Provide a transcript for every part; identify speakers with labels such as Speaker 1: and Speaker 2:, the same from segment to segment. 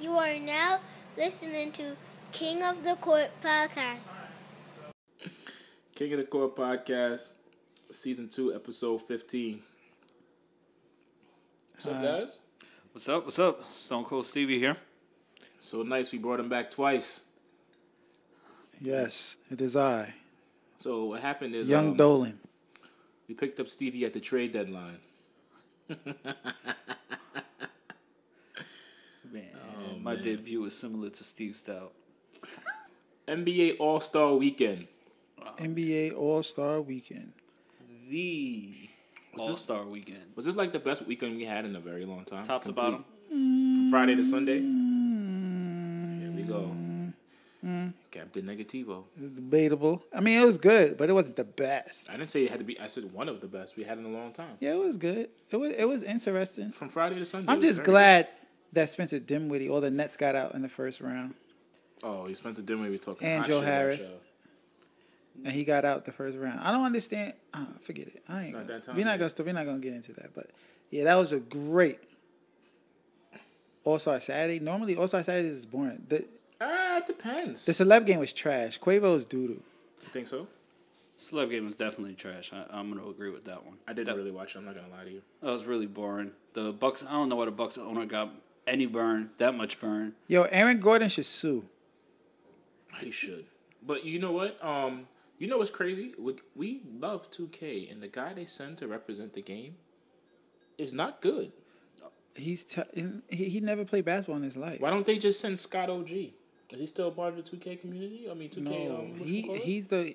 Speaker 1: You are now listening to King of the Court podcast.
Speaker 2: King of the Court podcast, season two, episode fifteen. What's up, guys?
Speaker 3: What's up? What's up? Stone Cold Stevie here.
Speaker 2: So nice, we brought him back twice.
Speaker 4: Yes, it is I,
Speaker 2: So what happened is
Speaker 4: Young
Speaker 2: um,
Speaker 4: Dolan.
Speaker 2: we picked up Stevie at the trade deadline.
Speaker 3: Man, Um, my debut was similar to Steve Stout.
Speaker 2: NBA All Star Weekend.
Speaker 4: NBA All Star Weekend.
Speaker 3: The All
Speaker 2: this-
Speaker 3: Star Weekend,
Speaker 2: Was this like the best weekend we had in a very long time?
Speaker 3: top to
Speaker 2: Complete.
Speaker 3: bottom.
Speaker 2: Friday to Sunday. Here we go. Captain Negativo.
Speaker 4: Debatable. I mean, it was good, but it wasn't the
Speaker 2: I
Speaker 4: best.
Speaker 2: didn't say it had to be. I said one of the best we had in a long time.
Speaker 4: Yeah, it was good. It was it was interesting.
Speaker 2: From Friday to Sunday.
Speaker 4: I'm
Speaker 2: it was
Speaker 4: just
Speaker 2: very
Speaker 4: glad that Spencer Dinwiddie, all the Nets got out in the first round,
Speaker 2: good. Oh, you spent the dinner we were talking.
Speaker 4: And
Speaker 2: hot
Speaker 4: Joe
Speaker 2: shit about
Speaker 4: Harris.
Speaker 2: y'all.
Speaker 4: and he got out the first round. I don't understand. Uh, forget it. I ain't.
Speaker 2: not
Speaker 4: gonna-
Speaker 2: that time
Speaker 4: we're
Speaker 2: yet.
Speaker 4: not gonna. We're not gonna get into that. But yeah, that was a great All Star Saturday. Normally, All Star Saturday is boring. The
Speaker 2: Ah, it depends.
Speaker 4: the celeb game was trash. Quavo's doo doo.
Speaker 2: you think so?
Speaker 3: Celeb game was definitely trash. I, I'm going to agree with that one.
Speaker 2: I didn't
Speaker 3: That-
Speaker 2: really watch it. I'm not gonna lie to you.
Speaker 3: That was really boring. The Bucks. I don't know why the Bucks owner got any burn, that much burn.
Speaker 4: Yo, Aaron Gordon should sue.
Speaker 2: He should. But you know what? Um, you know what's crazy? We, we love 2K, and the guy they send to represent the game is not good.
Speaker 4: He's t- and he, he never played basketball in his life.
Speaker 2: Why don't they just send Scott OG? Is he still a part of the 2K community? I mean, 2K.
Speaker 3: uh,
Speaker 4: No,
Speaker 2: um, what
Speaker 4: he
Speaker 2: you call it?
Speaker 4: he's the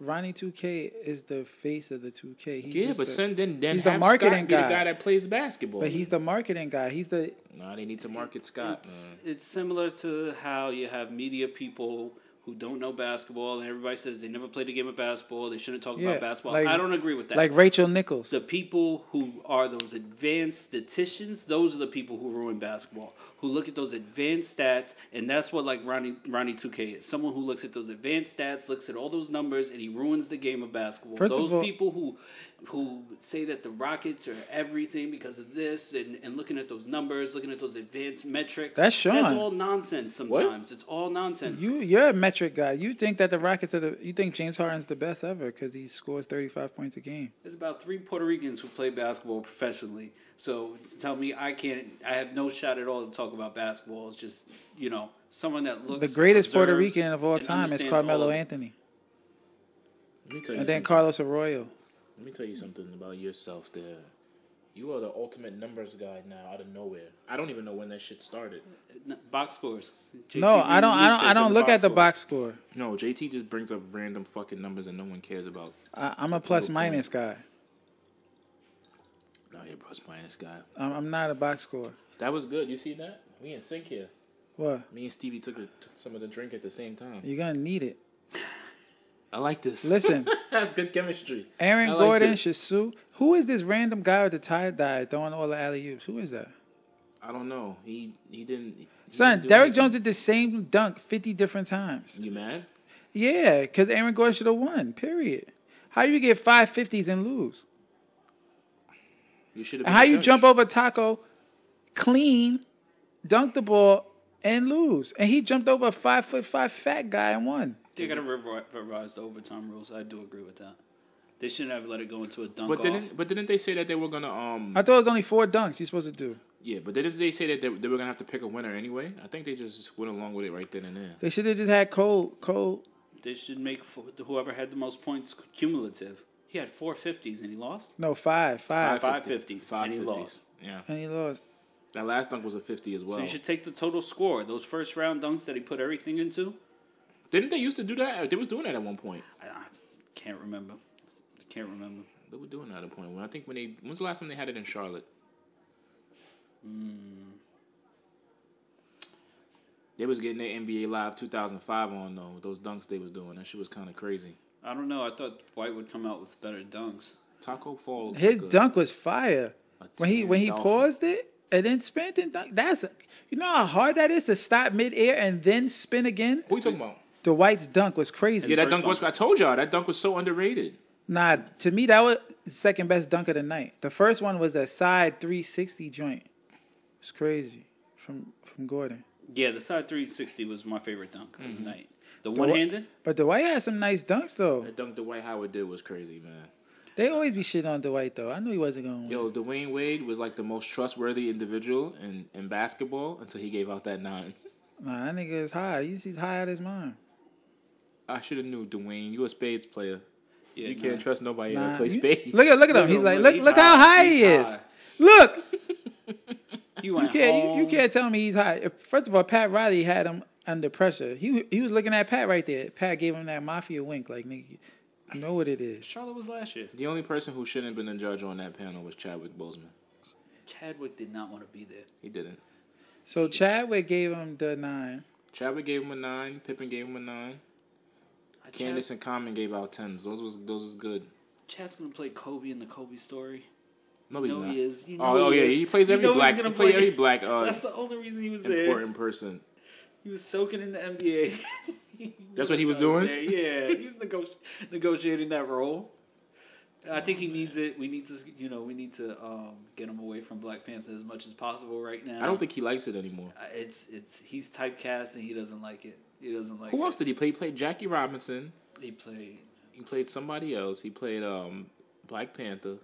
Speaker 4: Ronnie Two K is the face of the Two K.
Speaker 2: yeah, but send then then
Speaker 4: he's the
Speaker 2: have
Speaker 4: marketing
Speaker 2: Scott be the
Speaker 4: guy.
Speaker 2: guy that plays basketball.
Speaker 4: but he's the marketing guy. He's the
Speaker 2: nah. They need to market Scott.
Speaker 3: It's,
Speaker 2: man.
Speaker 3: it's similar to how you have media people who don't know basketball, and everybody says they never played a game of basketball. They shouldn't talk
Speaker 4: Yeah,
Speaker 3: about basketball.
Speaker 4: like-
Speaker 3: I don't agree with that.
Speaker 4: like Rachel Nichols.
Speaker 3: the people who are those advanced statisticians, those are the people who ruin basketball. Who look at those advanced stats, and that's what like Ronnie Ronnie Two K is. Someone who looks at those advanced stats, looks at all those numbers, and he ruins the game of basketball.
Speaker 4: First of
Speaker 3: those
Speaker 4: all-
Speaker 3: people who who say that the Rockets are everything because of this, and, and looking at those numbers, looking at those advanced metrics.
Speaker 4: That's Sean.
Speaker 3: That's all nonsense. Sometimes it's all nonsense.
Speaker 4: you you're a metric guy. You think that the Rockets are the you think James Harden's the best ever because he scores thirty five points a game.
Speaker 3: There's about three Puerto Ricans who play basketball professionally. So to tell me I can't, I have no shot at all to talk about basketball. It's just you know someone that looks.
Speaker 4: The greatest Puerto
Speaker 3: observes,
Speaker 4: Rican of all
Speaker 3: and
Speaker 4: time is
Speaker 3: understands
Speaker 4: Carmelo
Speaker 3: all of it.
Speaker 4: Anthony,
Speaker 2: Let me tell you
Speaker 4: and then
Speaker 2: something.
Speaker 4: Carlos Arroyo.
Speaker 2: Let me tell you something about yourself. There, you are the ultimate numbers guy now. Out of nowhere, I don't even know when that shit started.
Speaker 3: N- Box scores.
Speaker 4: No,
Speaker 3: JTV
Speaker 4: I don't. I don't. I
Speaker 3: newspaper,
Speaker 4: don't look at the
Speaker 3: scores.
Speaker 4: box score.
Speaker 2: No, JT just brings up random fucking numbers and no one cares about.
Speaker 4: I, I'm a plus minus guy.
Speaker 2: No, you're plus minus guy.
Speaker 4: I'm, I'm not a box score.
Speaker 2: That was good. You see that? We in sync here.
Speaker 4: What?
Speaker 2: Me and Stevie took, a, took some of the drink at the same time.
Speaker 4: You're gonna need it.
Speaker 2: I like this.
Speaker 4: Listen.
Speaker 2: that's good chemistry.
Speaker 4: Aaron
Speaker 2: I like
Speaker 4: Gordon
Speaker 2: this.
Speaker 4: should sue. Who is this random guy with the tie dye throwing all the alley oops? Who is that?
Speaker 2: I don't know. He he didn't. he
Speaker 4: Son,
Speaker 2: didn't do
Speaker 4: Derek
Speaker 2: anything.
Speaker 4: Jones did the same dunk 50 different times.
Speaker 2: You mad?
Speaker 4: Yeah, because Aaron Gordon should have won, period. How you get five fifties and lose?
Speaker 2: You should have.
Speaker 4: And how you jump over Taco clean, dunk the ball, and lose? And he jumped over a five foot five fat guy and won.
Speaker 3: They got to revise the overtime rules. I do agree with that. They shouldn't have let it go into a dunk
Speaker 2: But
Speaker 3: off.
Speaker 2: didn't but didn't they say that they were gonna um
Speaker 4: I thought it was only four dunks you're supposed to do.
Speaker 2: yeah but didn't they say that they, they were gonna have to pick a winner anyway? I think they just went along with it right then and there.
Speaker 4: They should have just had Cole Cole
Speaker 3: They should make f- whoever had the most points cumulative. He had four fifties and he lost.
Speaker 4: no five, five,
Speaker 3: 550s, Ah, and he
Speaker 2: 550s.
Speaker 3: lost.
Speaker 2: Yeah,
Speaker 4: and he lost.
Speaker 2: that last dunk was a fifty as well.
Speaker 3: So you should take the total score. Those first round dunks that he put everything into.
Speaker 2: Didn't they used to do that? They was doing that at one point.
Speaker 3: I, I can't remember. I can't remember.
Speaker 2: They were doing that at a point. When I think when they when's the last time they had it in Charlotte?
Speaker 3: Hmm.
Speaker 2: They was getting their NBA Live 2005 on though. Those dunks they was doing that shit was kind of crazy.
Speaker 3: I don't know. I thought White would come out with better dunks.
Speaker 2: Taco Fall.
Speaker 4: His
Speaker 2: took a-
Speaker 4: dunk was fire.
Speaker 2: a
Speaker 4: When he
Speaker 2: tan
Speaker 4: when he
Speaker 2: dolphin.
Speaker 4: paused it and then spun and dunk, that's you know how hard that is to stop midair and then spin again.
Speaker 2: Who you talking about?
Speaker 4: Dwight's dunk was crazy.
Speaker 2: Yeah, that
Speaker 3: first
Speaker 2: dunk was. I told y'all that dunk was so underrated.
Speaker 4: Nah, to me that was the second best dunk of the night. The first one was that side 360 joint. It's crazy. from from Gordon.
Speaker 3: Yeah, the side 360 was my favorite dunk of
Speaker 2: Mm-hmm.
Speaker 3: the night. The one handed?
Speaker 4: But Dwight had some nice dunks though.
Speaker 2: That dunk Dwight Howard did was crazy, man.
Speaker 4: They always be shit on Dwight though. I knew he wasn't gonna win.
Speaker 2: Yo, Dwayne Wade was like the most trustworthy individual in, in basketball until he gave out that nine.
Speaker 4: Nah, that nigga is high. He's, he's high out his mind.
Speaker 2: I should have knew Dwayne. You a spades player.
Speaker 3: Yeah,
Speaker 2: You
Speaker 3: nah.
Speaker 2: can't trust nobody
Speaker 4: Nah,
Speaker 2: to play
Speaker 4: you-
Speaker 2: spades.
Speaker 4: Look at look at him. He's like look
Speaker 3: He's
Speaker 4: look how
Speaker 3: high.
Speaker 4: high he
Speaker 3: He's
Speaker 4: is.
Speaker 3: high.
Speaker 4: Look,
Speaker 3: You went
Speaker 4: you can't you, you
Speaker 3: home.
Speaker 4: can't tell me he's high. If- First of all, Pat Riley had him under pressure. He he was looking at Pat right there. Pat gave him that mafia wink, like nigga, you know what it is.
Speaker 3: Charlotte was last year.
Speaker 2: The only person who shouldn't have been a judge on that panel was Chadwick Boseman.
Speaker 3: Chadwick did not want to be there.
Speaker 2: He didn't.
Speaker 4: So Chadwick gave him the nine.
Speaker 2: Chadwick gave him a nine. Pippen gave him a nine.
Speaker 3: I- Chad,
Speaker 2: Candace and Common gave out tens. Those was those was good.
Speaker 3: Chad's gonna play Kobe in the Kobe story.
Speaker 2: No, he's
Speaker 3: no,
Speaker 2: not.
Speaker 3: he is. You know
Speaker 2: Oh, oh
Speaker 3: he
Speaker 2: yeah,
Speaker 3: is.
Speaker 2: he plays
Speaker 3: You
Speaker 2: every
Speaker 3: know he's
Speaker 2: black. He
Speaker 3: gonna
Speaker 2: play
Speaker 3: play-
Speaker 2: every black uh,
Speaker 3: That's the only reason he was there.
Speaker 2: important person.
Speaker 3: He was soaking in the NBA.
Speaker 2: That's what he was doing?
Speaker 3: there. Yeah, he was negoti- negotiating that role. I think he needs it. We need to, you know, we need to um, get him away from Black Panther as much as possible right now.
Speaker 2: I don't think he likes it anymore.
Speaker 3: Uh, it's it's he's typecast and he doesn't like it. He doesn't like.
Speaker 2: Who
Speaker 3: it.
Speaker 2: else did he play? He played Jackie Robinson.
Speaker 3: he played?
Speaker 2: He played somebody else. He played um Black Panther.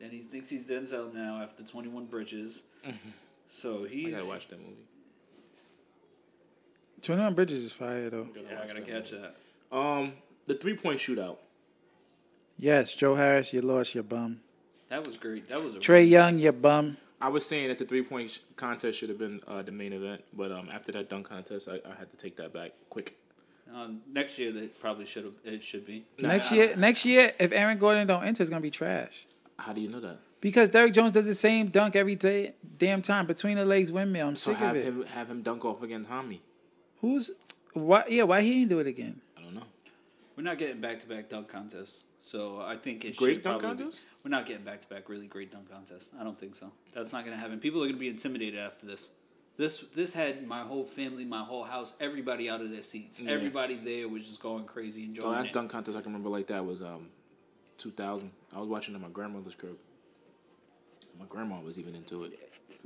Speaker 3: Then he thinks he's Denzel now after Twenty One Bridges. So
Speaker 2: Mm-hmm. I
Speaker 3: he's.
Speaker 2: gotta watch that movie.
Speaker 4: Twenty one Bridges is fire though.
Speaker 2: Gotta
Speaker 3: Yeah, I
Speaker 2: watch
Speaker 3: gotta
Speaker 2: that
Speaker 3: catch that.
Speaker 2: movie. Um, the three point shootout.
Speaker 4: Yes, Joe Harris, you lost your bum.
Speaker 3: That was great. That was a
Speaker 4: Trey Young, you bum.
Speaker 2: I was saying that the three point sh- contest should have been uh, the main event, but um after that dunk contest, I, I had to take that back quick.
Speaker 3: Um, next year they probably should have. It should be.
Speaker 4: next year, next year, if Aaron Gordon don't enter, it's gonna be trash.
Speaker 2: How do you know that?
Speaker 4: Because Derrick Jones does the same dunk every day, damn time between the legs windmill. I'm
Speaker 2: So
Speaker 4: sick of
Speaker 2: have
Speaker 4: it.
Speaker 2: him have him dunk off against Hami.
Speaker 4: Who's why? Yeah, why he didn't do it again?
Speaker 2: I don't know.
Speaker 3: We're not getting back to back dunk contests, so I think it
Speaker 2: Great
Speaker 3: should
Speaker 2: dunk
Speaker 3: probably be-
Speaker 2: contests?
Speaker 3: We're not getting back to back really great dunk contests. I don't think so. That's not going to happen. People are going to be intimidated after this. This this had my whole family, my whole house, everybody out of their seats. Everybody there was just going crazy
Speaker 2: The
Speaker 3: enjoying
Speaker 2: last
Speaker 3: it.
Speaker 2: dunk contest I can remember like that was um, 2000. I was watching it at my grandmother's crib. My grandma was even into it.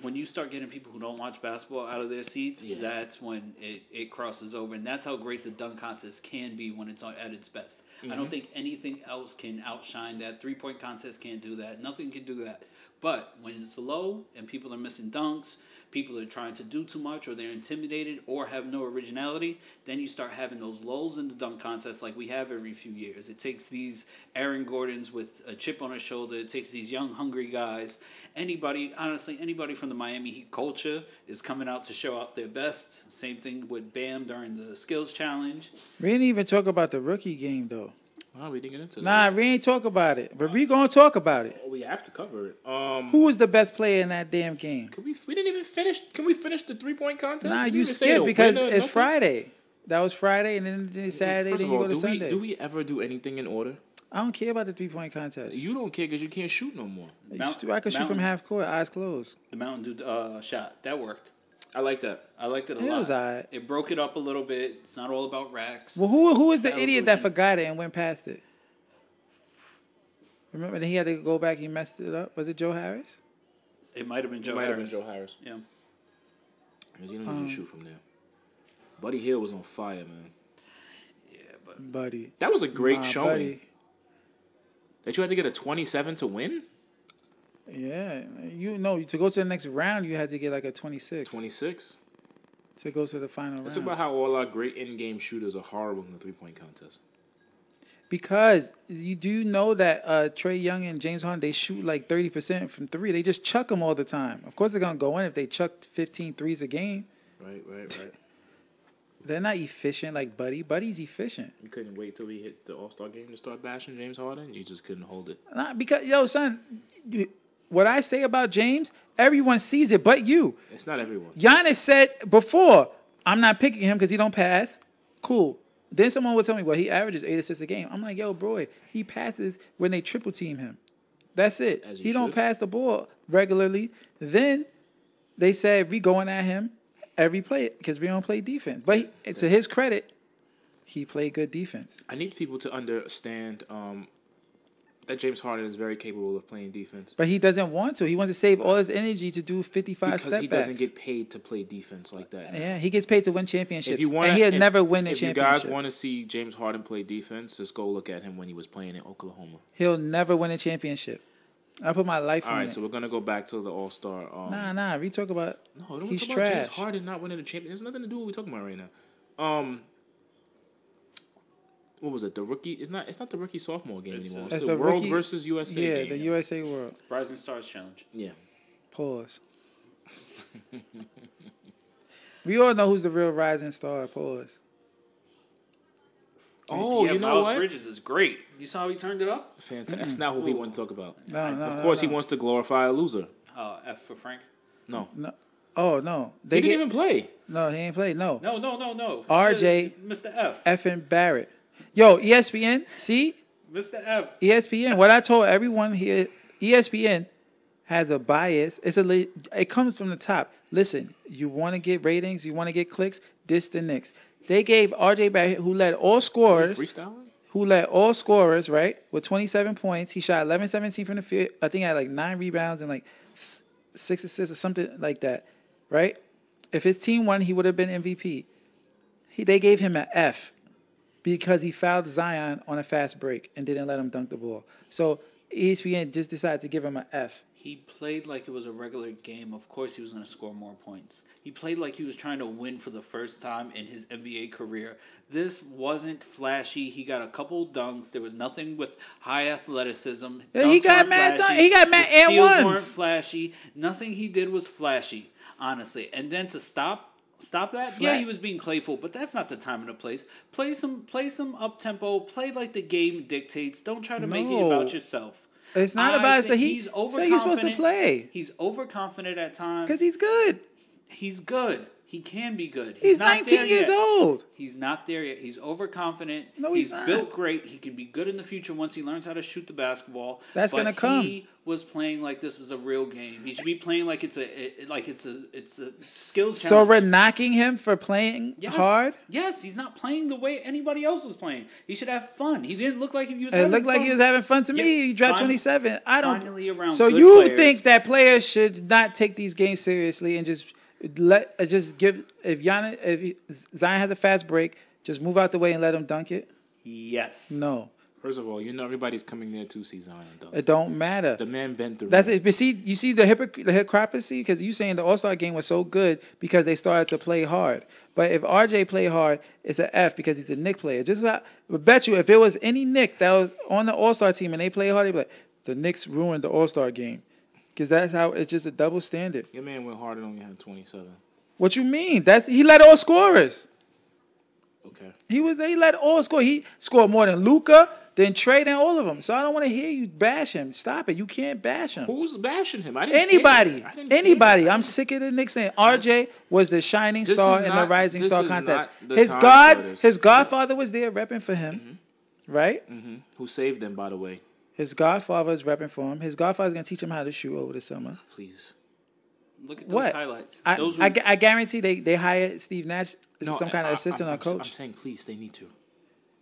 Speaker 3: When you start getting people who don't watch basketball out of their seats,
Speaker 2: Yeah.
Speaker 3: that's when it, it crosses over, and that's how great the dunk contest can be when it's at its best. I don't think anything else can outshine that. Three point contest can't do that. Nothing can do that. But when it's low and people are missing dunks, people are trying to do too much, or they're intimidated, or have no originality, then you start having those lulls in the dunk contest like we have every few years. It takes these Aaron Gordons with a chip on his shoulder, it takes these young, hungry guys. Anybody, honestly, anybody from the Miami Heat culture is coming out to show out their best. Same thing with Bam during the skills challenge.
Speaker 4: We didn't even talk about the rookie game though.
Speaker 2: Wow, we didn't get into
Speaker 4: Nah,
Speaker 2: that.
Speaker 4: we ain't talk about it, but we gonna talk about it.
Speaker 2: Well, we have to cover it. Um,
Speaker 4: Who was the best player in that damn game?
Speaker 2: can we, we didn't even finish. Can we finish the three point contest?
Speaker 4: Nah,
Speaker 2: We
Speaker 4: you
Speaker 2: didn't say the
Speaker 4: skipped because
Speaker 2: winner,
Speaker 4: it's
Speaker 2: nothing.
Speaker 4: Friday. That was Friday, and then it's Saturday,
Speaker 2: First
Speaker 4: then
Speaker 2: of
Speaker 4: you
Speaker 2: all, do
Speaker 4: go to
Speaker 2: we
Speaker 4: Sunday.
Speaker 2: do we ever do anything in order?
Speaker 4: I don't care about the three point contest.
Speaker 2: You don't care because you can't shoot no more.
Speaker 4: You
Speaker 3: Mount-
Speaker 4: stu- I could shoot
Speaker 3: Mountain-
Speaker 4: from half court, eyes closed.
Speaker 3: The Mountain Dew uh, shot. That worked.
Speaker 2: I like that.
Speaker 3: I liked it a
Speaker 4: It
Speaker 3: lot.
Speaker 4: was alright.
Speaker 3: It broke it up a little bit. It's not all about racks.
Speaker 4: Well, who who is the
Speaker 3: That
Speaker 4: idiot
Speaker 3: was-
Speaker 4: that forgot it and went past it? Remember, then he had to go back. He messed it up. Was it Joe Harris?
Speaker 3: It might have been Joe
Speaker 2: Might have been
Speaker 3: Harris.
Speaker 2: Joe Harris.
Speaker 3: Yeah.
Speaker 2: Because you don't
Speaker 4: Um,
Speaker 2: usually shoot from there. Buddy Hill was on fire, man.
Speaker 3: Yeah, but
Speaker 4: Buddy,
Speaker 2: That was a great
Speaker 4: My
Speaker 2: showing.
Speaker 4: buddy.
Speaker 2: That you had to get a twenty-seven to win.
Speaker 4: Yeah, you know, to go to the next round, you had to get like a 26
Speaker 2: Twenty-six.
Speaker 4: to go to the final
Speaker 2: That's
Speaker 4: round.
Speaker 2: about how all our great in-game shooters are horrible in the three-point contest.
Speaker 4: because you do know that uh, Trey Young and James Harden they shoot like 30% from 3. They just chuck them all the time. Of course they're going to go in if they chuck 15 threes a game.
Speaker 2: Right, right, right.
Speaker 4: They're not efficient like Buddy. Buddy's efficient.
Speaker 2: you couldn't wait till we hit the All-Star game to start bashing James Harden. You just couldn't hold it.
Speaker 4: Not because yo son, you- what I say about James, everyone sees it but you.
Speaker 2: It's not everyone.
Speaker 4: Giannis said before, I'm not picking him because he don't pass. Cool. Then someone would tell me, well, he averages eight assists a game. I'm like, yo, bro, he passes when they triple team him. That's it.
Speaker 2: As
Speaker 4: He
Speaker 2: he
Speaker 4: don't
Speaker 2: should.
Speaker 4: pass the ball regularly. Then they said we going at him every play because we don't play defense. But he- to his credit, he played good defense.
Speaker 2: I need people to understand um, that James Harden is very capable of playing defense
Speaker 4: But he doesn't want to. He wants to save all his energy to do 55
Speaker 2: because
Speaker 4: step
Speaker 2: he
Speaker 4: backs.
Speaker 2: doesn't get paid to play defense like that.
Speaker 4: yeah, he gets paid to win championships.
Speaker 2: If you want,
Speaker 4: and he'll never win a
Speaker 2: if you
Speaker 4: championship.
Speaker 2: guys want to see James Harden play defense, just go look at him when he was playing in Oklahoma.
Speaker 4: he'll never win a championship. I put my life
Speaker 2: All
Speaker 4: on
Speaker 2: right,
Speaker 4: it.
Speaker 2: so we're gonna go back to the All Star. Um,
Speaker 4: nah, nah. We talk about
Speaker 2: no, don't
Speaker 4: he's
Speaker 2: talk about
Speaker 4: trash.
Speaker 2: James Harden not winning the champion. It's nothing to do with what we're talking about right now. Um, what was it? The rookie? It's not. It's not the rookie sophomore game
Speaker 3: It's,
Speaker 2: anymore. It's,
Speaker 3: uh,
Speaker 4: It's
Speaker 2: the,
Speaker 4: the
Speaker 2: World
Speaker 4: rookie-
Speaker 2: versus USA.
Speaker 4: yeah,
Speaker 2: game.
Speaker 4: the USA World.
Speaker 3: Rising Stars Challenge.
Speaker 2: Yeah.
Speaker 4: Pause. we all know who's the real rising star. Pause.
Speaker 2: Oh,
Speaker 3: yeah,
Speaker 2: you know
Speaker 3: Miles
Speaker 2: what?
Speaker 3: Bridges is great. You saw how he turned it up?
Speaker 2: Fantastic. That's not what we want to talk about.
Speaker 4: No, no,
Speaker 2: of
Speaker 4: no,
Speaker 2: course,
Speaker 4: no.
Speaker 2: he wants to glorify a loser.
Speaker 3: Uh, F for Frank.
Speaker 2: No,
Speaker 4: No. Oh no,
Speaker 2: he
Speaker 4: they
Speaker 2: didn't
Speaker 4: get
Speaker 2: even play.
Speaker 4: no. He ain't played. No.
Speaker 3: No, no, no, no.
Speaker 4: RJ.
Speaker 3: Mr. F.
Speaker 4: Effing Barrett. Yo, E ESPN. See
Speaker 3: Mr. F.
Speaker 4: ESPN. What I told everyone here, E ESPN has a bias. It's a le- it comes from the top. Listen, you want to get ratings, you want to get clicks. This the Knicks. They gave RJ Barrett, who led all scorers,
Speaker 2: Freestyling?
Speaker 4: who led all scorers, right? With 27 points. He shot 11 17 from the field. I think he had like nine rebounds and like s- six assists or something like that, right? If his team won, he would have been MVP. He, they gave him an F because he fouled Zion on a fast break and didn't let him dunk the ball. So E ESPN just decided to give him an F.
Speaker 3: He played like it was a regular game. Of course, he was going to score more points. He played like he was trying to win for the first time in his NBA career. This wasn't flashy. He got a couple dunks. There was nothing with high athleticism.
Speaker 4: Yeah, he
Speaker 3: Dunks
Speaker 4: got
Speaker 3: weren't
Speaker 4: mad
Speaker 3: flashy.
Speaker 4: dunk- he got mad
Speaker 3: His
Speaker 4: and
Speaker 3: steals
Speaker 4: ones.
Speaker 3: weren't flashy. Nothing he did was flashy, honestly. And then to stop. Stop that! Yeah, he was being playful, but that's not the time and the place. Play some, play some up tempo. Play like the game dictates. Don't try to make it
Speaker 4: No.
Speaker 3: about yourself.
Speaker 4: It's not
Speaker 3: I
Speaker 4: about us.
Speaker 3: think
Speaker 4: He-
Speaker 3: he's
Speaker 4: so you're supposed to
Speaker 3: overconfident.
Speaker 4: play.
Speaker 3: He's overconfident at times.
Speaker 4: Because he's good.
Speaker 3: he's good. He can be good.
Speaker 4: He's,
Speaker 3: not
Speaker 4: 19
Speaker 3: there
Speaker 4: years
Speaker 3: yet.
Speaker 4: old.
Speaker 3: He's not there yet. He's overconfident.
Speaker 4: No, he's not.
Speaker 3: built great. He can be good in the future once he learns how to shoot the basketball.
Speaker 4: That's
Speaker 3: But
Speaker 4: gonna come.
Speaker 3: He was playing like this was a real game. He should be playing like it's a it- like it's a it's a skill challenge.
Speaker 4: So we're knocking him for playing
Speaker 3: Yes.
Speaker 4: hard?
Speaker 3: Yes, he's not playing the way anybody else was playing. He should have fun. He didn't look like he was.
Speaker 4: It
Speaker 3: having
Speaker 4: looked like
Speaker 3: fun.
Speaker 4: he was having fun to me.
Speaker 3: Yeah,
Speaker 4: He dropped
Speaker 3: fin-
Speaker 4: 27. I don't.
Speaker 3: finally around
Speaker 4: so
Speaker 3: good
Speaker 4: you
Speaker 3: players.
Speaker 4: think that players should not take these games seriously and just let uh, just give if Giannis, if he- Zion has a fast break, just move out the way and let him dunk it?
Speaker 3: Yes.
Speaker 4: No,
Speaker 2: First of all, you know everybody's coming there to see Zion. Though.
Speaker 4: it don't matter.
Speaker 2: The man been through.
Speaker 4: That's
Speaker 2: it.
Speaker 4: it. But see, you see the, hypocr- the hypocrisy because you saying the All Star game was so good because they started to play hard. But if RJ play hard, it's an F because he's a Nick player. Just like, I bet you, if it was any Nick that was on the All Star team and they play hard, they'd be like, the Knicks ruined the All Star game because that's how it's just a double standard.
Speaker 2: Your man went harder than only had 27.
Speaker 4: What you mean? That's he led all scorers.
Speaker 2: Okay.
Speaker 4: He was he led all score. He scored more than Luca, than Trey, than all of them. So I don't want to hear you bash him. Stop it. You can't bash him.
Speaker 2: Who's bashing him? I didn't hear
Speaker 4: Anybody,
Speaker 2: that. I didn't hear
Speaker 4: anybody.
Speaker 2: that.
Speaker 4: I'm sick of the Knicks saying RJ was the shining
Speaker 2: This
Speaker 4: star
Speaker 2: is
Speaker 4: in the
Speaker 2: not-
Speaker 4: Rising
Speaker 2: this
Speaker 4: Star
Speaker 2: is
Speaker 4: contest.
Speaker 2: not the
Speaker 4: His
Speaker 2: time
Speaker 4: god,
Speaker 2: for this. Mm-hmm.
Speaker 4: his godfather was there repping for him, right?
Speaker 2: Who saved them, by the way?
Speaker 4: His godfather is repping for him. His godfather's gonna teach him how to shoot over the summer.
Speaker 2: Please.
Speaker 3: Look at those
Speaker 4: What
Speaker 3: highlights.
Speaker 4: I,
Speaker 3: those
Speaker 4: I, gu- I guarantee they they hired Steve Nash as some kind
Speaker 2: I- I-
Speaker 4: of assistant
Speaker 2: I'm-
Speaker 4: or
Speaker 2: I'm s-
Speaker 4: coach.
Speaker 2: I'm saying, please, they need to.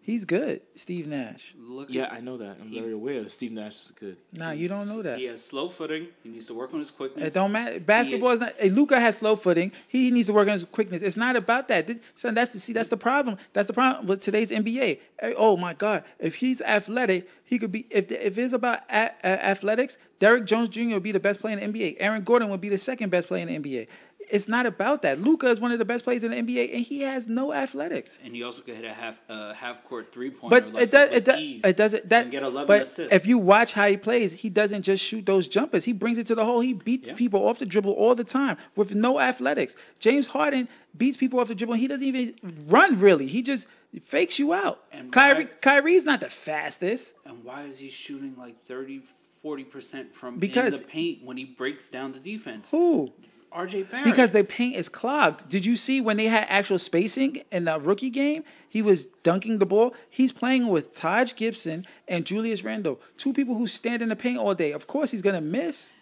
Speaker 4: He's good, Steve Nash.
Speaker 3: look
Speaker 2: Yeah, I know that. I'm very aware. that Steve Nash is good.
Speaker 4: Nah, you don't know that.
Speaker 3: He has slow footing. He needs to work on his quickness.
Speaker 4: It don't matter. Basketball is not. Luca has slow footing. He needs to work on his quickness. It's not about that. This, son, that's the see. That's the problem. That's the problem with today's NBA. Eh, Oh my God! If he's athletic, he could be. If if it's about a, a- athletics, Derek Jones Jr. would be the best player in the NBA. Aaron Gordon would be the second best player in the NBA. It's not about that. Luca is one of the best players in the NBA, and he has no athletics.
Speaker 3: And he also could hit a half uh, half court three pointer.
Speaker 4: But it does. It, does. it doesn't. That.
Speaker 3: and get 11
Speaker 4: but
Speaker 3: assists.
Speaker 4: if you watch how he plays, he doesn't just shoot those jumpers. He brings it to the hole. He beats
Speaker 3: Yeah.
Speaker 4: people off the dribble all the time with no athletics. James Harden beats people off the dribble. He doesn't even run really. He just fakes you out.
Speaker 3: And
Speaker 4: Kyrie.
Speaker 3: why-
Speaker 4: Kyrie's not the fastest.
Speaker 3: And why is he shooting like 30, 40 percent from
Speaker 4: Because-
Speaker 3: in the paint when he breaks down the defense?
Speaker 4: Who?
Speaker 3: RJ Barrett.
Speaker 4: Because the paint is clogged. Did you see when they had actual spacing in the rookie game? He was dunking the ball. He's playing with Taj Gibson and Julius Randle, two people who stand in the paint all day. Of course, he's gonna miss.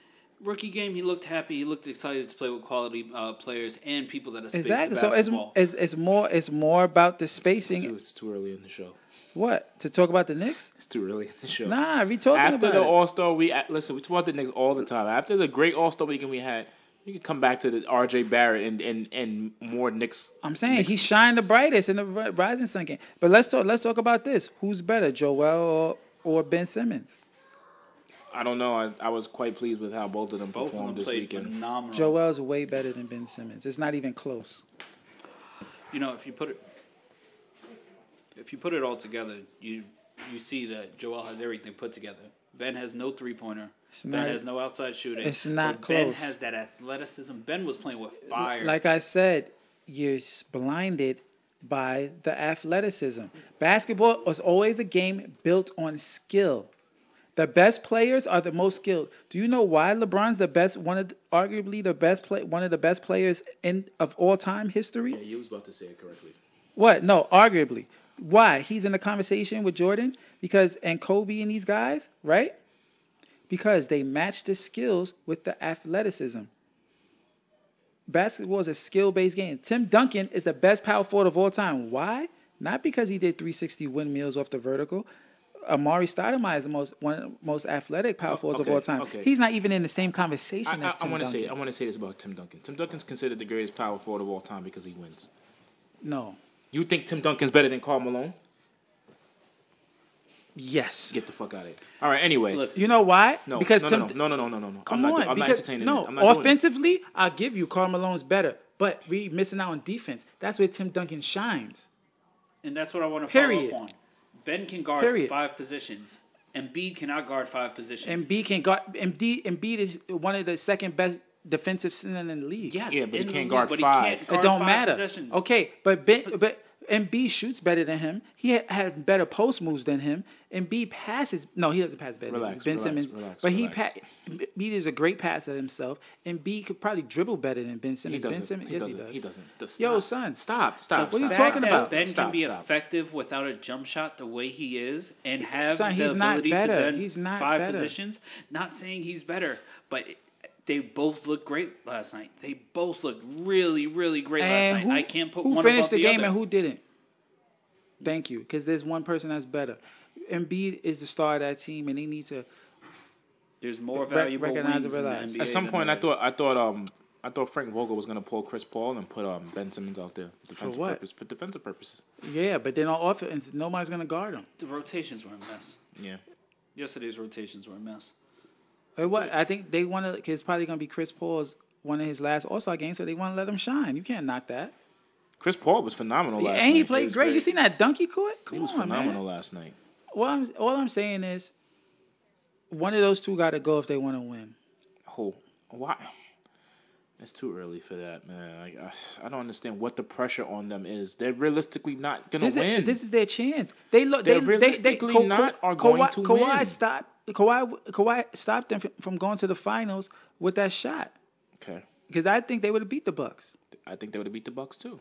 Speaker 3: rookie game, he looked happy. He looked excited to play with quality uh, players and people that are spaced
Speaker 4: Exactly.
Speaker 3: to
Speaker 4: So it's,
Speaker 3: basketball.
Speaker 4: it's it's more it's more about the
Speaker 2: It's
Speaker 4: spacing.
Speaker 2: too, it's too early in the show.
Speaker 4: What to talk about the Knicks?
Speaker 2: It's too early in the show.
Speaker 4: Nah, we talking
Speaker 2: After
Speaker 4: about
Speaker 2: the
Speaker 4: it.
Speaker 2: All Star, we uh, listen. We talk about the Knicks all the time. After the great All Star weekend we had, we could come back to the R.J. Barrett and and and more Knicks.
Speaker 4: I'm saying he shined the brightest in the ri- rising sun game. But let's talk. Let's talk about this. Who's better, Joel or, or Ben Simmons?
Speaker 2: I don't know. I, I was quite pleased with how both of them
Speaker 3: Both
Speaker 2: performed
Speaker 3: of them
Speaker 2: this
Speaker 3: played
Speaker 2: weekend.
Speaker 3: phenomenal.
Speaker 4: Joel's way better than Ben Simmons. It's not even close.
Speaker 3: you know, if you put it, if you put it all together, you you see that Joel has everything put together. Ben has no three pointer. Ben
Speaker 4: not-
Speaker 3: has no outside shooting.
Speaker 4: it's not
Speaker 3: but Ben
Speaker 4: close.
Speaker 3: has that athleticism. Ben was playing with fire.
Speaker 4: Like I said, you're s- blinded by the athleticism. Basketball is always a game built on skill. The best players are the most skilled. Do you know why LeBron's the best, one of the, arguably the best play, one of the best players in of all time history?
Speaker 2: Yeah, you was about to say it correctly.
Speaker 4: What? No, arguably. Why? He's in the conversation with Jordan because and Kobe and these guys, right? Because they match the skills with the athleticism. Basketball is a skill-based game. Tim Duncan is the best power forward of all time. Why? Not because he did 360 windmills off the vertical. Amari Stoudemire is the most one of the most athletic power forwards
Speaker 2: okay,
Speaker 4: of all time.
Speaker 2: okay.
Speaker 4: He's not even in the same conversation
Speaker 2: I,
Speaker 4: as Tim
Speaker 2: want to
Speaker 4: Duncan.
Speaker 2: say I want to say this about Tim Duncan. Tim Duncan's considered the greatest power forward of all time because he wins.
Speaker 4: No.
Speaker 2: You think Tim Duncan's better than Karl Malone?
Speaker 4: Yes.
Speaker 2: Get the fuck out of here. All right. Anyway,
Speaker 3: Listen,
Speaker 4: You know why?
Speaker 2: no,
Speaker 4: because
Speaker 2: no,
Speaker 4: Tim
Speaker 2: no, no, no, no, no, no, no.
Speaker 4: Come
Speaker 2: I'm not,
Speaker 4: on,
Speaker 2: do- I'm not
Speaker 4: because
Speaker 2: entertaining.
Speaker 4: no
Speaker 2: it. I'm not doing it.
Speaker 4: offensively, I'll give you Carl Malone's better, but we missing out on defense. That's where Tim Duncan shines.
Speaker 3: and that's what I want to
Speaker 4: Period.
Speaker 3: follow up on. Ben can guard
Speaker 4: Period.
Speaker 3: five positions. Embiid cannot guard five positions.
Speaker 4: Embiid can guard. Embiid, Embiid is one of the second best defensive center in the league.
Speaker 3: yes,
Speaker 2: Yeah, but he
Speaker 3: in the
Speaker 2: can't
Speaker 3: league,
Speaker 2: guard
Speaker 3: but He
Speaker 2: five.
Speaker 3: can't
Speaker 4: it
Speaker 3: guard
Speaker 4: don't
Speaker 3: five
Speaker 4: matter.
Speaker 3: Possessions.
Speaker 4: Okay, but ben, but, Embiid shoots better than him. He ha- had better post moves than him. Embiid passes. No, he doesn't pass better.
Speaker 2: Relax,
Speaker 4: than him. Ben
Speaker 2: relax,
Speaker 4: Simmons,
Speaker 2: relax,
Speaker 4: but he pa-
Speaker 2: relax.
Speaker 4: Embiid is a great passer himself. Embiid could probably dribble better than Ben Simmons. Ben
Speaker 2: doesn't.
Speaker 4: Simmons,
Speaker 2: He
Speaker 4: yes,
Speaker 2: doesn't.
Speaker 4: he
Speaker 2: He
Speaker 4: does.
Speaker 2: doesn't. Just
Speaker 4: Yo,
Speaker 2: stop.
Speaker 4: son.
Speaker 2: Stop! Stop!
Speaker 4: what are you
Speaker 2: stop,
Speaker 3: fact
Speaker 4: talking
Speaker 2: stop,
Speaker 3: that
Speaker 4: about?
Speaker 3: Ben
Speaker 2: Stop,
Speaker 3: can be
Speaker 2: stop.
Speaker 3: effective without a jump shot the way he is and have
Speaker 4: Son,
Speaker 3: the
Speaker 4: he's not
Speaker 3: ability
Speaker 4: better.
Speaker 3: to then
Speaker 4: He's not
Speaker 3: five
Speaker 4: better.
Speaker 3: positions. Not saying he's better, but it- they both looked great last night. They both looked really, really great last night. I can't put
Speaker 4: who
Speaker 3: one
Speaker 4: finished
Speaker 3: above
Speaker 4: the, game
Speaker 3: other.
Speaker 4: and who didn't. Thank you, because there's one person that's better. Embiid is the star of that team, and they need to.
Speaker 3: There's more valuable
Speaker 4: recognize
Speaker 3: wings
Speaker 4: and
Speaker 3: in the
Speaker 4: realize.
Speaker 3: NBA
Speaker 2: At some
Speaker 3: than
Speaker 2: point,
Speaker 3: there
Speaker 2: I
Speaker 3: is.
Speaker 2: thought, I thought, um, I thought Frank Vogel was gonna pull Chris Paul and put um Ben Simmons out there for defensive
Speaker 4: what?
Speaker 2: purpose. For defensive purposes,
Speaker 4: Yeah, but then on offense, nobody's gonna guard him.
Speaker 3: the rotations were a mess.
Speaker 2: yeah. Yesterday's.
Speaker 3: Yesterday's rotations were a mess.
Speaker 4: But what I think they want to. It's probably gonna be Chris Paul's one of his last All Star games, so they want to let him shine. You can't knock that.
Speaker 2: Chris Paul was phenomenal last night.
Speaker 4: and he played
Speaker 2: was
Speaker 4: great. You seen that dunk he caught? Come
Speaker 2: He was
Speaker 4: on,
Speaker 2: phenomenal
Speaker 4: man.
Speaker 2: last night.
Speaker 4: Well, I'm, all I'm saying is, one of those two got to go if they want to win.
Speaker 2: Oh, why? It's too early for that, man. Like, I, I don't understand what the pressure on them is. They're realistically not gonna
Speaker 4: This
Speaker 2: win.
Speaker 4: is, this is their chance. They look. They
Speaker 2: They're
Speaker 4: they, they,
Speaker 2: realistically
Speaker 4: Ka-
Speaker 2: not
Speaker 4: Ka-
Speaker 2: are going
Speaker 4: Kawhi,
Speaker 2: to
Speaker 4: Kawhi
Speaker 2: win.
Speaker 4: Stopped, Kawhi Kawhi stopped them f- from going to the finals with that shot
Speaker 2: okay,
Speaker 4: because I think they would have beat the Bucks.
Speaker 2: I think they would have beat the Bucks too.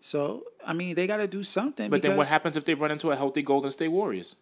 Speaker 4: So I mean, they got to do something.
Speaker 2: But then what
Speaker 4: because-
Speaker 2: happens if they run into a healthy Golden State Warriors?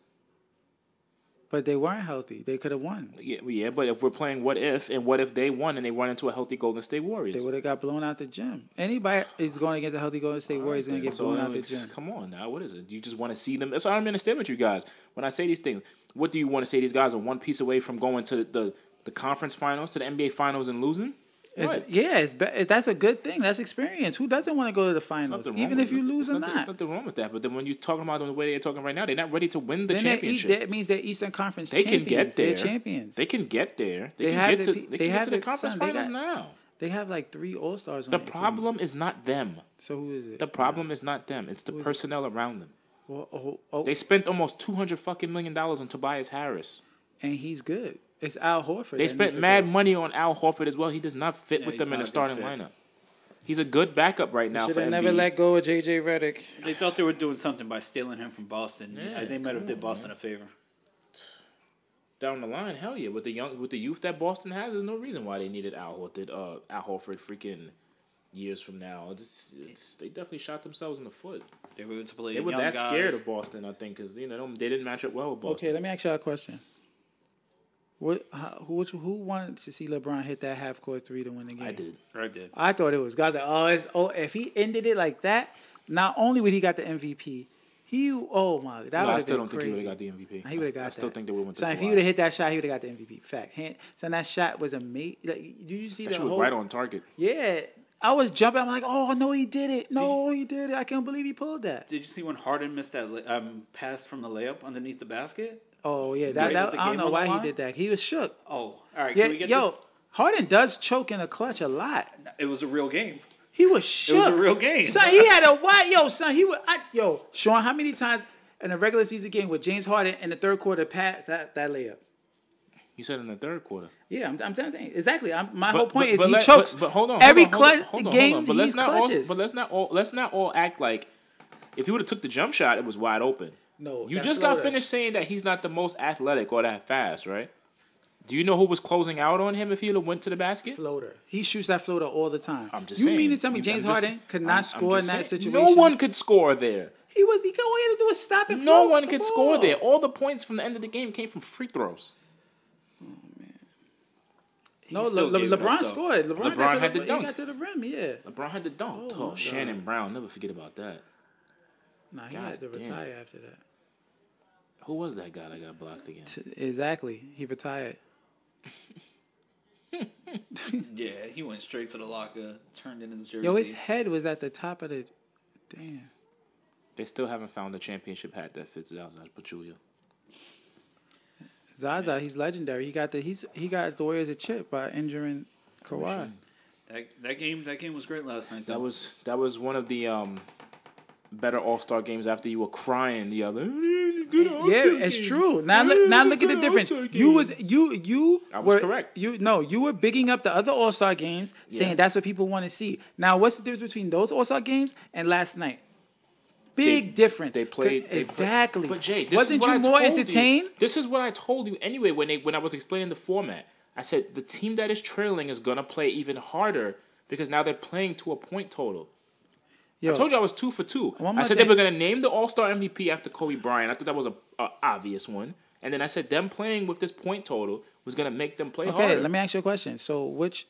Speaker 4: But they weren't healthy. They could have won.
Speaker 2: Yeah, well, yeah, but if we're playing what if and what if they won and they run into a healthy Golden State Warriors?
Speaker 4: They would have got blown out the gym. Anybody is going against a healthy Golden State Warriors going to get
Speaker 2: So,
Speaker 4: blown out the
Speaker 2: it's-
Speaker 4: gym.
Speaker 2: Come on now, what is it? You just want to see them. That's why I don't understand with you guys. When I say these things, what do you want to say? These guys are one piece away from going to the, the conference finals, to the NBA finals, and losing.
Speaker 4: It's-
Speaker 2: What?
Speaker 4: yeah, it's be- that's a good thing. That's experience. Who doesn't want to go to the finals,
Speaker 2: Nothing wrong
Speaker 4: even
Speaker 2: with
Speaker 4: if you
Speaker 2: it.
Speaker 4: lose
Speaker 2: There's
Speaker 4: or
Speaker 2: nothing-
Speaker 4: not?
Speaker 2: There's nothing wrong with that. But then when you're talking about them the way they're talking right now, they're not ready to win the
Speaker 4: Then that, e-
Speaker 2: championship.
Speaker 4: that means they're Eastern Conference
Speaker 2: they can
Speaker 4: champions.
Speaker 2: get there.
Speaker 4: They're champions.
Speaker 2: They can get there. They,
Speaker 4: They
Speaker 2: can
Speaker 4: have
Speaker 2: get
Speaker 4: the
Speaker 2: to.
Speaker 4: pe-
Speaker 2: They
Speaker 4: they
Speaker 2: can get
Speaker 4: have
Speaker 2: to the
Speaker 4: the-
Speaker 2: conference
Speaker 4: son, they
Speaker 2: finals
Speaker 4: got-
Speaker 2: now.
Speaker 4: They have like three All Stars.
Speaker 2: The problem is not them.
Speaker 4: So who is it?
Speaker 2: The problem is not them. It's the personnel around them.
Speaker 4: Well, oh, oh,
Speaker 2: They spent almost two hundred fucking million dollars on Tobias Harris.
Speaker 4: and he's good. It's Al Horford. that
Speaker 2: They
Speaker 4: needs
Speaker 2: spent
Speaker 4: to
Speaker 2: mad
Speaker 4: go.
Speaker 2: money on Al Horford as well. He does not fit
Speaker 3: Yeah,
Speaker 2: with
Speaker 3: he's
Speaker 2: them in
Speaker 3: not
Speaker 2: the
Speaker 3: a good
Speaker 2: starting
Speaker 3: fit.
Speaker 2: lineup. He's a good backup right now
Speaker 4: Should
Speaker 2: for
Speaker 4: have never
Speaker 2: Embiid.
Speaker 4: let go of JJ Redick.
Speaker 3: They thought they were doing something by stealing him from Boston.
Speaker 2: Yeah,
Speaker 3: I think might have
Speaker 2: come
Speaker 3: did
Speaker 2: on,
Speaker 3: Boston a favor.
Speaker 2: Down the line, hell yeah, with the young, with the youth that Boston has, there's no reason why they needed Al Horford. Uh, Al Horford, freaking years from now, it's, it's, they definitely shot themselves in the foot.
Speaker 3: They were to play
Speaker 2: They were
Speaker 3: young
Speaker 2: that
Speaker 3: guys.
Speaker 2: scared of Boston, I think, because you know they didn't match up well with Boston.
Speaker 4: Okay, let me ask y'all a question. What? How, who? which- Who wanted to see LeBron hit that half court three to win the game?
Speaker 2: I did.
Speaker 3: I did.
Speaker 4: I thought it was. God, like, oh, it's, oh, if he ended it like that, not only would he got the MVP, he. Oh my, that
Speaker 2: No,
Speaker 4: would
Speaker 2: I
Speaker 4: have
Speaker 2: still
Speaker 4: been
Speaker 2: don't think he would
Speaker 4: crazy.
Speaker 2: have got the MVP.
Speaker 4: He would
Speaker 2: I,
Speaker 4: have
Speaker 2: st-
Speaker 4: got
Speaker 2: I still
Speaker 4: that.
Speaker 2: think they would have went
Speaker 4: So
Speaker 2: to
Speaker 4: if he would have
Speaker 2: Kawhi.
Speaker 4: hit that shot, he would have got the MVP. Fact. Hand, so that shot was amazing. Like, did you see
Speaker 2: That
Speaker 4: the
Speaker 2: shit was
Speaker 4: whole?
Speaker 2: right on target.
Speaker 4: Yeah, I was jumping. I'm like, oh no, he did it. No, he did it. I can't believe he pulled that.
Speaker 3: Did you see when Harden missed that la- um, pass from the layup underneath the basket?
Speaker 4: Oh yeah, that,
Speaker 3: Right
Speaker 4: that
Speaker 3: with the
Speaker 4: I don't
Speaker 3: game
Speaker 4: know
Speaker 3: on the
Speaker 4: why he
Speaker 3: line?
Speaker 4: did that. He was shook.
Speaker 3: Oh, all right.
Speaker 4: Yeah,
Speaker 3: can we get
Speaker 4: yo, Harden does choke in a clutch a lot.
Speaker 3: this? It was a real game.
Speaker 4: He was shook.
Speaker 3: was a real game.
Speaker 4: Son, he had a wide yo, son. He was I, yo, Sean, how many times in a regular season game with James Harden in the third quarter pass that, that layup?
Speaker 2: He said in the third quarter.
Speaker 4: Yeah, I'm, I'm saying exactly. I'm, my
Speaker 2: But-
Speaker 4: whole point
Speaker 2: but-
Speaker 4: is
Speaker 2: but
Speaker 4: he
Speaker 2: let-
Speaker 4: chokes.
Speaker 2: But, but hold on,
Speaker 4: every
Speaker 2: hold on, hold
Speaker 4: clutch
Speaker 2: on, hold on,
Speaker 4: game.
Speaker 2: hold on. But
Speaker 4: he's
Speaker 2: let's not
Speaker 4: clutches.
Speaker 2: all. But let's not all. Let's not all act like if he would have took the jump shot, it was wide open.
Speaker 4: no,
Speaker 2: You
Speaker 4: that
Speaker 2: just got
Speaker 4: floater.
Speaker 2: finished saying that he's not the most athletic or that fast, right? Do you know who was closing out on him if he would have went to the basket?
Speaker 4: Floater. He shoots that floater all the time.
Speaker 2: I'm just
Speaker 4: you
Speaker 2: saying.
Speaker 4: mean to tell me
Speaker 2: You-
Speaker 4: James
Speaker 2: I'm just-
Speaker 4: Harden could
Speaker 2: I'm-
Speaker 4: not
Speaker 2: I'm
Speaker 4: score in
Speaker 2: just
Speaker 4: that
Speaker 2: saying.
Speaker 4: situation?
Speaker 2: No one could score there.
Speaker 4: He was. He all he had to do was stop
Speaker 2: No
Speaker 4: and float
Speaker 2: one
Speaker 4: the
Speaker 2: could
Speaker 4: ball.
Speaker 2: score there. All the points from the end of the game came from free throws.
Speaker 4: No,
Speaker 3: still
Speaker 4: Le- Le-
Speaker 3: gave it
Speaker 4: LeBron
Speaker 3: up, though.
Speaker 4: scored. LeBron,
Speaker 2: LeBron
Speaker 4: got to
Speaker 2: had
Speaker 4: the,
Speaker 2: to dunk.
Speaker 4: He got to the rim. Yeah.
Speaker 2: LeBron had the dunk.
Speaker 4: Oh,
Speaker 2: Oh,
Speaker 4: my
Speaker 2: Shannon Brown. Never forget about that.
Speaker 4: Nah, he
Speaker 2: God
Speaker 4: had to
Speaker 2: damn.
Speaker 4: retire after that.
Speaker 2: Who was that guy that got blocked again?
Speaker 4: T- Exactly. He retired.
Speaker 3: Yeah, he went straight to the locker, turned in his jersey.
Speaker 4: Yo, his head was at the top of the. Damn.
Speaker 2: They still haven't found a championship hat that fits Zaza Pachulia.
Speaker 4: Zaza, he's legendary. He got the he's he got the Warriors a chip by injuring Kawhi.
Speaker 3: that, that game, that game was great last night.
Speaker 2: That
Speaker 3: though.
Speaker 2: was that was one of the um, better All Star games. After you were crying the other. Yeah,
Speaker 4: Yeah, it's true. Now look now look at the difference. You was you you
Speaker 2: I was
Speaker 4: were,
Speaker 2: correct.
Speaker 4: You no, you were bigging up the other All Star games, saying that's what people want to see. Now what's the difference between those All Star games and last night? Big
Speaker 2: They-
Speaker 4: difference.
Speaker 2: They played they play-
Speaker 4: exactly.
Speaker 2: but Jay, this
Speaker 4: wasn't
Speaker 2: is what
Speaker 4: you
Speaker 2: I
Speaker 4: more
Speaker 2: told
Speaker 4: entertained?
Speaker 2: You. This is what I told you anyway when they when I was explaining the format. I said the team that is trailing is gonna play even harder because now they're playing to a point total.
Speaker 4: Yo,
Speaker 2: I told you I was two for two. I
Speaker 4: One more
Speaker 2: said
Speaker 4: thing.
Speaker 2: they were going to name the All Star MVP after Kobe Bryant. I thought that was a, a obvious one. And then I said them playing with this point total was going to make them play
Speaker 4: Okay,
Speaker 2: harder.
Speaker 4: let me ask you a question. So which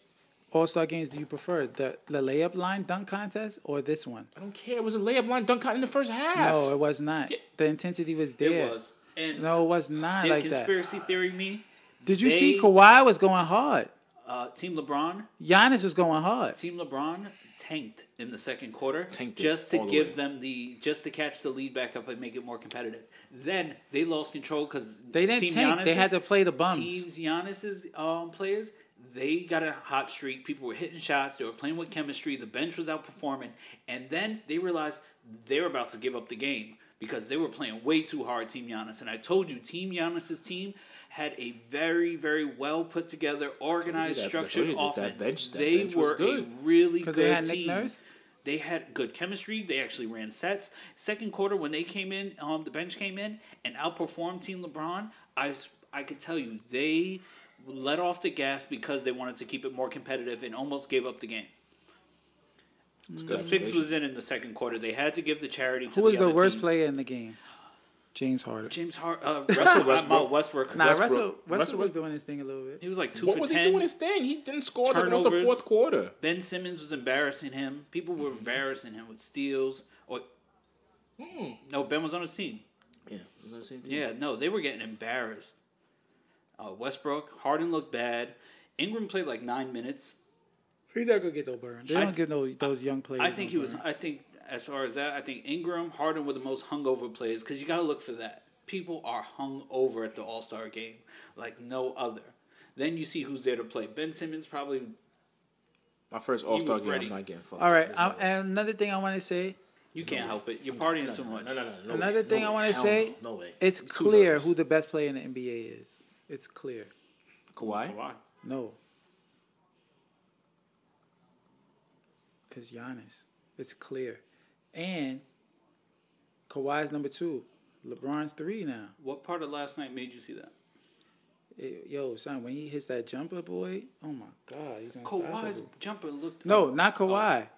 Speaker 4: All Star games do you prefer? The the layup line dunk contest or this one?
Speaker 2: I don't care. It was a layup line dunk out in the first half.
Speaker 4: No, it was not. The intensity was
Speaker 3: it
Speaker 4: there.
Speaker 3: was. And
Speaker 4: No, it was not
Speaker 3: in
Speaker 4: like that.
Speaker 3: conspiracy theory, me,
Speaker 4: Did you see
Speaker 3: they-
Speaker 4: Kawhi was going hard?
Speaker 3: uh, Team LeBron,
Speaker 4: Giannis was going hard.
Speaker 3: Team LeBron tanked in the second quarter,
Speaker 2: Tanked it
Speaker 3: just to
Speaker 2: all the
Speaker 3: give
Speaker 2: way.
Speaker 3: them the just to catch the lead back up and make it more competitive. Then they lost control because
Speaker 4: They didn't tank. They had to play the bums.
Speaker 3: Teams Giannis's um, players, they got a hot streak. People were hitting shots. They were playing with chemistry. The bench was outperforming, and then they realized they were about to give up the game because they were playing way too hard. Team Giannis, and I told you, Team Giannis's team had a very, very well put together, organized,
Speaker 2: that- I told
Speaker 3: structured
Speaker 2: you that that
Speaker 3: offense.
Speaker 2: bench- that
Speaker 3: they
Speaker 2: bench was
Speaker 3: were a
Speaker 2: good.
Speaker 3: really good
Speaker 4: 'Cause they had Nick
Speaker 3: team.
Speaker 4: Nurse?
Speaker 3: They had good chemistry. They actually ran sets. Second quarter, when they came in, um, the bench came in and outperformed Team LeBron. I s- I could tell you they let off the gas because they wanted to keep it more competitive and almost gave up the game. The fix was in in the second quarter. They had to give the charity to
Speaker 4: Who was the
Speaker 3: other
Speaker 4: worst
Speaker 3: team.
Speaker 4: player in the game? James Harden.
Speaker 3: James Hart, uh, Russell Westbrook.
Speaker 2: Westbrook.
Speaker 3: Westbrook.
Speaker 4: nah, Russell, Russell,
Speaker 2: Westbrook- Russell
Speaker 4: was
Speaker 2: was-
Speaker 4: doing his thing a little bit.
Speaker 3: He was like two
Speaker 2: what
Speaker 3: for
Speaker 2: was
Speaker 3: ten.
Speaker 2: he doing his thing? He didn't score until almost the
Speaker 3: Turnovers.
Speaker 2: fourth quarter.
Speaker 3: Ben Simmons was embarrassing him. People
Speaker 2: Mm-hmm.
Speaker 3: were embarrassing him with steals. Or no, Ben was on his team.
Speaker 2: Hmm. Yeah, it was on the same team.
Speaker 3: Yeah, no, they were getting embarrassed. Uh, Westbrook, Harden looked bad. Ingram played like nine minutes.
Speaker 4: He's not gonna get no burn. They
Speaker 3: I-
Speaker 4: don't give no those young players.
Speaker 3: I think
Speaker 4: no
Speaker 3: he was.
Speaker 4: burn.
Speaker 3: I think as far as that, I think Ingram, Harden were the most hungover players because you got to look for that. People are hung over at the All Star game like no other. Then you see who's there to play. Ben Simmons probably.
Speaker 2: My first All Star game,
Speaker 3: ready.
Speaker 2: I'm not getting fucked.
Speaker 4: All right.
Speaker 2: There's no
Speaker 4: I,
Speaker 2: way.
Speaker 4: and another thing I want to say.
Speaker 3: You can't help it. You're partying too much.
Speaker 2: No, no, no, no, no
Speaker 4: another
Speaker 2: way.
Speaker 4: thing
Speaker 2: No
Speaker 4: I
Speaker 2: way.
Speaker 4: want to
Speaker 2: Hell
Speaker 4: say.
Speaker 2: No, no way.
Speaker 4: It's
Speaker 2: I'm too
Speaker 4: clear
Speaker 2: nervous.
Speaker 4: who the best player in the NBA is. It's clear.
Speaker 2: Kawhi.
Speaker 3: Why?
Speaker 4: No. It's Giannis. It's clear. And Kawhi's number two. LeBron's three now.
Speaker 3: What part of last night made you see that?
Speaker 4: It- yo, son, when he hits that jumper, boy, oh my God. He's
Speaker 3: Kawhi's
Speaker 4: unstoppable.
Speaker 3: jumper looked. Oh,
Speaker 4: No, not Kawhi.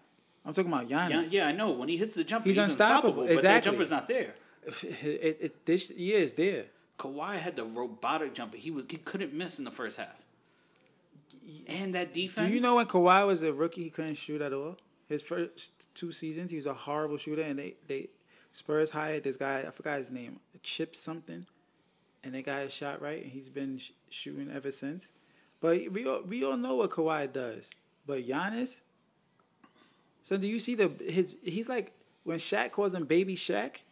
Speaker 4: I'm talking about Giannis.
Speaker 3: Yeah, yeah, I know. When he hits the jumper,
Speaker 4: He's
Speaker 3: he's, unstoppable.
Speaker 4: unstoppable.
Speaker 3: But that
Speaker 4: Exactly.
Speaker 3: jumper's not there.
Speaker 4: It, it, this year is there.
Speaker 3: Kawhi had the robotic jumper. He was he couldn't miss in the first half. And that defense.
Speaker 4: Do you know when Kawhi was a rookie, he couldn't shoot at all? His first two seasons, he was a horrible shooter, and they they Spurs hired this guy. I forgot his name, Chip something, and they got his shot right, and he's been sh- shooting ever since. But we all, we all know what Kawhi does. But Giannis, so do you see the his? He's like when Shaq calls him Baby Shaq.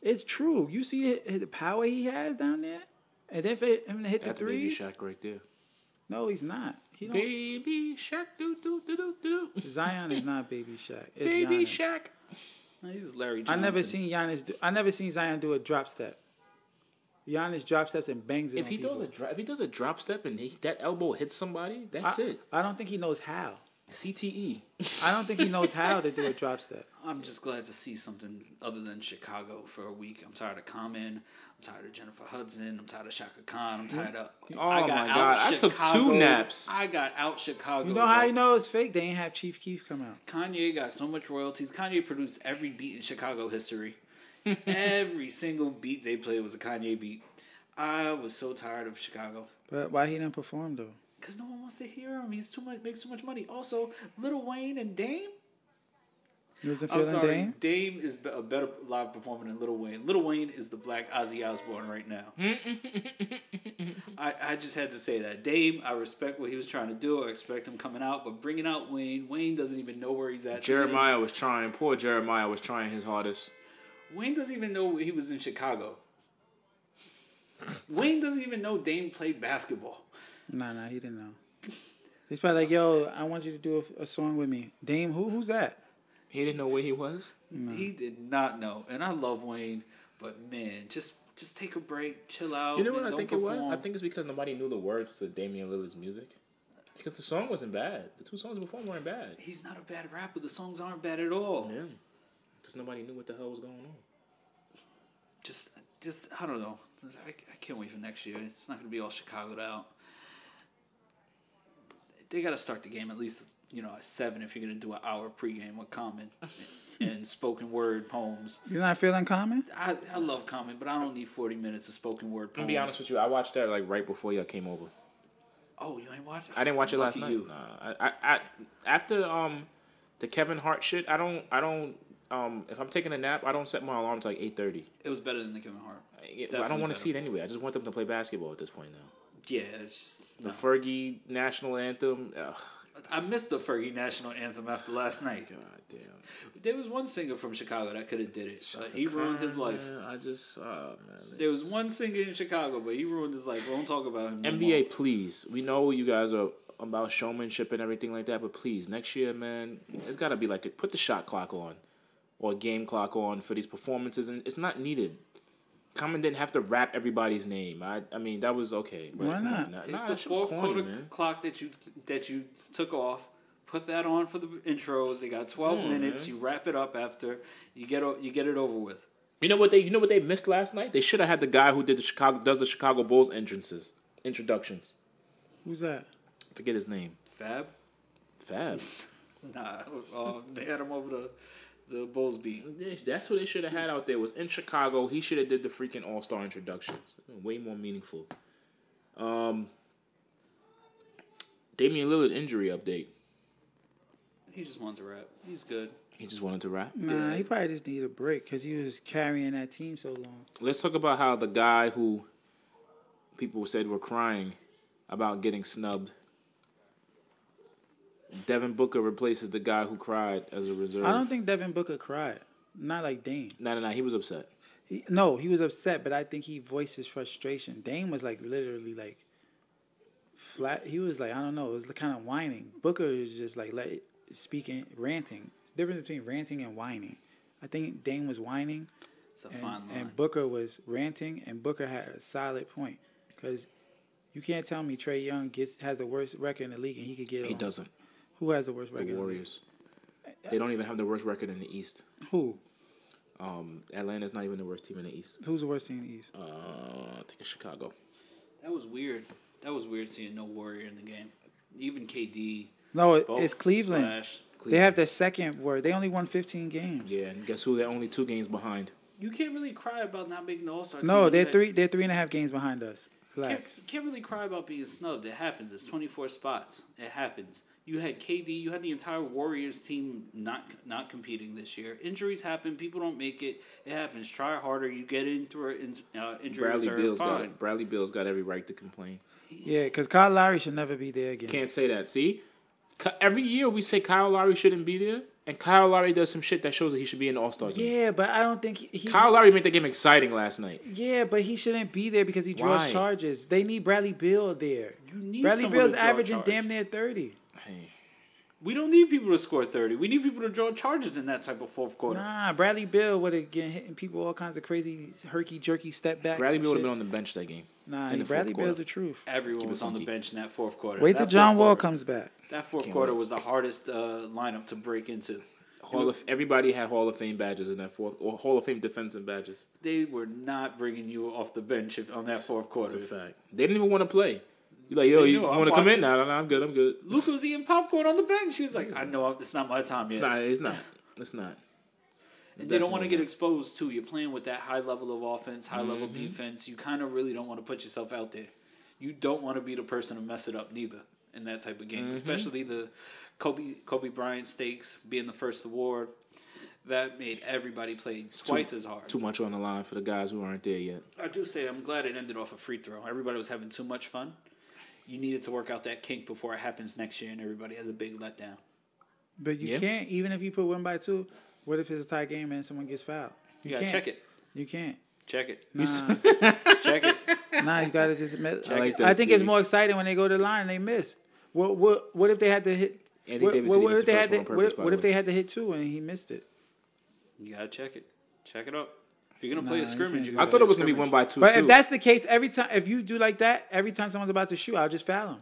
Speaker 4: It's true. You see hi- the power he has down there, and then for him to hit
Speaker 2: That's
Speaker 4: the
Speaker 2: baby
Speaker 4: threes.
Speaker 2: Shaq right there.
Speaker 4: No, he's not. He don't.
Speaker 2: Baby Shaq, do do do do do.
Speaker 4: Zion is not Baby Shaq. It's
Speaker 2: Baby
Speaker 4: Giannis.
Speaker 2: Shaq.
Speaker 3: he's Larry.
Speaker 4: I
Speaker 3: Johnson.
Speaker 4: never seen Giannis. Do, I never seen Zion do a drop step. Giannis drop steps and bangs it.
Speaker 2: If
Speaker 4: on
Speaker 2: he
Speaker 4: people.
Speaker 2: does a dro- if he does a drop step and he, that elbow hits somebody, that's
Speaker 4: I,
Speaker 2: it. E.
Speaker 4: I don't think he knows how.
Speaker 2: CTE.
Speaker 4: I don't think he knows how to do a drop step.
Speaker 3: I'm just glad to see something other than Chicago for a week. I'm tired of Common. I'm tired of Jennifer Hudson. I'm tired of Shaka Khan.
Speaker 4: Hmm?
Speaker 3: I'm tired of.
Speaker 2: Oh my God, I took two naps.
Speaker 3: I got out Chicago.
Speaker 4: You
Speaker 2: Oh,
Speaker 4: know how
Speaker 3: like,
Speaker 4: you know it's fake? They ain't have Chief Keef come out.
Speaker 3: Kanye got so much royalties. Kanye produced every beat in Chicago history. every single beat they played was a Kanye beat. I was so tired of Chicago
Speaker 4: But why he didn't perform though?
Speaker 3: because no one wants to hear him. He's too much. Makes too much money. Also, Lil Wayne and Dame.
Speaker 4: You wasn't
Speaker 3: I'm
Speaker 4: feeling
Speaker 3: sorry,
Speaker 4: Dame?
Speaker 3: Dame, is be- a better live performer than Lil Wayne. Lil Wayne is the Black Ozzy Osbourne right now. I, I just had to say that Dame. I respect what he was trying to do. I respect him coming out, but bringing out Wayne. Wayne doesn't even know where he's at. Doesn't even-
Speaker 2: Jeremiah was trying. Poor Jeremiah was trying his hardest.
Speaker 3: Wayne doesn't even know he was in Chicago. Wayne doesn't even know Dame played basketball.
Speaker 4: Nah, nah, he didn't know. He's probably like, yo, I want you to do a, a song with me. Dame, who? Who's that?
Speaker 2: He didn't know where he was.
Speaker 3: He did not know. And I love Wayne, but man, just just take a break, chill out.
Speaker 2: You know
Speaker 3: and
Speaker 2: what I
Speaker 3: don't
Speaker 2: think it was?
Speaker 3: perform.
Speaker 2: I think it's because nobody knew the words to Damian Lillard's music. Because the song wasn't bad. The two songs before weren't bad.
Speaker 3: he's not a bad rapper. The songs aren't bad at all.
Speaker 2: Yeah. Because nobody knew what the hell was going on.
Speaker 3: Just just I don't know. I, I can't wait for next year. It's not going to be all Chicagoed out. They got to start the game at least you know at seven if you're going to do an hour pregame with Common and spoken word poems.
Speaker 4: You're not feeling common?
Speaker 3: I, I love comment, but I don't need 40 minutes of spoken word
Speaker 2: I'm
Speaker 3: poems.
Speaker 2: gonna be honest with you, I watched that like right before y'all came over.
Speaker 3: Oh, you ain't watched
Speaker 2: I didn't watch it last
Speaker 3: Lucky
Speaker 2: night.
Speaker 3: you.
Speaker 2: Nah, I, I, I after um the Kevin Hart shit, I don't I don't um if I'm taking a nap, I don't set my alarm to like eight thirty.
Speaker 3: It was better than the Kevin Hart.
Speaker 2: I
Speaker 3: Definitely
Speaker 2: don't want to
Speaker 3: better.
Speaker 2: see it anyway. I just want them to play basketball at this point now.
Speaker 3: Yeah, it's just,
Speaker 2: The
Speaker 3: no.
Speaker 2: Fergie national anthem. Ugh,
Speaker 3: I missed the Fergie national anthem after last night.
Speaker 2: God damn.
Speaker 3: There was one singer from Chicago that could have did it. but Uh, he ruined his life.
Speaker 2: Man, I just oh man.
Speaker 3: There was
Speaker 2: it's-
Speaker 3: one singer in Chicago, but he ruined his life. We won't talk about him. no more.
Speaker 2: NBA, please. We know you guys are about showmanship and everything like that, but please, next year, man, it's got to be like put the shot clock on or game clock on for these performances, and it's not needed. Common didn't have to rap everybody's name. I, I mean, that was okay. But
Speaker 4: Why
Speaker 2: come
Speaker 4: not?
Speaker 2: on,
Speaker 3: Take
Speaker 2: nah,
Speaker 3: the
Speaker 2: that shit was
Speaker 3: fourth
Speaker 2: corny,
Speaker 3: quarter
Speaker 2: man.
Speaker 3: clock that you that you took off. Put that on for the intros. They got 12
Speaker 2: on,
Speaker 3: minutes. You wrap it up after. You get o- you get it over with.
Speaker 2: You know what they? You know what they missed last night? They should have had the guy who did the Chicago does the Chicago Bulls entrances introductions.
Speaker 4: Who's that?
Speaker 2: Forget his name.
Speaker 3: Fab.
Speaker 2: Fab.
Speaker 3: Nah, um, they had him over the the Bulls beat.
Speaker 2: That's what they should have had out there. Was in Chicago. He should have did the freaking All Star introductions. Way more meaningful. Um, Damian Lillard injury update.
Speaker 3: He just wanted to rap. He's good.
Speaker 2: He just wanted to rap.
Speaker 4: Nah,
Speaker 3: Yeah.
Speaker 4: he probably just needed a break because he was carrying that team so long.
Speaker 2: Let's talk about how the guy who people said were crying about getting snubbed. Devin Booker replaces the guy who cried as a reserve.
Speaker 4: I don't think Devin Booker cried. Not like Dame.
Speaker 2: No, no, no. He was upset.
Speaker 4: He, no, he was upset, but I think he voiced his frustration. Dame was like literally like flat. He was like I don't know. It was kind of whining. Booker is just like let speaking, ranting. It's difference between ranting and whining. I think Dame was whining,
Speaker 3: It's a
Speaker 4: and,
Speaker 3: fine line.
Speaker 4: and Booker was ranting, and Booker had a solid point because you can't tell me Trey Young gets has the worst record in the league and he could get.
Speaker 2: He
Speaker 4: on.
Speaker 2: doesn't.
Speaker 4: Who has the worst record?
Speaker 2: The
Speaker 4: in the league?
Speaker 2: Warriors. They don't even have the worst record in the East.
Speaker 4: Who?
Speaker 2: Um, Atlanta's not even the worst team in the East.
Speaker 4: Who's the worst team in the East?
Speaker 2: Uh, I think it's Chicago.
Speaker 3: that was weird. That was weird seeing no Warrior in the game. Even KD.
Speaker 4: No, it-
Speaker 3: both
Speaker 4: it's Cleveland.
Speaker 3: Splash.
Speaker 4: They have the second word. They only won 15 games.
Speaker 2: Yeah, and guess who? They're only two games behind.
Speaker 3: You can't really cry about not making the All Star.
Speaker 4: No, they're three. They're three and a half games behind us. Relax.
Speaker 3: Can't, can't really cry about being snubbed. It happens. It's 24 spots. It happens. You had KD. You had the entire Warriors team not not competing this year. Injuries happen. People don't make it. It happens. Try harder. You get in through an in, uh, injury
Speaker 2: Bradley
Speaker 3: reserve.
Speaker 2: Bill's got
Speaker 3: Fine.
Speaker 2: it. Bradley Bill's got every right to complain.
Speaker 4: Yeah, because Kyle Lowry should never be there again.
Speaker 2: Can't say that. See, Ki- every year we say Kyle Lowry shouldn't be there, and Kyle Lowry does some shit that shows that he should be in the All Star game.
Speaker 4: Yeah, but I don't think he. he's-
Speaker 2: Kyle Lowry made the game exciting last night.
Speaker 4: Yeah, but he shouldn't be there because he draws
Speaker 2: Why?
Speaker 4: charges. They need Bradley Bill there.
Speaker 3: You need
Speaker 4: Bradley
Speaker 3: someone to
Speaker 4: Bill's
Speaker 3: draw
Speaker 4: averaging
Speaker 3: charge.
Speaker 4: damn near thirty.
Speaker 2: Hey,
Speaker 3: We don't need people to score 30. We need people to draw charges in that type of fourth quarter.
Speaker 4: Nah, Bradley Bill would have been hitting people all kinds of crazy herky jerky step backs.
Speaker 2: Bradley
Speaker 4: and
Speaker 2: Bill would have
Speaker 4: shit.
Speaker 2: been on the bench that game.
Speaker 4: Nah,
Speaker 2: in the
Speaker 4: Bradley
Speaker 2: fourth quarter.
Speaker 4: Bill's the truth.
Speaker 3: Everyone
Speaker 2: Keep
Speaker 3: was
Speaker 2: it
Speaker 3: on the
Speaker 2: funky.
Speaker 3: bench in that fourth quarter.
Speaker 4: Wait
Speaker 3: That
Speaker 4: till
Speaker 3: fourth
Speaker 4: John Wall
Speaker 3: quarter-
Speaker 4: comes back.
Speaker 3: That fourth
Speaker 2: Can't
Speaker 3: quarter
Speaker 2: wait.
Speaker 3: was the hardest uh, lineup to break into.
Speaker 2: Hall of everybody had Hall of Fame badges in that fourth or Hall of Fame defensive badges.
Speaker 3: They were not bringing you off the bench if, on that fourth quarter.
Speaker 2: That's a fact. They didn't even want to play. You like, yo,
Speaker 3: They
Speaker 2: you
Speaker 3: knew, I'm
Speaker 2: want to come
Speaker 3: watching.
Speaker 2: in? Nah, nah, nah, I'm good. I'm good.
Speaker 3: Luca was eating popcorn on the bench. He was like, "I know it's not my time
Speaker 2: It's
Speaker 3: yet."
Speaker 2: not. It's not. It's not.
Speaker 3: and they don't want to get
Speaker 2: definitely
Speaker 3: exposed too. You're playing with that high level of offense, high level
Speaker 4: Mm-hmm.
Speaker 3: defense. You kind of really don't want to put yourself out there. You don't want to be the person to mess it up neither in that type of
Speaker 4: Mm-hmm.
Speaker 3: game, especially the Kobe Kobe Bryant stakes being the first award. That made everybody play twice as hard.
Speaker 2: Too much on the line for the guys who aren't there yet.
Speaker 3: I do say I'm glad it ended off a free throw. Everybody was having too much fun. You needed to work out that kink before it happens next year, and everybody has a big letdown.
Speaker 4: But you
Speaker 2: Yeah.
Speaker 4: can't even if you put one by two. What if it's a tie game and someone gets fouled?
Speaker 3: You gotta
Speaker 4: can't.
Speaker 3: check it,
Speaker 4: You can't.
Speaker 3: check it,
Speaker 4: Nah,
Speaker 3: check it.
Speaker 4: nah you gotta just admit. I,
Speaker 2: like that,
Speaker 4: think it's
Speaker 2: Stevie.
Speaker 4: more exciting when they go to the line and they miss. What what what if they had to hit?
Speaker 2: Anthony
Speaker 4: what,
Speaker 2: Davis
Speaker 4: what-
Speaker 2: said he
Speaker 4: what
Speaker 2: missed
Speaker 4: if
Speaker 2: the
Speaker 4: they
Speaker 2: first
Speaker 4: had
Speaker 2: one
Speaker 4: to,
Speaker 2: on
Speaker 4: what,
Speaker 2: purpose,
Speaker 4: if-
Speaker 2: by
Speaker 4: what
Speaker 2: the
Speaker 4: if they had to hit two and he missed it?
Speaker 3: You gotta check it. Check it up. If you're gonna play a
Speaker 4: you
Speaker 3: scrimmage,
Speaker 4: can't
Speaker 3: you
Speaker 4: do
Speaker 2: I
Speaker 3: gotta
Speaker 2: thought
Speaker 3: play
Speaker 2: it
Speaker 3: a
Speaker 2: was gonna be
Speaker 3: scrimmage.
Speaker 2: one by two.
Speaker 4: But
Speaker 2: too.
Speaker 4: if that's the case, every time if you do like that, every time someone's about to shoot, I'll just foul him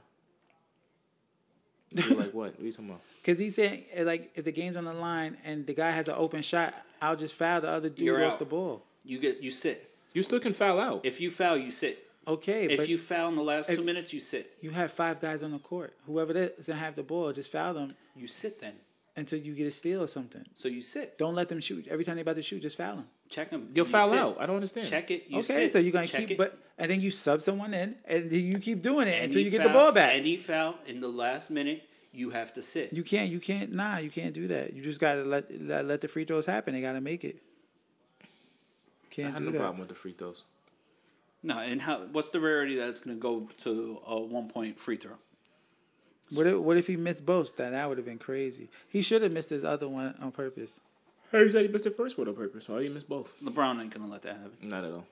Speaker 2: You're like what? What are you talking about?
Speaker 4: because he's saying eh, like if the game's on the line and the guy has an open shot, I'll just foul the other dude
Speaker 3: You're
Speaker 4: off
Speaker 3: out.
Speaker 4: the ball.
Speaker 3: You get you sit.
Speaker 2: You still can foul out.
Speaker 3: If you foul, you sit.
Speaker 4: Okay,
Speaker 3: If
Speaker 4: but
Speaker 3: you
Speaker 4: you
Speaker 3: foul in the last
Speaker 4: if-
Speaker 3: two minutes, you sit.
Speaker 4: you have five guys on the court. Whoever doesn't have the ball, just foul them
Speaker 3: You sit then.
Speaker 4: until you get a steal or something.
Speaker 3: So you sit.
Speaker 4: Don't let them shoot every time they're about to shoot. Just foul them.
Speaker 3: Check them.
Speaker 2: You'll
Speaker 3: You
Speaker 2: foul
Speaker 3: sit.
Speaker 2: out. I don't understand.
Speaker 3: Check it. You
Speaker 4: okay,
Speaker 3: sit.
Speaker 4: so you're gonna
Speaker 3: Check
Speaker 4: keep,
Speaker 3: it.
Speaker 4: but and then you sub someone in, and then you keep doing it until
Speaker 3: Any
Speaker 4: you get the
Speaker 3: foul-
Speaker 4: ball back.
Speaker 3: Any foul in the last minute, you have to sit.
Speaker 4: you can't, you can't, nah, you can't do that. You just gotta let let, let the free throws happen. They gotta make it.
Speaker 2: I
Speaker 4: Can't
Speaker 2: had
Speaker 4: do
Speaker 2: no
Speaker 4: that.
Speaker 2: problem with the free throws.
Speaker 3: no, and how? What's the rarity that's gonna go to a one point free throw?
Speaker 4: What if, what if he missed both? That that would have been crazy. He should have missed his other one on purpose.
Speaker 2: Harry said he missed the first one on purpose. Why you miss both?
Speaker 3: LeBron ain't gonna let that happen.
Speaker 2: Not at all.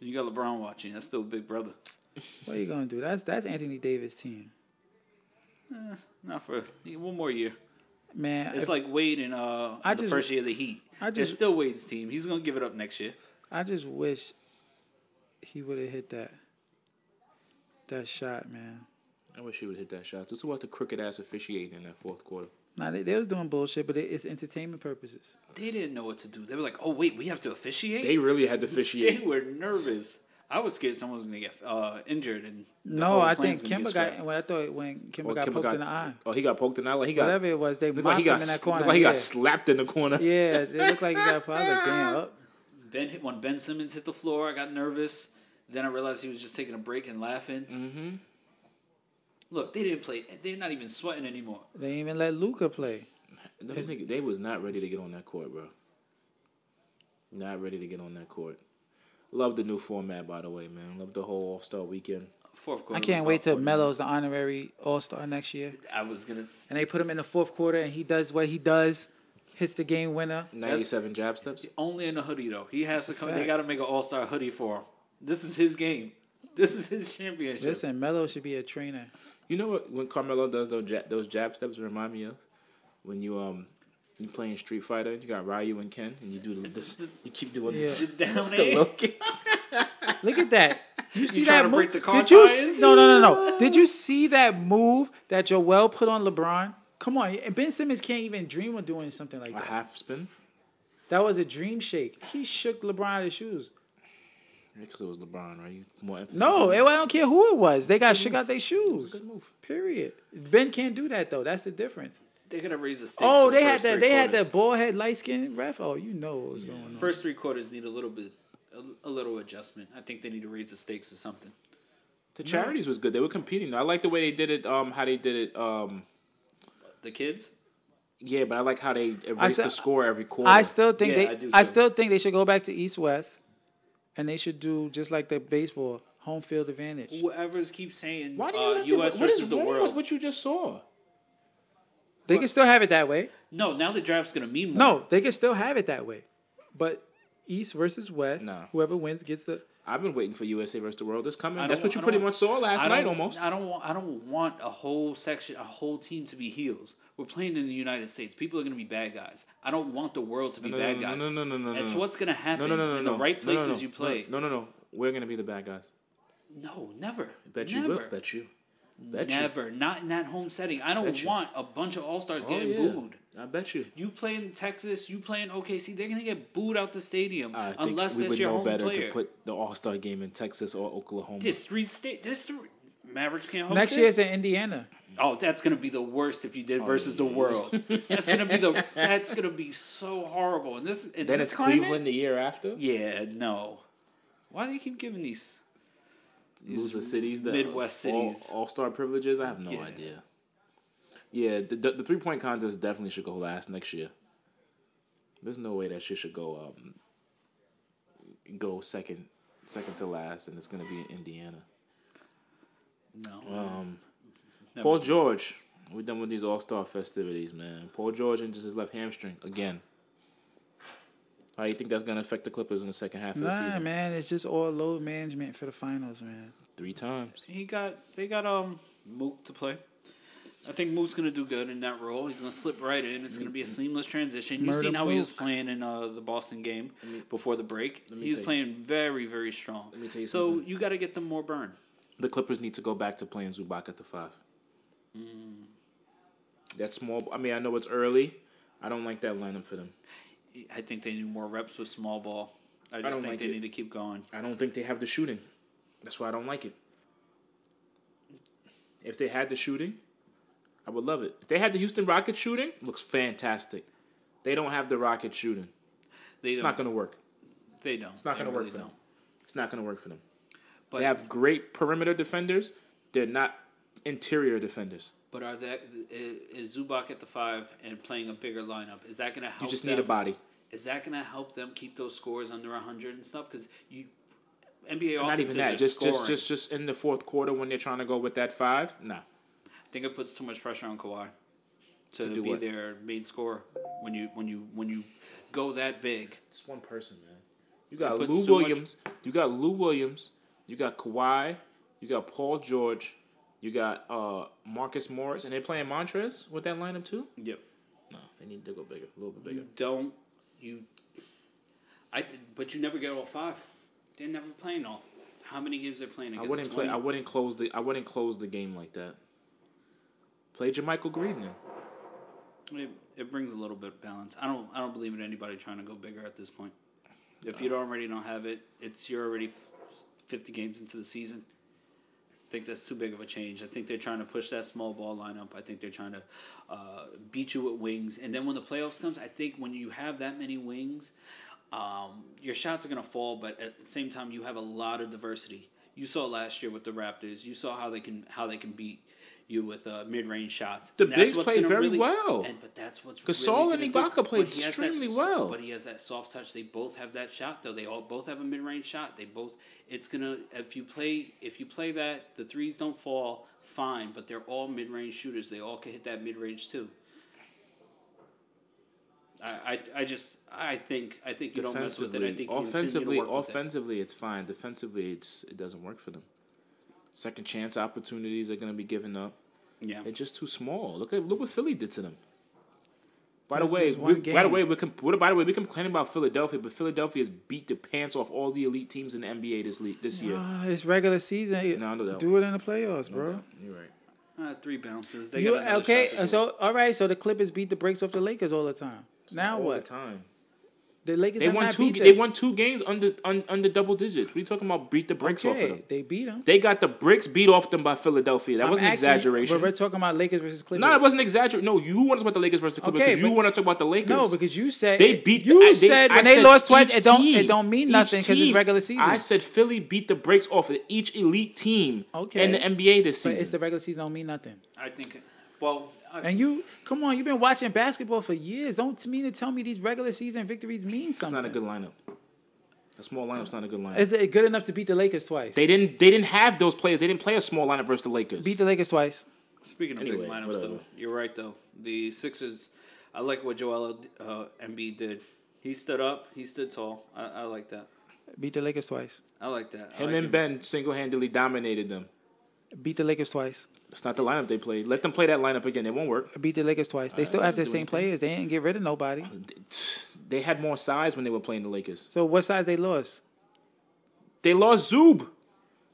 Speaker 3: You got LeBron watching. That's still a big brother.
Speaker 4: What are you gonna do? That's that's Anthony Davis' team,
Speaker 3: Not for one more year.
Speaker 4: man.
Speaker 3: It's
Speaker 4: if-
Speaker 3: like Wade in uh
Speaker 4: I
Speaker 3: the
Speaker 4: just-
Speaker 3: first year of the Heat.
Speaker 4: I
Speaker 3: it's
Speaker 4: just-
Speaker 3: still Wade's team. He's gonna give it up next year.
Speaker 4: I just wish he would have hit that that shot, man.
Speaker 2: I wish he would hit that shot. This is what the crooked ass officiating in that fourth quarter.
Speaker 4: Nah, they, they was doing bullshit, but it, it's entertainment purposes.
Speaker 3: They didn't know what to do. They were like, "Oh wait, we have to officiate."
Speaker 2: They really had to
Speaker 3: They
Speaker 2: officiate.
Speaker 3: were nervous. I was scared someone was gonna get uh, injured and the
Speaker 4: No,
Speaker 3: whole
Speaker 4: I
Speaker 3: plan's
Speaker 4: think
Speaker 3: gonna get
Speaker 4: Kimba got
Speaker 3: scrapped.
Speaker 4: when I thought when Kimba
Speaker 2: Or
Speaker 4: got
Speaker 2: Kimba
Speaker 4: poked in the eye,
Speaker 2: Oh, he got poked in the eye. Like he got.
Speaker 4: whatever it was, they
Speaker 2: Looked
Speaker 4: mocked
Speaker 2: like he got.
Speaker 4: him in that
Speaker 2: sl-
Speaker 4: corner.
Speaker 2: Looked like he
Speaker 4: yeah.
Speaker 2: got slapped in the corner.
Speaker 4: yeah, it looked like he got probably like, damn up.
Speaker 3: Ben hit when Ben Simmons hit the floor. I got nervous. Then I realized he was just taking a break and laughing.
Speaker 4: Mm.
Speaker 3: Mm-hmm. Look, they didn't play. They're not even sweating anymore.
Speaker 4: They ain't even let Luca play.
Speaker 2: Those niggas- they was not ready to get on that court, bro. Not ready to get on that court. Love the new format, by the way, man. Love the whole All Star weekend.
Speaker 3: Fourth quarter.
Speaker 4: I
Speaker 3: was
Speaker 4: can't wait
Speaker 3: about
Speaker 4: till
Speaker 3: 40.
Speaker 4: Melo's the honorary All Star next year,
Speaker 3: I was gonna. s-
Speaker 4: and they put him in the fourth quarter, and he does what he does, hits the game winner.
Speaker 2: Ninety-seven jab steps.
Speaker 3: Only in a hoodie though. He has to come. They
Speaker 4: Facts.
Speaker 3: got to make an All Star hoodie for him. This is his game. This is his championship.
Speaker 4: Listen, Melo should be a trainer.
Speaker 2: You know what? When Carmelo does those jab, those jab steps, remind me of when you um you playing Street Fighter, you got Ryu and Ken, and you do the, this. You keep doing this.
Speaker 4: Yeah.
Speaker 3: Sit down.
Speaker 2: The
Speaker 3: eh?
Speaker 2: low kick.
Speaker 4: Look at that. You see
Speaker 3: trying
Speaker 4: that
Speaker 3: to
Speaker 4: move?
Speaker 3: break the car
Speaker 4: Did you
Speaker 3: tires?
Speaker 4: s- no no no no? Did you see that move that Joel put on LeBron? Come on, and Ben Simmons can't even dream of doing something like
Speaker 2: A
Speaker 4: that.
Speaker 2: half spin
Speaker 4: That was a dream shake. He shook LeBron out of his shoes.
Speaker 2: because it was LeBron, right? You more emphasis.
Speaker 4: No,
Speaker 2: on
Speaker 4: it, I don't care who it was. They got shook out
Speaker 2: It
Speaker 4: their
Speaker 2: was
Speaker 4: shoes.
Speaker 2: a good move.
Speaker 4: Period. Ben can't do that though. That's the difference.
Speaker 3: They're gonna raise the stakes.
Speaker 4: Oh,
Speaker 3: for the
Speaker 4: they had
Speaker 3: first
Speaker 4: that.
Speaker 3: three
Speaker 4: They had
Speaker 3: quarters.
Speaker 4: that bald head, light skin ref. Oh, you know what's going on.
Speaker 3: First three quarters need a little bit, a, a little adjustment. I think they need to raise the stakes or something.
Speaker 2: The charities was good. They were competing. I like the way they did it. Um, how they did it. Um,
Speaker 3: The kids,
Speaker 2: yeah, but I like how they
Speaker 4: I
Speaker 2: erased
Speaker 4: still-
Speaker 2: the score every quarter.
Speaker 4: I still think
Speaker 3: Yeah,
Speaker 4: they.
Speaker 3: I
Speaker 4: I,
Speaker 3: do too.
Speaker 4: still think they should go back to East West, and they should do just like the baseball home field advantage.
Speaker 3: whoever's keep saying
Speaker 2: Why do you
Speaker 3: uh,
Speaker 2: let
Speaker 3: U.S.
Speaker 2: them, What
Speaker 3: versus
Speaker 2: is
Speaker 3: the
Speaker 2: wrong
Speaker 3: world?
Speaker 2: with what you just saw?
Speaker 4: They can still have it that way.
Speaker 3: No, now the draft's gonna mean more.
Speaker 4: No, they can still have it that way, but East versus West,
Speaker 2: No.
Speaker 4: whoever wins gets the.
Speaker 2: I've been waiting for USA versus the world. It's coming.
Speaker 3: I
Speaker 2: That's
Speaker 3: don't-
Speaker 2: what you
Speaker 3: I
Speaker 2: pretty
Speaker 3: don't-
Speaker 2: much saw last
Speaker 3: I don't-
Speaker 2: night, almost.
Speaker 3: I don't want. I don't want a whole section, a whole team to be heels. We're playing in the United States. People are going to be bad guys. I don't want the world to be
Speaker 2: No, no,
Speaker 3: bad
Speaker 2: no,
Speaker 3: guys.
Speaker 2: no, no, no, no,
Speaker 3: That's
Speaker 2: no.
Speaker 3: what's going to happen
Speaker 2: No, no, no, no,
Speaker 3: in
Speaker 2: no.
Speaker 3: the right
Speaker 2: No, no,
Speaker 3: places
Speaker 2: no.
Speaker 3: you play.
Speaker 2: No, no, no, no. We're gonna be the bad guys.
Speaker 3: no, never.
Speaker 2: Bet
Speaker 3: never.
Speaker 2: you will. Bet you. Bet
Speaker 3: never. Not in that home setting. I don't
Speaker 2: Bet you.
Speaker 3: want a bunch of all stars
Speaker 2: you.
Speaker 3: getting
Speaker 2: oh, yeah.
Speaker 3: booed.
Speaker 2: I bet you.
Speaker 3: You play in Texas. You play in OKC. They're going to get booed out the stadium
Speaker 2: I think
Speaker 3: unless
Speaker 2: we
Speaker 3: that's
Speaker 2: would
Speaker 3: your
Speaker 2: know
Speaker 3: home
Speaker 2: better
Speaker 3: player.
Speaker 2: to put the All Star game in Texas or Oklahoma.
Speaker 3: There's three state. There's three. Mavericks can't host
Speaker 4: Next
Speaker 3: it?
Speaker 4: year's in Indiana.
Speaker 3: Oh, that's gonna be the worst if you
Speaker 2: Oh,
Speaker 3: did versus the world. That's gonna be the that's gonna be so horrible. And this in
Speaker 2: then
Speaker 3: this
Speaker 2: it's
Speaker 3: climate,
Speaker 2: Cleveland the year after.
Speaker 3: Yeah, no. Why do you keep giving these?
Speaker 2: Loser cities, the
Speaker 3: Midwest cities.
Speaker 2: All Star privileges. I have no
Speaker 3: Yeah.
Speaker 2: idea. Yeah, the, the, the three point contest definitely should go last next year. There's no way that shit should go um go second second to last, and it's gonna be in Indiana.
Speaker 3: No.
Speaker 2: Um,
Speaker 3: Never
Speaker 2: Paul
Speaker 3: mind.
Speaker 2: George, we're done with these All Star festivities, man. Paul George injures his left hamstring again. How you think that's gonna affect the Clippers in the second half of the
Speaker 4: Nah,
Speaker 2: season?
Speaker 4: man, it's just all load management for the finals, man.
Speaker 2: Three times.
Speaker 3: He got they got um Mook to play. I think Mook's gonna do good in that role. He's gonna slip right in. It's gonna be a
Speaker 2: Mm-hmm.
Speaker 3: seamless transition. You've
Speaker 4: Murder
Speaker 3: seen how he was
Speaker 4: Mook.
Speaker 3: playing in uh, the Boston game before the break.
Speaker 2: me
Speaker 3: He was
Speaker 2: tell you-
Speaker 3: playing very very strong.
Speaker 2: me tell you
Speaker 3: so
Speaker 2: something.
Speaker 3: you got to get them more burn.
Speaker 2: The Clippers need to go back to playing Zubac at the five. That's small. I mean, I know it's early. I don't like that lineup for them.
Speaker 3: I think they need more reps with small ball. I just
Speaker 2: don't
Speaker 3: think
Speaker 2: like
Speaker 3: they
Speaker 2: it.
Speaker 3: need to keep going.
Speaker 2: I don't think they have the shooting. That's why I don't like it. If they had the shooting, I would love it. If they had the Houston Rockets shooting, looks fantastic. They don't have the Rockets shooting.
Speaker 3: They
Speaker 2: It's
Speaker 3: don't.
Speaker 2: not going to work.
Speaker 3: they don't. It's
Speaker 2: not gonna work for them. It's not going to work for them.
Speaker 3: But
Speaker 2: They have great perimeter defenders. They're not interior defenders.
Speaker 3: but are that is Zubac at the five and playing a bigger lineup? Is that going to help?
Speaker 2: You just
Speaker 3: them?
Speaker 2: need a body.
Speaker 3: Is that going to help them keep those scores under hundred and stuff? Because you NBA
Speaker 2: Not even
Speaker 3: offenses
Speaker 2: that.
Speaker 3: are
Speaker 2: Just,
Speaker 3: scoring.
Speaker 2: just, just, just in the fourth quarter when they're trying to go with that five. Nah.
Speaker 3: I think it puts too much pressure on Kawhi to,
Speaker 2: To do
Speaker 3: be
Speaker 2: what?
Speaker 3: their main scorer when you when you when you go that big.
Speaker 2: It's one person, man. You got
Speaker 3: puts
Speaker 2: Lou
Speaker 3: too much-
Speaker 2: Williams. You got Lou Williams. You got Kawhi. You got Paul George. You got uh, Marcus Morris, and they're playing Montrez with that lineup too.
Speaker 3: Yep.
Speaker 2: No, they need to go bigger, a little bit bigger.
Speaker 3: You don't you. I th- but you never get all five. They're never playing all. How many games they're playing?
Speaker 2: I
Speaker 3: again?
Speaker 2: wouldn't play.
Speaker 3: 20?
Speaker 2: I wouldn't close the. I wouldn't close the game like that. Play Jermichael Green then.
Speaker 3: It, it brings a little bit of balance. I don't I don't believe in anybody trying to go bigger at this point. If you don't already don't have it, it's you're already f- fifty games into the season. I think that's too big of a change. I think they're trying to push that small ball lineup. I think they're trying to uh, beat you with wings. And then when the playoffs comes, I think when you have that many wings, um, your shots are going to fall. But at the same time, you have a lot of diversity. You saw last year with the Raptors. You saw how they can how they can beat you with uh, mid range shots.
Speaker 2: The
Speaker 3: And that's
Speaker 2: bigs
Speaker 3: what's
Speaker 2: played
Speaker 3: gonna
Speaker 2: very
Speaker 3: really-
Speaker 2: well.
Speaker 3: And but that's what's
Speaker 2: Gasol
Speaker 3: really
Speaker 2: and
Speaker 3: gonna do-
Speaker 2: Ibaka played
Speaker 3: but he has that
Speaker 2: extremely
Speaker 3: s-
Speaker 2: well.
Speaker 3: But he has that soft touch. They both have that shot though. They all both have a mid range shot. They both. It's gonna if you play if you play that the threes don't fall fine, but they're all mid range shooters. They all can hit that mid range too. I, I, I just I think I think you don't mess with it. I think you
Speaker 2: offensively,
Speaker 3: continue to work with it.
Speaker 2: offensively, it's fine. Defensively, it's it doesn't work for them. Second chance opportunities are going to be given up.
Speaker 3: Yeah,
Speaker 2: They're just too small. Look at look what Philly did to them. By the
Speaker 4: This
Speaker 2: way,
Speaker 4: is one
Speaker 2: we, by the
Speaker 4: game.
Speaker 2: way, we're com- what- by the way, we're complaining about Philadelphia, but Philadelphia has beat the pants off all the elite teams in the NBA this le- this year.
Speaker 4: Ah, it's regular season.
Speaker 2: No, I know that
Speaker 4: Do it in the playoffs, bro.
Speaker 2: You're right.
Speaker 3: uh, three bounces. They
Speaker 4: You-
Speaker 3: got another
Speaker 4: okay,
Speaker 3: shot to do.
Speaker 4: so all right, so the Clippers beat the brakes off the Lakers all the time. now
Speaker 2: all
Speaker 4: what?
Speaker 2: the time?
Speaker 4: The Lakers
Speaker 2: They
Speaker 4: have
Speaker 2: won
Speaker 4: not
Speaker 2: two.
Speaker 4: beat
Speaker 2: They
Speaker 4: them.
Speaker 2: won two games under un, under double digits. We talking about beat the bricks off of
Speaker 4: Okay,
Speaker 2: them.
Speaker 4: they beat them.
Speaker 2: They got the bricks beat off them by Philadelphia. That was an exaggeration.
Speaker 4: But we're talking about Lakers versus Clippers.
Speaker 2: no, it wasn't exaggeration. No, you want to talk about the Lakers versus the Clippers.
Speaker 4: Okay,
Speaker 2: because you
Speaker 4: but-
Speaker 2: want to talk about the Lakers.
Speaker 4: No, because you said
Speaker 2: they beat.
Speaker 4: You
Speaker 2: the, I-
Speaker 4: said
Speaker 2: I
Speaker 4: when they
Speaker 2: said
Speaker 4: lost twice,
Speaker 2: each
Speaker 4: it don't
Speaker 2: team.
Speaker 4: it don't
Speaker 2: Each
Speaker 4: mean nothing because it's
Speaker 2: team.
Speaker 4: regular season.
Speaker 2: I said Philly beat the brakes off of each elite team
Speaker 4: Okay.
Speaker 2: in the NBA this
Speaker 4: but
Speaker 2: season.
Speaker 4: it's the regular season don't mean nothing.
Speaker 3: I think. Well, I,
Speaker 4: And you come on, you've been watching basketball for years. Don't mean to tell me these regular season victories mean
Speaker 2: it's
Speaker 4: something.
Speaker 2: not a good lineup. A small lineup's not a good lineup.
Speaker 4: Is it good enough to beat the Lakers twice?
Speaker 2: they didn't. They didn't have those players. They didn't play a small lineup versus the Lakers.
Speaker 4: beat the Lakers twice.
Speaker 3: speaking of
Speaker 2: Anyway,
Speaker 3: big lineups,
Speaker 2: whatever.
Speaker 3: though, you're right. Though the Sixers, I like what Joel uh, Embiid did. He stood up. He stood tall. I, I like that.
Speaker 4: Beat the Lakers twice.
Speaker 3: I like that. I
Speaker 2: Him
Speaker 3: like
Speaker 2: and Ben single handedly dominated them.
Speaker 4: Beat the Lakers twice.
Speaker 2: It's not the lineup they played. Let them play that lineup again. It won't work.
Speaker 4: Beat the Lakers twice. They still have their same players. They didn't get rid of nobody.
Speaker 2: They had more size when they were playing the Lakers.
Speaker 4: So what size they lost?
Speaker 2: They lost Zub.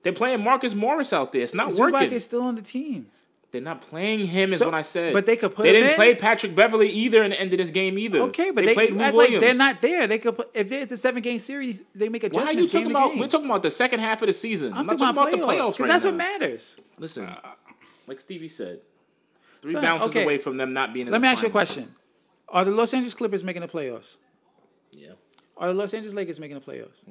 Speaker 2: They're playing Marcus Morris out there. It's not
Speaker 4: Zubac
Speaker 2: working.
Speaker 4: is still on the team.
Speaker 2: They're not playing him, is
Speaker 4: So-
Speaker 2: what I said.
Speaker 4: but they could put
Speaker 2: They
Speaker 4: him
Speaker 2: didn't
Speaker 4: in.
Speaker 2: play Patrick Beverly either in the end of this game either.
Speaker 4: Okay, but they,
Speaker 2: played
Speaker 4: you
Speaker 2: Lou
Speaker 4: act like they're
Speaker 2: Williams.
Speaker 4: not there. They could put, if it's a seven game series, they make
Speaker 2: Why
Speaker 4: adjustments.
Speaker 2: are you talking
Speaker 4: game to
Speaker 2: about?
Speaker 4: game.
Speaker 2: We're talking about the second half of the season.
Speaker 4: I'm
Speaker 2: not
Speaker 4: talking about
Speaker 2: the playoffs.
Speaker 4: 'cause
Speaker 2: Right
Speaker 4: that's
Speaker 2: now.
Speaker 4: what matters.
Speaker 2: Listen, like Stevie said, three
Speaker 4: Son,
Speaker 2: bounces
Speaker 4: okay.
Speaker 2: away from them not being. In
Speaker 4: Let
Speaker 2: the
Speaker 4: me ask you a
Speaker 2: finals.
Speaker 4: question: Are the Los Angeles Clippers making the playoffs?
Speaker 2: Yeah, Mm-hmm.
Speaker 4: Are the Los Angeles Lakers making the playoffs?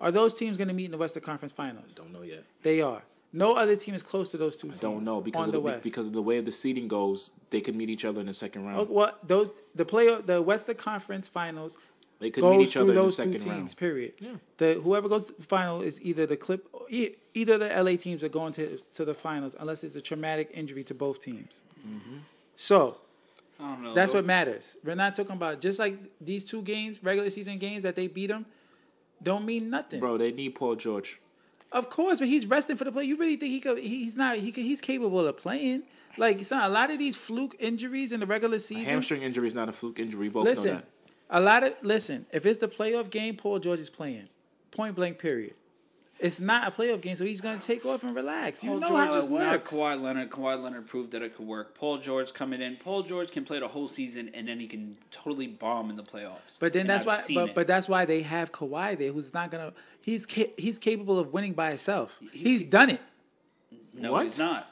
Speaker 4: Are those teams going to meet in the Western Conference Finals?
Speaker 2: don't know yet.
Speaker 4: They are. No other team is close to those two teams.
Speaker 2: Don't know because
Speaker 4: on
Speaker 2: of
Speaker 4: the
Speaker 2: the,
Speaker 4: West.
Speaker 2: because of the way the seeding goes, they could meet each other in the second round.
Speaker 4: Oh, well, those the playoff the Western Conference Finals
Speaker 2: They could meet
Speaker 4: goes
Speaker 2: each
Speaker 4: through
Speaker 2: other in the
Speaker 4: those two
Speaker 2: second
Speaker 4: teams.
Speaker 2: round.
Speaker 4: Period.
Speaker 2: Yeah.
Speaker 4: The whoever goes to the final is either the clip e- either the LA teams are going to to the finals unless it's a traumatic injury to both teams.
Speaker 2: Mm-hmm.
Speaker 4: So
Speaker 3: I don't know.
Speaker 4: That's
Speaker 3: though.
Speaker 4: what matters. We're not talking about just like these two games, regular season games that they beat them, don't mean nothing.
Speaker 2: Bro, they need Paul George.
Speaker 4: Of course, but he's resting for the play. You really think he could? He's not. He could, he's capable of playing. Like son, a lot of these fluke injuries in the regular season.
Speaker 2: Hamstring injury is not a fluke injury. We both know
Speaker 4: listen,
Speaker 2: that.
Speaker 4: a lot of listen. If it's the playoff game, Paul George is playing. Point blank. Period. It's not a playoff game, so he's gonna take off and relax. You
Speaker 3: Paul
Speaker 4: know
Speaker 3: George
Speaker 4: how it
Speaker 3: is not
Speaker 4: works.
Speaker 3: Kawhi Leonard. Kawhi Leonard proved that it could work. Paul George coming in. Paul George can play the whole season, and then he can totally bomb in the playoffs.
Speaker 4: But then
Speaker 3: And
Speaker 4: that's
Speaker 3: I've
Speaker 4: why,
Speaker 3: seen
Speaker 4: but,
Speaker 3: it.
Speaker 4: but that's why they have Kawhi there, who's not gonna. He's ca- he's capable of winning by himself. He's, done it.
Speaker 3: no,
Speaker 2: What?
Speaker 3: he's not.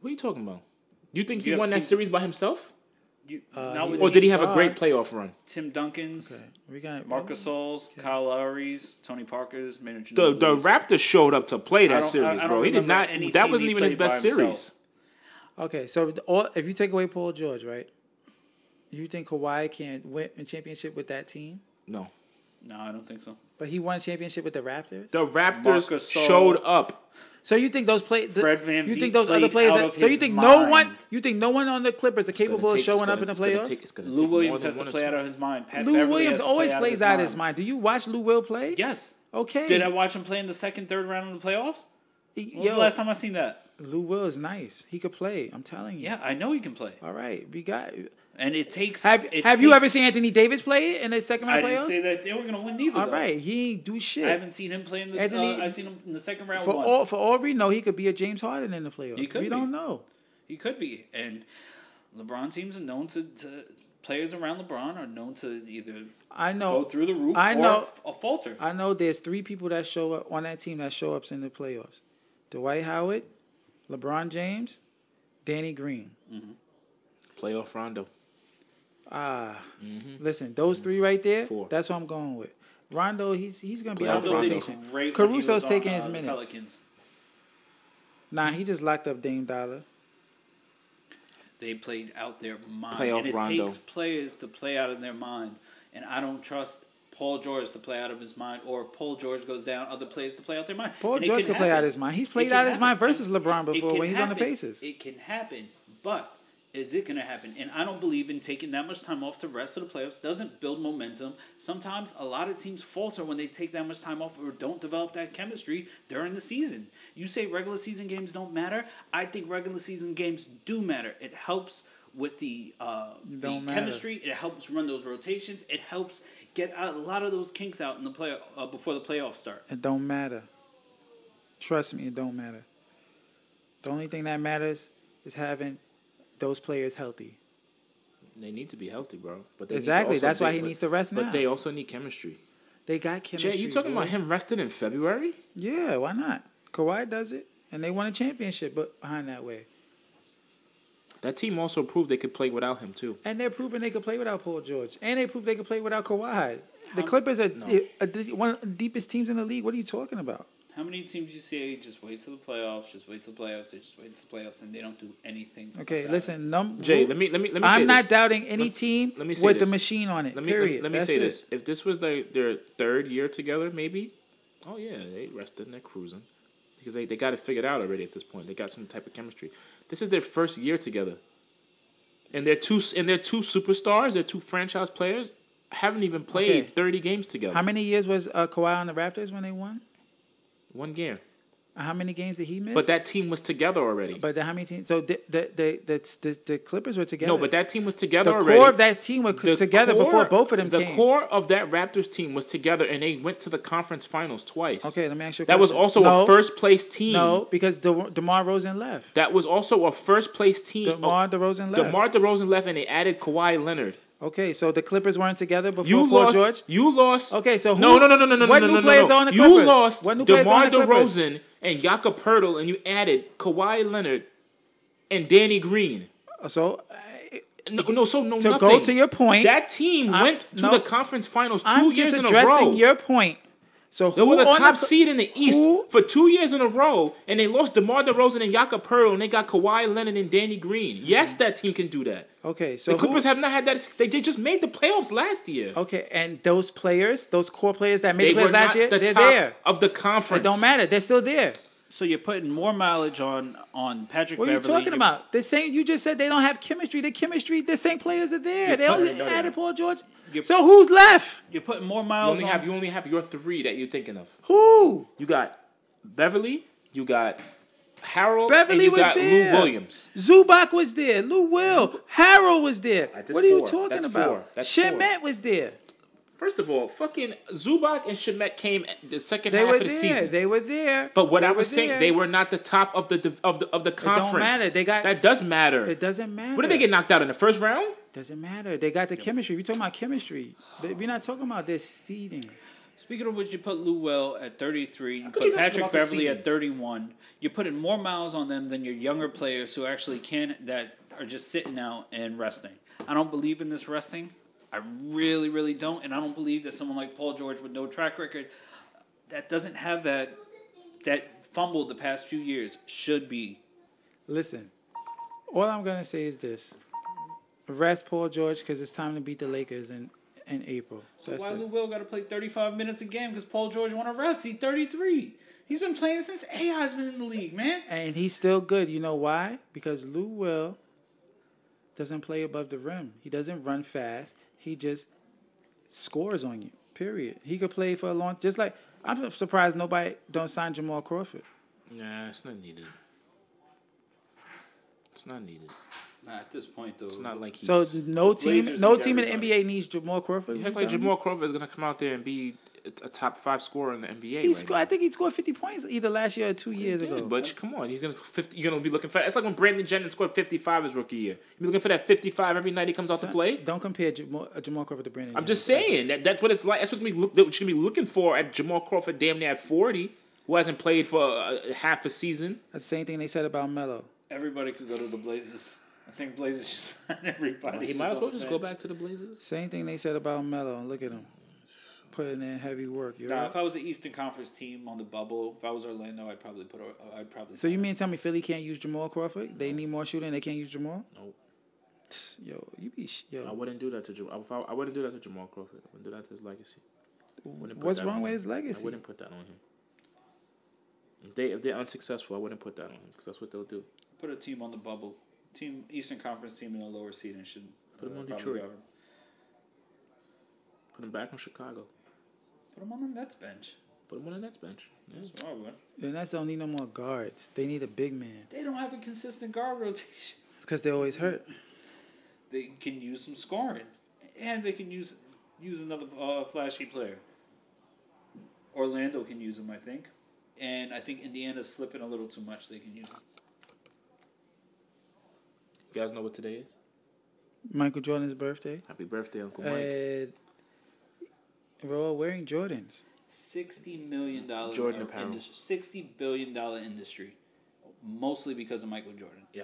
Speaker 2: What are you talking about? You think
Speaker 3: You
Speaker 2: he
Speaker 3: have
Speaker 2: won that
Speaker 3: team-
Speaker 2: series by himself,
Speaker 3: You,
Speaker 4: Uh,
Speaker 3: not
Speaker 4: he
Speaker 3: with
Speaker 2: or oh, did he
Speaker 3: these-
Speaker 2: have a great
Speaker 4: Star.
Speaker 2: playoff run?
Speaker 3: Tim Duncan's,
Speaker 4: We got
Speaker 3: Marcus All's, Kyle Lowry's, Tony Parker's, manager.
Speaker 2: The the Raptors showed up to play
Speaker 3: I
Speaker 2: that
Speaker 3: don't-
Speaker 2: series,
Speaker 3: I- I
Speaker 2: bro.
Speaker 3: don't
Speaker 2: He did
Speaker 3: remember
Speaker 2: not.
Speaker 3: any
Speaker 2: That
Speaker 3: team
Speaker 2: wasn't
Speaker 3: he
Speaker 2: even his
Speaker 3: played by
Speaker 2: best
Speaker 3: himself.
Speaker 2: series.
Speaker 4: Okay, so the- all, if you take away Paul George, right? You think Kawhi can win a championship with that team?
Speaker 2: No,
Speaker 3: No, I don't think so.
Speaker 4: But he won a championship with the Raptors.
Speaker 2: the Raptors
Speaker 3: Marcus Sol-
Speaker 2: showed up.
Speaker 4: So you think those play? The,
Speaker 3: Fred Van
Speaker 4: you
Speaker 3: Vliet
Speaker 4: think those other
Speaker 3: played
Speaker 4: players?
Speaker 3: out
Speaker 4: That,
Speaker 3: of
Speaker 4: so you
Speaker 3: his
Speaker 4: think no
Speaker 3: mind.
Speaker 4: one? You think no one on the Clippers are capable
Speaker 2: Gonna
Speaker 4: of
Speaker 2: take-
Speaker 4: showing
Speaker 2: it's gonna-
Speaker 4: up in the
Speaker 2: it's gonna
Speaker 4: playoffs?
Speaker 2: take- it's gonna
Speaker 3: Lou
Speaker 2: take more
Speaker 3: Williams
Speaker 2: than
Speaker 3: has
Speaker 2: one
Speaker 3: to
Speaker 2: or
Speaker 3: play
Speaker 2: two.
Speaker 3: out of his mind. Pat
Speaker 4: Lou
Speaker 3: Beverly
Speaker 4: Williams
Speaker 3: has to
Speaker 4: always
Speaker 3: play
Speaker 4: plays out his mind. Do you watch Lou Will play?
Speaker 3: Yes.
Speaker 4: Okay.
Speaker 3: Did I watch him play in the second, third round of the playoffs? When was
Speaker 4: Yo,
Speaker 3: the last time I seen that?
Speaker 4: Lou Will is nice. He could play. I'm telling you.
Speaker 3: Yeah, I know he can play,
Speaker 4: All right, we got.
Speaker 3: and it takes.
Speaker 4: Have
Speaker 3: it
Speaker 4: Have you
Speaker 3: takes-
Speaker 4: ever seen Anthony Davis play in the second
Speaker 3: I
Speaker 4: round
Speaker 3: didn't
Speaker 4: playoffs?
Speaker 3: say that they were going to win either.
Speaker 4: All
Speaker 3: though.
Speaker 4: right, he ain't do shit.
Speaker 3: I haven't seen him play in the.
Speaker 4: Anthony-
Speaker 3: uh, I've seen him in the second round
Speaker 4: For
Speaker 3: once.
Speaker 4: all for all we know, he could be a James Harden in the playoffs.
Speaker 3: He could
Speaker 4: we
Speaker 3: be.
Speaker 4: don't know.
Speaker 3: He could be. And LeBron teams are known to, to players around LeBron are known to either
Speaker 4: I know.
Speaker 3: go through the roof
Speaker 4: I
Speaker 3: or
Speaker 4: know-
Speaker 3: f- or falter.
Speaker 4: I know. There's three people that show up on that team that show ups in the playoffs: Dwight Howard, LeBron James, Danny Green.
Speaker 2: Playoff Rondo.
Speaker 4: Ah,
Speaker 3: Mm-hmm.
Speaker 4: listen, those three right there.
Speaker 2: Four.
Speaker 4: That's what I'm going with. Rondo, he's he's gonna be
Speaker 2: Playoff
Speaker 4: out for
Speaker 3: Rondo did
Speaker 4: rotation.
Speaker 3: great when he
Speaker 4: Caruso's
Speaker 3: was on,
Speaker 4: taking
Speaker 3: uh,
Speaker 4: his
Speaker 3: the
Speaker 4: minutes.
Speaker 3: Pelicans.
Speaker 4: Nah, he just locked up Dame Dollar.
Speaker 3: They played out their mind.
Speaker 2: Playoff
Speaker 3: and it
Speaker 2: Rondo.
Speaker 3: takes players to play out of their mind. And I don't trust Paul George to play out of his mind, or if Paul George goes down, other players to play out their mind.
Speaker 4: Paul
Speaker 3: And it
Speaker 4: George
Speaker 3: can
Speaker 4: can play out
Speaker 3: happen.
Speaker 4: his mind. He's
Speaker 3: It
Speaker 4: played
Speaker 3: can
Speaker 4: out his mind
Speaker 3: happen.
Speaker 4: versus LeBron
Speaker 3: It
Speaker 4: before
Speaker 3: can
Speaker 4: when he's on the
Speaker 3: happen.
Speaker 4: Pacers.
Speaker 3: It can happen, but is it going to happen? And I don't believe in taking that much time off to rest of the playoffs. Doesn't build momentum. Sometimes a lot of teams falter when they take that much time off or don't develop that chemistry during the season. You say regular season games don't matter. I think regular season games do matter. It helps with the uh, the
Speaker 4: Don't matter.
Speaker 3: chemistry. It helps run those rotations. It helps get a lot of those kinks out in the play uh, before the playoffs start.
Speaker 4: It don't matter. Trust me, it don't matter. The only thing that matters is having those players healthy.
Speaker 2: They need to be healthy, bro. But they need to
Speaker 4: Exactly,
Speaker 2: also-
Speaker 4: that's why
Speaker 2: they-
Speaker 4: he
Speaker 2: but-
Speaker 4: needs to rest
Speaker 2: But
Speaker 4: now.
Speaker 2: they also need chemistry.
Speaker 4: They got chemistry.
Speaker 2: Jay, you talking
Speaker 4: bro.
Speaker 2: about him resting in February?
Speaker 4: Yeah, why not? Kawhi does it, and they won a championship. But behind that way,
Speaker 2: That team also proved they could play without him too.
Speaker 4: and they're proving they could play without Paul George, and they proved they could play without Kawhi.
Speaker 2: Um,
Speaker 4: The Clippers are are the- one of the deepest teams in the league. What are you talking about?
Speaker 3: How many teams you see just wait till the playoffs, just wait till playoffs, they just wait till playoffs, and they don't do anything.
Speaker 4: Okay,
Speaker 3: about it.
Speaker 4: listen, num-
Speaker 2: Jay, let me let me let me. say
Speaker 4: I'm not
Speaker 2: this.
Speaker 4: doubting any team
Speaker 2: let me say
Speaker 4: with the
Speaker 2: this.
Speaker 4: machine on it.
Speaker 2: Let me let me-
Speaker 4: period.
Speaker 2: let me
Speaker 4: That's
Speaker 2: say
Speaker 4: it.
Speaker 2: this: if this was like their third year together, maybe, oh yeah, they rested and they're cruising because they, they got it figured out already at this point. They got some type of chemistry. This is their first year together, and they're two and they're two superstars. They're two franchise players. Haven't even played
Speaker 4: Okay.
Speaker 2: thirty games together.
Speaker 4: How many years was uh, Kawhi on the Raptors when they won?
Speaker 2: One game,
Speaker 4: How many games did he miss?
Speaker 2: but that team was together already.
Speaker 4: But the, how many teams? So the the, the the the the Clippers were together.
Speaker 2: no, but that team was together
Speaker 4: the
Speaker 2: already.
Speaker 4: core of that team were
Speaker 2: The
Speaker 4: together
Speaker 2: core-
Speaker 4: before both of them
Speaker 2: the
Speaker 4: came.
Speaker 2: core of that Raptors team was together, and they went to the conference finals twice.
Speaker 4: Okay, let me ask you. A
Speaker 2: That was
Speaker 4: question.
Speaker 2: also
Speaker 4: No,
Speaker 2: a first place team.
Speaker 4: No, because De- DeMar DeRozan left.
Speaker 2: That was also a first place team.
Speaker 4: DeMar DeRozan left.
Speaker 2: oh, DeMar DeRozan left, and they added Kawhi Leonard.
Speaker 4: okay, so the Clippers weren't together before
Speaker 2: You
Speaker 4: Paul
Speaker 2: lost.
Speaker 4: George.
Speaker 2: You lost.
Speaker 4: Okay, so who-
Speaker 2: no, no, no, no, no, no,
Speaker 4: what
Speaker 2: no,
Speaker 4: new
Speaker 2: no, no,
Speaker 4: players
Speaker 2: no.
Speaker 4: are on the
Speaker 2: You
Speaker 4: Clippers?
Speaker 2: lost.
Speaker 4: What new players are
Speaker 2: DeMar
Speaker 4: on the Clippers?
Speaker 2: DeRozan and Jakob Pertl, and you added Kawhi Leonard and Danny Green.
Speaker 4: So uh,
Speaker 2: No, no, so no.
Speaker 4: To
Speaker 2: nothing.
Speaker 4: go to your point,
Speaker 2: that team
Speaker 4: I'm-
Speaker 2: went to
Speaker 4: no.
Speaker 2: the conference finals 2
Speaker 4: I'm
Speaker 2: years
Speaker 4: just
Speaker 2: in a row.
Speaker 4: addressing your point. So
Speaker 2: They
Speaker 4: who
Speaker 2: were the
Speaker 4: on
Speaker 2: top
Speaker 4: the,
Speaker 2: seed in the East
Speaker 4: who-
Speaker 2: for two years in a row, and they lost DeMar DeRozan and Jakob Pertl, and they got Kawhi Leonard and Danny Green. Yes, that team can do that.
Speaker 4: Okay, so
Speaker 2: The Clippers
Speaker 4: who,
Speaker 2: have not had that. They they just made the playoffs last year.
Speaker 4: okay, and those players, those core players that made
Speaker 2: They
Speaker 4: the
Speaker 2: were
Speaker 4: playoffs last
Speaker 2: not
Speaker 4: year,
Speaker 2: the
Speaker 4: they're
Speaker 2: top
Speaker 4: there.
Speaker 2: of the conference.
Speaker 4: It don't matter. They're still there.
Speaker 3: So you're putting more mileage on on Patrick.
Speaker 4: What are you
Speaker 3: Beverly.
Speaker 4: talking
Speaker 3: You're-
Speaker 4: about? The same. You just said they don't have chemistry. The chemistry. The same players are there. They
Speaker 3: put-
Speaker 4: only
Speaker 3: no, they
Speaker 4: added
Speaker 3: don't.
Speaker 4: Paul George.
Speaker 3: You're-
Speaker 4: So who's left?
Speaker 3: You're putting more
Speaker 2: You
Speaker 3: miles
Speaker 2: only
Speaker 3: on.
Speaker 2: have you only have your three that you're thinking of.
Speaker 4: Who?
Speaker 2: You got Beverly. You got Harold. and
Speaker 4: Beverly
Speaker 2: you
Speaker 4: was
Speaker 2: got
Speaker 4: there.
Speaker 2: Lou Williams.
Speaker 4: Zubac was there. Lou Will. Harold was there.
Speaker 2: Alright, that's
Speaker 4: What are you
Speaker 2: four.
Speaker 4: talking
Speaker 2: That's four.
Speaker 4: about?
Speaker 2: That's
Speaker 4: Shemet was there.
Speaker 2: First of all, fucking Zubac and Shemet came at the second
Speaker 4: They
Speaker 2: half
Speaker 4: were
Speaker 2: of the
Speaker 4: there.
Speaker 2: season.
Speaker 4: They were there.
Speaker 2: But what
Speaker 4: They
Speaker 2: I
Speaker 4: were
Speaker 2: was saying,
Speaker 4: there.
Speaker 2: they were not the top of the div- of the of the
Speaker 4: don't
Speaker 2: conference.
Speaker 4: matter. They got-
Speaker 2: that does matter.
Speaker 4: It doesn't matter.
Speaker 2: What did they get knocked out in the first round?
Speaker 4: Doesn't matter. They got the chemistry. We're talking about chemistry. They- We're not talking about their seedings.
Speaker 3: Speaking of which, you put Lou Will at 33. You
Speaker 2: you
Speaker 3: put
Speaker 2: not talk
Speaker 3: Patrick
Speaker 2: about the
Speaker 3: Beverly at
Speaker 2: seedings?
Speaker 3: 31. You're putting more miles on them than your younger players who actually can that are just sitting out and resting. I don't believe in this resting. I really, really don't, and I don't believe that someone like Paul George with no track record that doesn't have that that fumbled the past few years should be.
Speaker 4: Listen, all I'm gonna say is this: rest Paul George because it's time to beat the Lakers in in April.
Speaker 3: So
Speaker 4: That's
Speaker 3: why
Speaker 4: it.
Speaker 3: Lou Will got to play 35 minutes a game because Paul George want to rest? He 33. He's been playing since AI's been in the league, man.
Speaker 4: and he's still good. You know why? Because Lou Will doesn't play above the rim. He doesn't run fast. He just scores on you. Period. He could play for a long. Just like I'm surprised nobody don't sign Jamal Crawford.
Speaker 2: Nah, it's not needed. It's not needed.
Speaker 3: Nah, at this point though,
Speaker 2: It's not like he's.
Speaker 4: So no team,
Speaker 3: Blazers
Speaker 4: no
Speaker 3: need
Speaker 4: team in the
Speaker 3: everybody.
Speaker 4: NBA needs Jamal Crawford.
Speaker 2: you
Speaker 4: You
Speaker 2: act like
Speaker 4: telling me?
Speaker 2: Jamal Crawford is gonna come out there and be a a top five scorer in the NBA.
Speaker 4: He
Speaker 2: right
Speaker 4: scored. I
Speaker 2: now.
Speaker 4: think he scored 50 points either last year or two years
Speaker 2: Yeah,
Speaker 4: ago.
Speaker 2: but come on, he's gonna 50, you're gonna be looking for. It's like when Brandon Jennings scored 55 his rookie year. You're looking for that 55 every night he comes out to
Speaker 4: Son,
Speaker 2: play.
Speaker 4: Don't compare Jamal, uh, Jamal Crawford to Brandon.
Speaker 2: I'm just saying that that's what it's like. That's what we look, that we should be looking for at Jamal Crawford, damn near at 40, who hasn't played for uh, half a season.
Speaker 4: That's the same thing they said about Melo.
Speaker 3: Everybody could go to the Blazers. I think Blazers should sign everybody.
Speaker 2: He might as well just go back to the Blazers.
Speaker 4: Same thing they said about Melo. And look at him putting in heavy work. you
Speaker 3: Nah,
Speaker 4: heard?
Speaker 3: if I was an Eastern Conference team on the bubble, if I was Orlando, I'd probably put. a- I'd probably.
Speaker 4: So you mean tell me Philly can't use Jamal Crawford? They need more shooting. They can't use Jamal.
Speaker 2: Nope.
Speaker 4: Yo, you be sh- yo.
Speaker 2: I wouldn't do that to Jamal. I, I wouldn't do that to Jamal Crawford. I wouldn't do that to his legacy. Wouldn't put
Speaker 4: What's
Speaker 2: that
Speaker 4: wrong
Speaker 2: on
Speaker 4: with
Speaker 2: him.
Speaker 4: his legacy?
Speaker 2: I wouldn't put that on him. If they if they're unsuccessful, I wouldn't put that on him because that's what they'll do.
Speaker 3: put a team on the bubble, team Eastern Conference team in the lower seed, and should uh,
Speaker 2: Put 'em on
Speaker 3: probably
Speaker 2: Detroit.
Speaker 3: grab 'em.
Speaker 2: Put him back on Chicago.
Speaker 3: Put him on the Nets bench.
Speaker 2: Put him on the Nets bench. Yeah.
Speaker 3: That's what I would.
Speaker 4: And that's don't need no more guards. They need a big man
Speaker 3: They don't have a consistent guard rotation.
Speaker 4: because they always hurt.
Speaker 3: They can use some scoring, and they can use use another uh, flashy player. Orlando can use him, I think, and I think Indiana's slipping a little too much. They can use him.
Speaker 2: You guys know what today is?
Speaker 4: Michael Jordan's birthday.
Speaker 2: Happy birthday, Uncle Mike.
Speaker 4: And we're all wearing Jordans.
Speaker 3: Sixty million dollar
Speaker 2: Jordan apparel.
Speaker 3: sixty billion dollar industry, mostly because of Michael Jordan.
Speaker 2: yeah.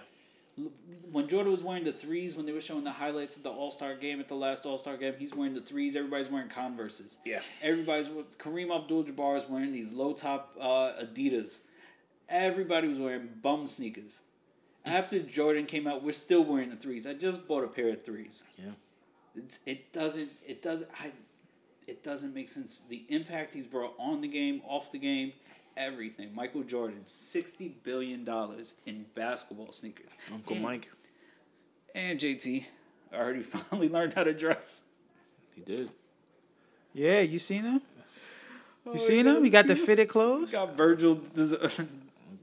Speaker 3: L- When Jordan was wearing the threes, when they were showing the highlights of the All Star game at the last All Star game, he's wearing the threes. Everybody's wearing Converses.
Speaker 2: Yeah.
Speaker 3: Everybody's Kareem Abdul-Jabbar is wearing these low top uh, Adidas. Everybody was wearing bum sneakers. After Jordan came out, we're still wearing the threes. I just bought a pair of threes.
Speaker 2: Yeah.
Speaker 3: It's, it doesn't. It doesn't. I. It doesn't make sense. The impact he's brought on the game, off the game, everything. Michael Jordan, sixty billion dollars in basketball sneakers.
Speaker 2: Uncle
Speaker 3: and,
Speaker 2: Mike.
Speaker 3: and JT. I heard he finally learned how to dress.
Speaker 2: He did.
Speaker 4: Yeah, you seen them?
Speaker 2: Oh,
Speaker 4: You seen them? You got the fitted clothes?
Speaker 3: Got Virgil des-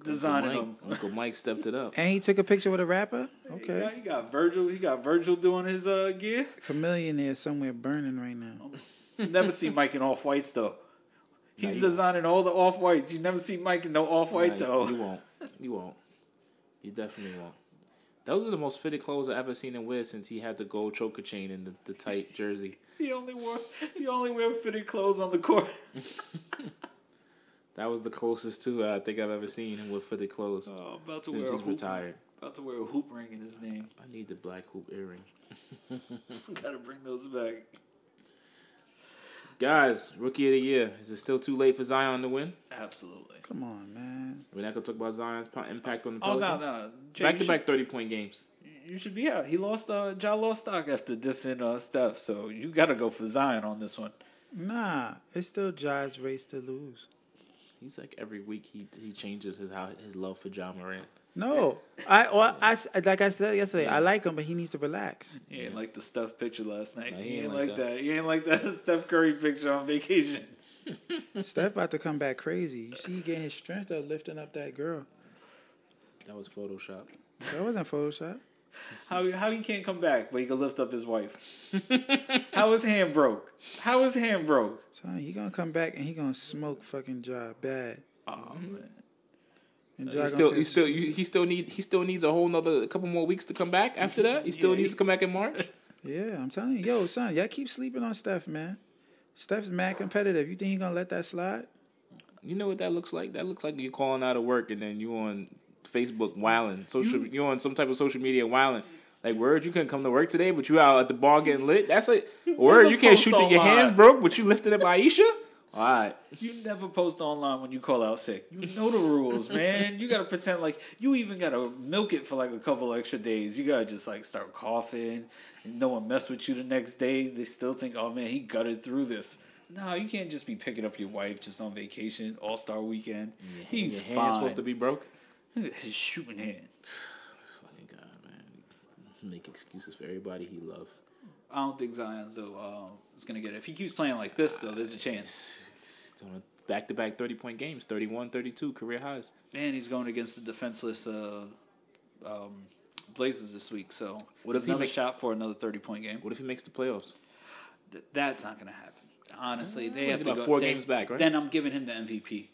Speaker 3: designing
Speaker 2: Uncle
Speaker 3: them.
Speaker 2: Mike, Uncle Mike stepped it up.
Speaker 4: And he took a picture with a rapper?
Speaker 3: He got,
Speaker 4: Okay.
Speaker 3: he got Virgil. He got Virgil doing his uh, gear.
Speaker 4: Chameleon is somewhere burning right now.
Speaker 3: Never see Mike in off whites though. He's designing all the off whites. You never see Mike in no off white
Speaker 2: Like,
Speaker 3: though.
Speaker 2: You won't. You won't. You definitely won't. Those are the most fitted clothes I've ever seen him wear since he had the gold choker chain and the, the tight jersey.
Speaker 3: He only wore he only wear fitted clothes on the court.
Speaker 2: That was the closest to uh, I think I've ever seen him with fitted clothes
Speaker 3: Oh, about to
Speaker 2: since
Speaker 3: wear a
Speaker 2: he's
Speaker 3: hoop,
Speaker 2: retired.
Speaker 3: about to wear a hoop ring in his name.
Speaker 2: I need the black hoop earring.
Speaker 3: Gotta bring those back.
Speaker 2: Guys, rookie of the year. Is it still too late for Zion to win?
Speaker 3: Absolutely.
Speaker 4: Come on, man.
Speaker 2: We're not gonna talk about Zion's po- impact on the
Speaker 3: Oh no,
Speaker 2: Pelicans.
Speaker 3: no.
Speaker 2: Back to back thirty point games.
Speaker 3: You should be out. He lost uh Ja lost stock after dissing uh Steph, so you gotta go for Zion on this one.
Speaker 4: Nah, it's still Jai's race to lose.
Speaker 2: He's like every week he he changes his how his love for John Morant.
Speaker 4: No, I, well, I s- like I said yesterday, I like him, but he needs to relax.
Speaker 3: He ain't like the Steph picture last night.
Speaker 2: No,
Speaker 3: he, ain't, like that. He ain't like that Steph Curry picture on vacation.
Speaker 4: Steph about to come back crazy. You see, he getting his strength out lifting up that girl.
Speaker 2: That was Photoshop.
Speaker 4: That wasn't Photoshop.
Speaker 3: How how he can't come back, but he can lift up his wife. how his hand broke. How his hand broke.
Speaker 4: Son, he gonna come back and he gonna smoke fucking Ja bad.
Speaker 3: Oh man.
Speaker 4: And Ja
Speaker 2: He
Speaker 4: gonna
Speaker 2: Uh, still,
Speaker 4: feel-
Speaker 2: he still, you, he still need, he still needs a whole nother, a couple more weeks to come back after that. He still
Speaker 3: Yeah,
Speaker 2: needs
Speaker 3: he-
Speaker 2: to come back in March.
Speaker 4: Yeah, I'm telling you, yo, son, y'all keep sleeping on Steph, man. Steph's mad competitive. You think he gonna let that slide?
Speaker 2: You know what that looks like? That looks like you calling out of work and then you on Facebook wilding, social, you on some type of social media wilding. Like word, you couldn't come to work today, but you out at the bar getting lit. That's like word, you can't shoot that your hands broke, but you lifted up Aisha. All right,
Speaker 3: You never post online when you call out sick. You know the rules, man. You gotta pretend like you even gotta milk it for like a couple extra days. You gotta just like start coughing, and no one mess with you the next day. They still think, oh man, he gutted through this. No, you can't just be picking up your wife just on vacation, All Star Weekend. He's
Speaker 2: your hand's
Speaker 3: fine.
Speaker 2: supposed to be broke.
Speaker 3: his shooting hand.
Speaker 2: Fucking god, man, make excuses for everybody he loves.
Speaker 3: I don't think Zion's though uh, is gonna get it. If he keeps playing like this though, there's a chance.
Speaker 2: Back to back 30 point games, 31, 32, career highs.
Speaker 3: And he's going against the defenseless uh, um, Blazers this week, so
Speaker 2: What
Speaker 3: what if
Speaker 2: if he
Speaker 3: another
Speaker 2: makes-
Speaker 3: shot for another thirty point game?
Speaker 2: What if he makes the playoffs?
Speaker 3: Th- That's not gonna happen. Honestly, they
Speaker 2: what,
Speaker 3: have to
Speaker 2: about
Speaker 3: go
Speaker 2: four
Speaker 3: they-
Speaker 2: games back, right?
Speaker 3: Then I'm giving him the MVP.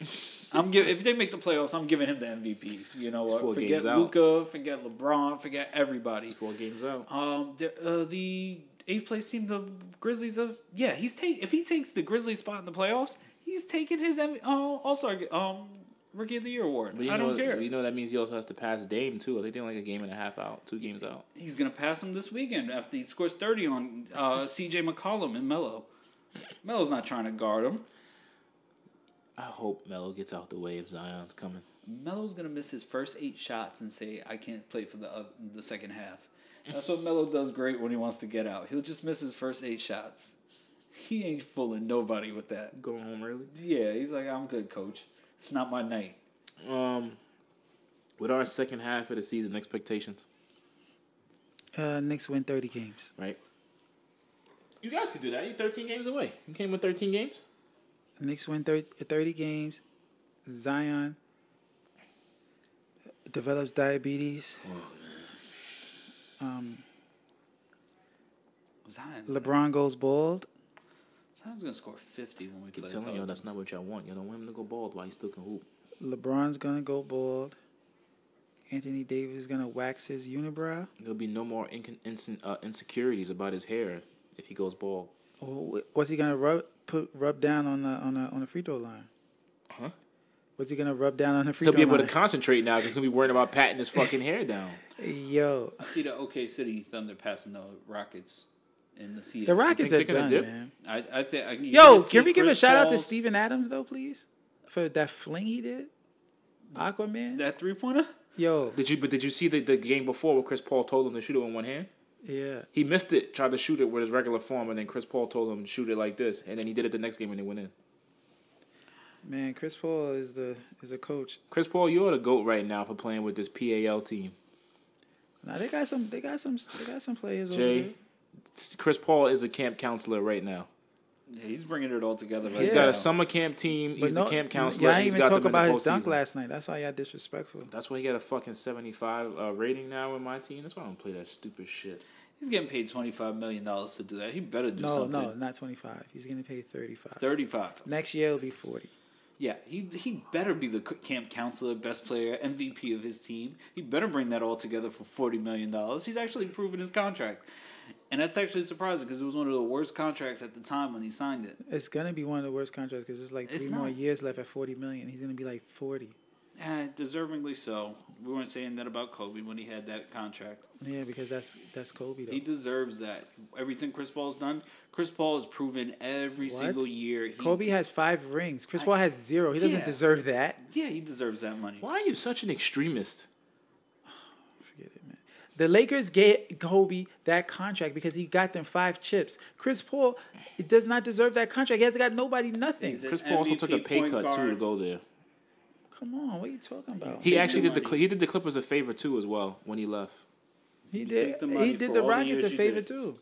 Speaker 3: I'm give if they make the playoffs, I'm giving him the MVP. You know what?
Speaker 2: four
Speaker 3: Forget
Speaker 2: games out.
Speaker 3: Luca, forget LeBron, forget everybody.
Speaker 2: Four games out.
Speaker 3: Um, the, uh, the eighth place team, the Grizzlies. Of yeah, he's take if he takes the Grizzlies spot in the playoffs, he's taking his M- uh, All Star um Rookie of the Year award.
Speaker 2: But you
Speaker 3: I
Speaker 2: know,
Speaker 3: don't care.
Speaker 2: You know that means he also has to pass Dame too. They think like a game and a half out, two games out.
Speaker 3: He's gonna pass him this weekend after he scores thirty on uh, C.J. McCollum and Melo. Melo's not trying to guard him.
Speaker 2: I hope Melo gets out the way if Zion's coming.
Speaker 3: Melo's gonna miss his first eight shots and say, "I can't play for the uh, the second half." That's what Melo does great when he wants to get out. He'll just miss his first eight shots. He ain't fooling nobody with that.
Speaker 2: Going home early.
Speaker 3: Yeah, he's like, I'm good, coach. It's not my night.
Speaker 2: Um, what are our second half of the season expectations?
Speaker 4: Uh, Knicks win 30 games.
Speaker 2: Right. You guys could do that. You're 13 games away. You came with 13 games.
Speaker 4: Knicks win 30, 30 games. Zion develops diabetes.
Speaker 2: Oh,
Speaker 4: Um,
Speaker 3: Zion's,
Speaker 4: LeBron goes bald.
Speaker 3: Zion's gonna score 50 when we
Speaker 2: Keep
Speaker 3: play. the
Speaker 2: telling you that's
Speaker 3: Pelicans.
Speaker 2: not what y'all want. Y'all don't want him to go bald while he still can hoop.
Speaker 4: LeBron's gonna go bald. Anthony Davis is gonna wax his unibrow.
Speaker 2: There'll be no more incon insin- uh, insecurities about his hair if he goes bald.
Speaker 4: Or wh- what's he gonna rub put rub down on the on the on the free throw line?
Speaker 2: Huh?
Speaker 4: What's he gonna rub down on the free
Speaker 2: He'll
Speaker 4: throw
Speaker 2: be able
Speaker 4: line?
Speaker 2: to concentrate now because he'll be worrying about patting his fucking hair down.
Speaker 4: Yo,
Speaker 3: I see the OK City Thunder passing the Rockets in the season.
Speaker 4: the Rockets
Speaker 2: they're
Speaker 4: are
Speaker 2: gonna
Speaker 4: done,
Speaker 2: dip?
Speaker 4: man.
Speaker 3: I, I think. I, you're
Speaker 4: Yo,
Speaker 3: gonna see
Speaker 4: can we give a
Speaker 3: Chris
Speaker 4: shout out to
Speaker 3: Paul-
Speaker 4: Steven Adams though, please, for that fling he did? Aquaman.
Speaker 3: That three pointer.
Speaker 4: Yo,
Speaker 2: Did you? But did you see the, the game before where Chris Paul told him to shoot it in one hand?
Speaker 4: yeah.
Speaker 2: He missed it, tried to shoot it with his regular form, and then Chris Paul told him shoot it like this, and then he did it the next game and it went in.
Speaker 4: Man, Chris Paul is the is a coach.
Speaker 2: Chris Paul, you're the goat right now for playing with this PAL team.
Speaker 4: Now they got some they got some they got some players over
Speaker 2: Jay,
Speaker 4: there.
Speaker 2: s- Chris Paul is a camp counselor right now.
Speaker 3: Yeah, he's bringing it all together. Right
Speaker 2: He's
Speaker 4: Yeah.
Speaker 2: got
Speaker 3: now.
Speaker 2: a summer camp team. He's a camp counselor.
Speaker 4: Y'all
Speaker 2: and
Speaker 4: ain't
Speaker 2: he's
Speaker 4: even
Speaker 2: got
Speaker 4: talk
Speaker 2: them in
Speaker 4: about
Speaker 2: the
Speaker 4: his dunk
Speaker 2: postseason.
Speaker 4: last night. That's why y'all disrespectful.
Speaker 2: That's why he got a fucking 75 uh, rating now in my team. That's why I don't play that stupid shit.
Speaker 3: He's getting paid twenty five million dollars to do that. He better do
Speaker 4: No,
Speaker 3: something.
Speaker 4: no, not twenty five. He's gonna pay thirty five.
Speaker 3: Thirty five.
Speaker 4: Next year it'll be forty.
Speaker 3: Yeah, he he better be the c- camp counselor, best player, MVP of his team. He better bring that all together for forty million dollars. He's actually proven his contract, and that's actually surprising because it was one of the worst contracts at the time when he signed it.
Speaker 4: It's gonna be one of the worst contracts because there's like
Speaker 3: It's
Speaker 4: three more
Speaker 3: not.
Speaker 4: years left at forty million. He's gonna be like forty.
Speaker 3: Eh, deservingly so. We weren't saying that about Kobe when he had that contract.
Speaker 4: Yeah, because that's that's Kobe though.
Speaker 3: He deserves that. Everything Chris Paul's done, Chris Paul has proven every
Speaker 4: What?
Speaker 3: single year. He,
Speaker 4: Kobe has five rings. Chris Paul has zero. He doesn't
Speaker 3: Yeah.
Speaker 4: deserve that.
Speaker 3: yeah, he deserves that money.
Speaker 2: Why are you such an extremist?
Speaker 4: Forget it, man. The Lakers gave Kobe that contract because he got them five chips. Chris Paul does not deserve that contract. He hasn't got nobody nothing.
Speaker 3: He's a-
Speaker 2: Chris Paul also took a
Speaker 3: MVP
Speaker 2: pay
Speaker 3: point
Speaker 2: cut too to
Speaker 3: guard.
Speaker 2: go there.
Speaker 4: Come on, what are you talking about?
Speaker 2: He
Speaker 3: Take
Speaker 2: actually
Speaker 3: the
Speaker 2: did the
Speaker 3: money.
Speaker 2: Cl- he did the Clippers a favor too as well when he left.
Speaker 4: He
Speaker 3: take
Speaker 4: did.
Speaker 3: the money
Speaker 4: he
Speaker 3: for
Speaker 4: did the
Speaker 3: all the
Speaker 4: Rockets
Speaker 3: years
Speaker 4: a
Speaker 3: you
Speaker 4: favor
Speaker 3: did.
Speaker 4: too.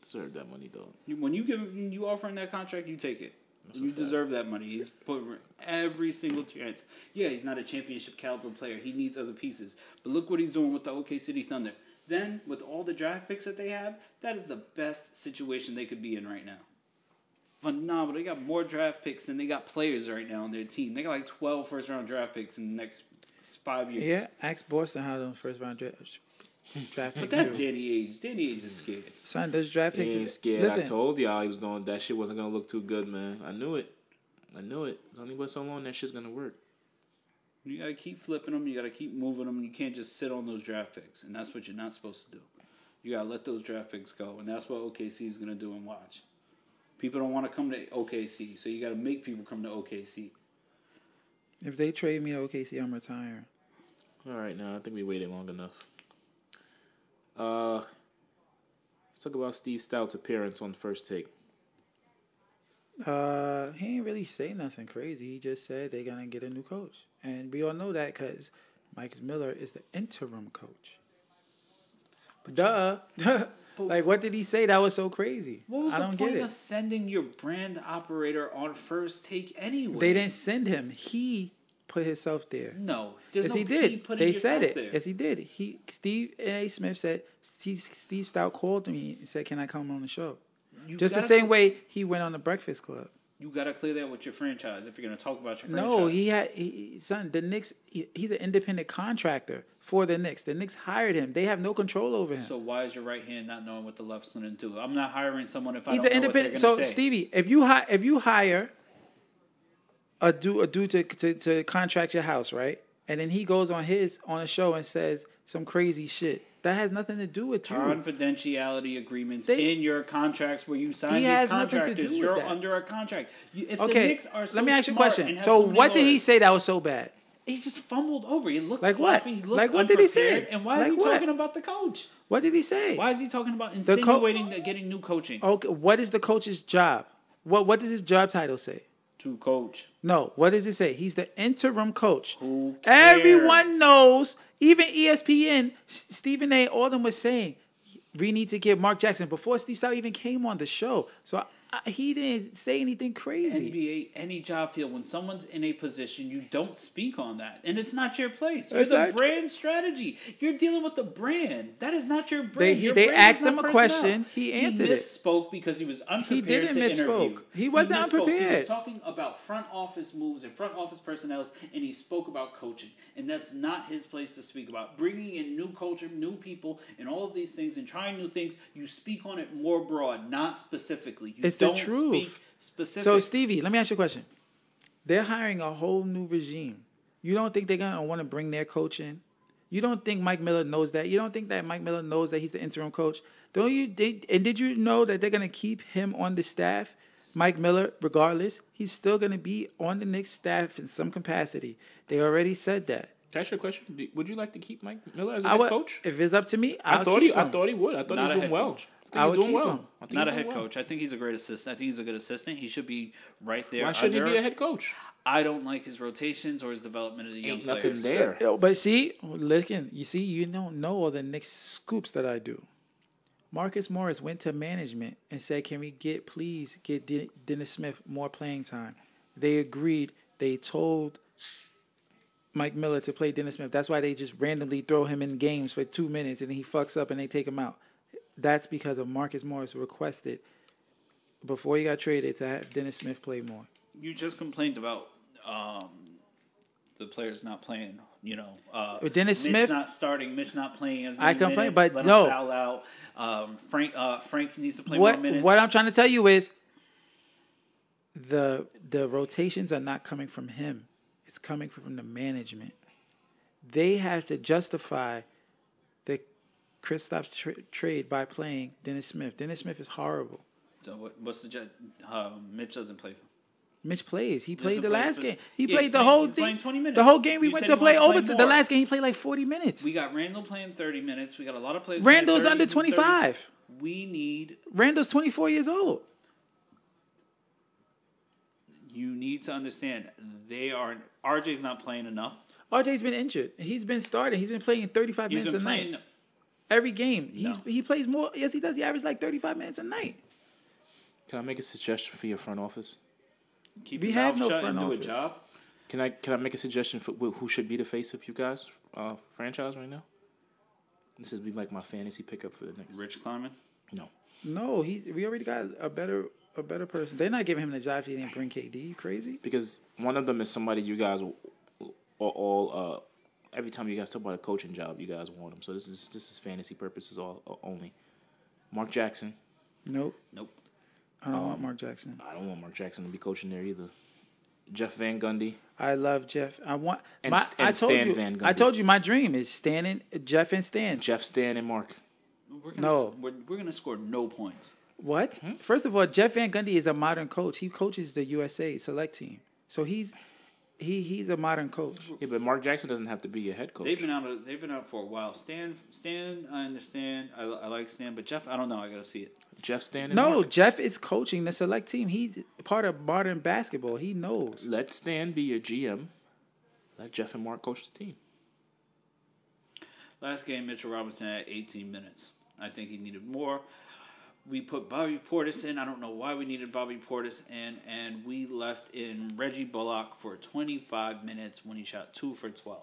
Speaker 2: Deserved that money though.
Speaker 3: You- When you give you offer him that contract, you take it. you deserve that money. He's put every single chance. Yeah, he's not a championship caliber player. He needs other pieces. But look what he's doing with the OK City Thunder. Then with all the draft picks that they have, that is the best situation they could be in right now. Phenomenal. They got more draft picks than they got players right now on their team. They got like 12 first round draft picks in the next five years.
Speaker 4: Yeah, ask Boston how them first round dra-
Speaker 3: But
Speaker 4: draft picks
Speaker 3: that's
Speaker 4: do.
Speaker 3: Danny Age. Danny Age is scared.
Speaker 4: Son, those draft picks.
Speaker 2: He ain't scared.
Speaker 4: Listen,
Speaker 2: I told y'all he was going. That shit wasn't gonna look too good, man. I knew it. I knew it. It's only but so long that shit's gonna work.
Speaker 3: You gotta keep flipping them. You gotta keep moving them. You can't just sit on those draft picks, and that's what you're not supposed to do. You gotta let those draft picks go, and that's what OKC is gonna do. And watch, people don't want to come to OKC, so you gotta make people come to OKC.
Speaker 4: if they trade me to OKC, I'm retiring.
Speaker 2: All right, now I think we waited long enough. Uh, let's talk about Steve Stout's appearance on First Take.
Speaker 4: Uh, he ain't really say nothing crazy. He just said they're gonna get a new coach, and we all know that because Mike Miller is the interim coach. Duh. like, what did he say that was so crazy?
Speaker 3: What was
Speaker 4: I
Speaker 3: the
Speaker 4: don't
Speaker 3: point
Speaker 4: get
Speaker 3: of
Speaker 4: it.
Speaker 3: sending your brand operator on first take anyway?
Speaker 4: They didn't send him. He put himself there.
Speaker 3: No, there's no
Speaker 4: yes, he
Speaker 3: you
Speaker 4: did.
Speaker 3: putting
Speaker 4: They said it.
Speaker 3: yourself there.
Speaker 4: Yes, he did. He Steve A. Smith said Steve, Steve Stout called me and said, "Can I come on the show?"
Speaker 3: You
Speaker 4: Just the
Speaker 3: gotta-
Speaker 4: same way he went on the Breakfast Club.
Speaker 3: You gotta clear that with your franchise if you're gonna talk about your franchise.
Speaker 4: No, he had he, son. The Knicks. He, he's an independent contractor for the Knicks. The Knicks hired him. They have no control over him.
Speaker 3: So why is your right hand not knowing what the left's gonna do? I'm not hiring someone if I
Speaker 4: he's
Speaker 3: don't
Speaker 4: an
Speaker 3: know
Speaker 4: independent.
Speaker 3: What
Speaker 4: So
Speaker 3: they're gonna say.
Speaker 4: Stevie, if you hire if you hire a dude a dude to, to to contract your house, right? And then he goes on his on a show and says some crazy shit that has nothing to do with you.
Speaker 3: confidentiality agreements
Speaker 4: They-
Speaker 3: in your contracts where you sign
Speaker 4: He
Speaker 3: these
Speaker 4: has nothing to
Speaker 3: contractors.
Speaker 4: do with
Speaker 3: You're
Speaker 4: that.
Speaker 3: under a contract. You, if the
Speaker 4: okay,
Speaker 3: Knicks are so
Speaker 4: let me ask you
Speaker 3: smart
Speaker 4: a question.
Speaker 3: and have
Speaker 4: So
Speaker 3: many
Speaker 4: what did he
Speaker 3: lawyers-
Speaker 4: say that was so bad?
Speaker 3: He just fumbled over. He looked
Speaker 4: Like what?
Speaker 3: sloppy. He looked
Speaker 4: Like what did he say?
Speaker 3: unprepared. And why
Speaker 4: Like
Speaker 3: is he
Speaker 4: what?
Speaker 3: talking about the coach?
Speaker 4: What did he say?
Speaker 3: Why is he talking about
Speaker 4: co- Oh.
Speaker 3: insinuating that getting new coaching
Speaker 4: Okay, what is the coach's job? What what does his job title say?
Speaker 3: to coach?
Speaker 4: No, what does it say? He's the interim coach.
Speaker 3: Who cares?
Speaker 4: Everyone knows, even ESPN, S- Stephen A. Alden was saying, we need to get Mark Jackson before Steve Stout even came on the show. So I, he didn't say anything crazy.
Speaker 3: NBA, any job field, when someone's in a position, you don't speak on that, and it's not your place.
Speaker 4: It's
Speaker 3: It's a
Speaker 4: not-
Speaker 3: brand strategy. You're dealing with the brand. That is not your brand.
Speaker 4: They- he-
Speaker 3: Your
Speaker 4: they
Speaker 3: brand is
Speaker 4: asked
Speaker 3: not
Speaker 4: him a
Speaker 3: personnel.
Speaker 4: question. He answered
Speaker 3: He
Speaker 4: it.
Speaker 3: misspoke because he was unprepared.
Speaker 4: didn't
Speaker 3: to
Speaker 4: misspoke.
Speaker 3: interview.
Speaker 4: He wasn't
Speaker 3: misspoke. He
Speaker 4: unprepared.
Speaker 3: was talking about front office moves and front office personnel, and he spoke about coaching, and that's not his place to speak about. Bringing in new culture, new people, and all of these things, and trying new things. You speak on it more broad, not specifically. You
Speaker 4: It's the
Speaker 3: don't
Speaker 4: truth.
Speaker 3: Speak specifics.
Speaker 4: So Stevie, let me ask you a question. They're hiring a whole new regime. You don't think they're gonna want to bring their coach in? You don't think Mike Miller knows that? You don't think that Mike Miller knows that he's the interim coach? Don't you? They, and did you know that they're gonna keep him on the staff, Mike Miller? Regardless, he's still gonna be on the Knicks staff in some capacity. They already said that.
Speaker 2: Can I ask you a question? Do- Would you like to keep Mike Miller as a
Speaker 4: I
Speaker 2: head
Speaker 4: would,
Speaker 2: coach?
Speaker 4: if it's up to me, I'll
Speaker 2: I thought
Speaker 4: keep
Speaker 2: he, I
Speaker 4: him.
Speaker 2: thought he would. I thought he
Speaker 3: Not
Speaker 2: was
Speaker 3: a
Speaker 2: doing
Speaker 3: head
Speaker 2: well.
Speaker 3: coach.
Speaker 2: I think
Speaker 4: I
Speaker 2: he's
Speaker 4: would
Speaker 2: doing
Speaker 4: keep him.
Speaker 2: well. I think
Speaker 3: Not a
Speaker 2: he's doing
Speaker 3: head
Speaker 2: well.
Speaker 3: coach. I think he's a great assistant. I think he's a good assistant. He should be right there.
Speaker 2: Why shouldn't he be
Speaker 3: under-
Speaker 2: a head coach?
Speaker 3: I don't like his rotations or his development of the young
Speaker 2: Ain't nothing
Speaker 3: players.
Speaker 2: there.
Speaker 4: Yo, But see, looking, you see, you don't know all the Knicks scoops that I do. Marcus Morris went to management and said, "Can we get please get De- Dennis Smith more playing time?" They agreed. They told Mike Miller to play Dennis Smith. That's why they just randomly throw him in games for two minutes and he fucks up and they take him out. That's because of Marcus Morris requested before he got traded to have Dennis Smith play more.
Speaker 3: You just complained about um, the players not playing. You know, uh,
Speaker 4: With Dennis
Speaker 3: Mitch
Speaker 4: Smith?
Speaker 3: not starting, Mitch not playing. As
Speaker 4: I
Speaker 3: many
Speaker 4: complain,
Speaker 3: minutes,
Speaker 4: but
Speaker 3: let
Speaker 4: no.
Speaker 3: him foul out. Um, Frank uh, Frank needs to play
Speaker 4: what
Speaker 3: more minutes.
Speaker 4: what I'm trying to tell you is the the rotations are not coming from him. It's coming from the management. They have to justify the Kristaps tra- trade by playing Dennis Smith. Dennis Smith is horrible.
Speaker 3: so what, what's the ju- uh, Mitch doesn't play.
Speaker 4: Mitch plays. He played
Speaker 3: a
Speaker 4: the
Speaker 3: place
Speaker 4: last
Speaker 3: for-
Speaker 4: game. He
Speaker 3: Yeah, he
Speaker 4: played the
Speaker 3: played-
Speaker 4: whole
Speaker 3: he's
Speaker 4: thing.
Speaker 3: playing 20 minutes.
Speaker 4: The whole game we
Speaker 3: You
Speaker 4: went
Speaker 3: said
Speaker 4: to
Speaker 3: he
Speaker 4: play
Speaker 3: wanted to play
Speaker 4: overtime. The
Speaker 3: more.
Speaker 4: last game he played like 40 minutes.
Speaker 3: We got Randall playing thirty minutes. We got a lot of players. playing
Speaker 4: Randall's
Speaker 3: 30,
Speaker 4: under
Speaker 3: 30.
Speaker 4: 25.
Speaker 3: We need
Speaker 4: Randall's 24 years old.
Speaker 3: you need to understand they are RJ's not playing enough.
Speaker 4: RJ's been injured. He's been starting. He's been playing 35
Speaker 3: He's
Speaker 4: minutes
Speaker 3: been
Speaker 4: a night.
Speaker 3: playing
Speaker 4: every game. He's
Speaker 3: No.
Speaker 4: he plays more. Yes, he does. He averages like thirty five minutes a night.
Speaker 2: Can I make a suggestion for your front office?
Speaker 3: keep
Speaker 4: We
Speaker 3: your
Speaker 4: have
Speaker 3: mouth
Speaker 4: no
Speaker 3: shut
Speaker 4: front
Speaker 3: and do
Speaker 4: office.
Speaker 3: a job.
Speaker 2: Can I can I make a suggestion for wh- who should be the face of you guys uh, franchise right now? This is be like my fantasy pickup for the next.
Speaker 3: Rich Kleiman.
Speaker 2: No,
Speaker 4: No, he's we already got a better a better person. They're not giving him the job. If he didn't bring KD. You crazy?
Speaker 2: because one of them is somebody you guys will- are all. Uh, every time you guys talk about a coaching job, you guys want them. So this is this is fantasy purposes all only. Mark Jackson.
Speaker 4: Nope.
Speaker 3: Nope.
Speaker 4: I don't want Mark Jackson.
Speaker 2: I don't want Mark Jackson to be coaching there either. Jeff Van Gundy.
Speaker 4: I love Jeff. I want.
Speaker 2: And
Speaker 4: my,
Speaker 2: St-
Speaker 4: I
Speaker 2: and
Speaker 4: told
Speaker 2: Stan
Speaker 4: you.
Speaker 2: Van Gundy.
Speaker 4: I told you my dream is Stan and Jeff and Stan.
Speaker 2: Jeff Stan and Mark.
Speaker 3: We're gonna,
Speaker 4: No.
Speaker 3: We're, we're going to score no points.
Speaker 4: What?
Speaker 2: Hmm?
Speaker 4: First of all, Jeff Van Gundy is a modern coach. He coaches the USA select team, so he's he he's a modern coach.
Speaker 2: Yeah, but Mark Jackson doesn't have to be your head coach.
Speaker 3: They've been out. Of, they've been out for a while. Stan, Stan, I understand. I, li- I like Stan, but Jeff, I don't know. I got to see it.
Speaker 2: Jeff Stan and
Speaker 4: No,
Speaker 2: Mark.
Speaker 4: Jeff is coaching the select team. He's part of modern basketball. He knows.
Speaker 2: Let Stan be your GM. Let Jeff and Mark coach the team.
Speaker 3: Last game, Mitchell Robinson had 18 minutes. I think he needed more. We put Bobby Portis in. I don't know why we needed Bobby Portis in, and we left in Reggie Bullock for 25 minutes when he shot two for 12.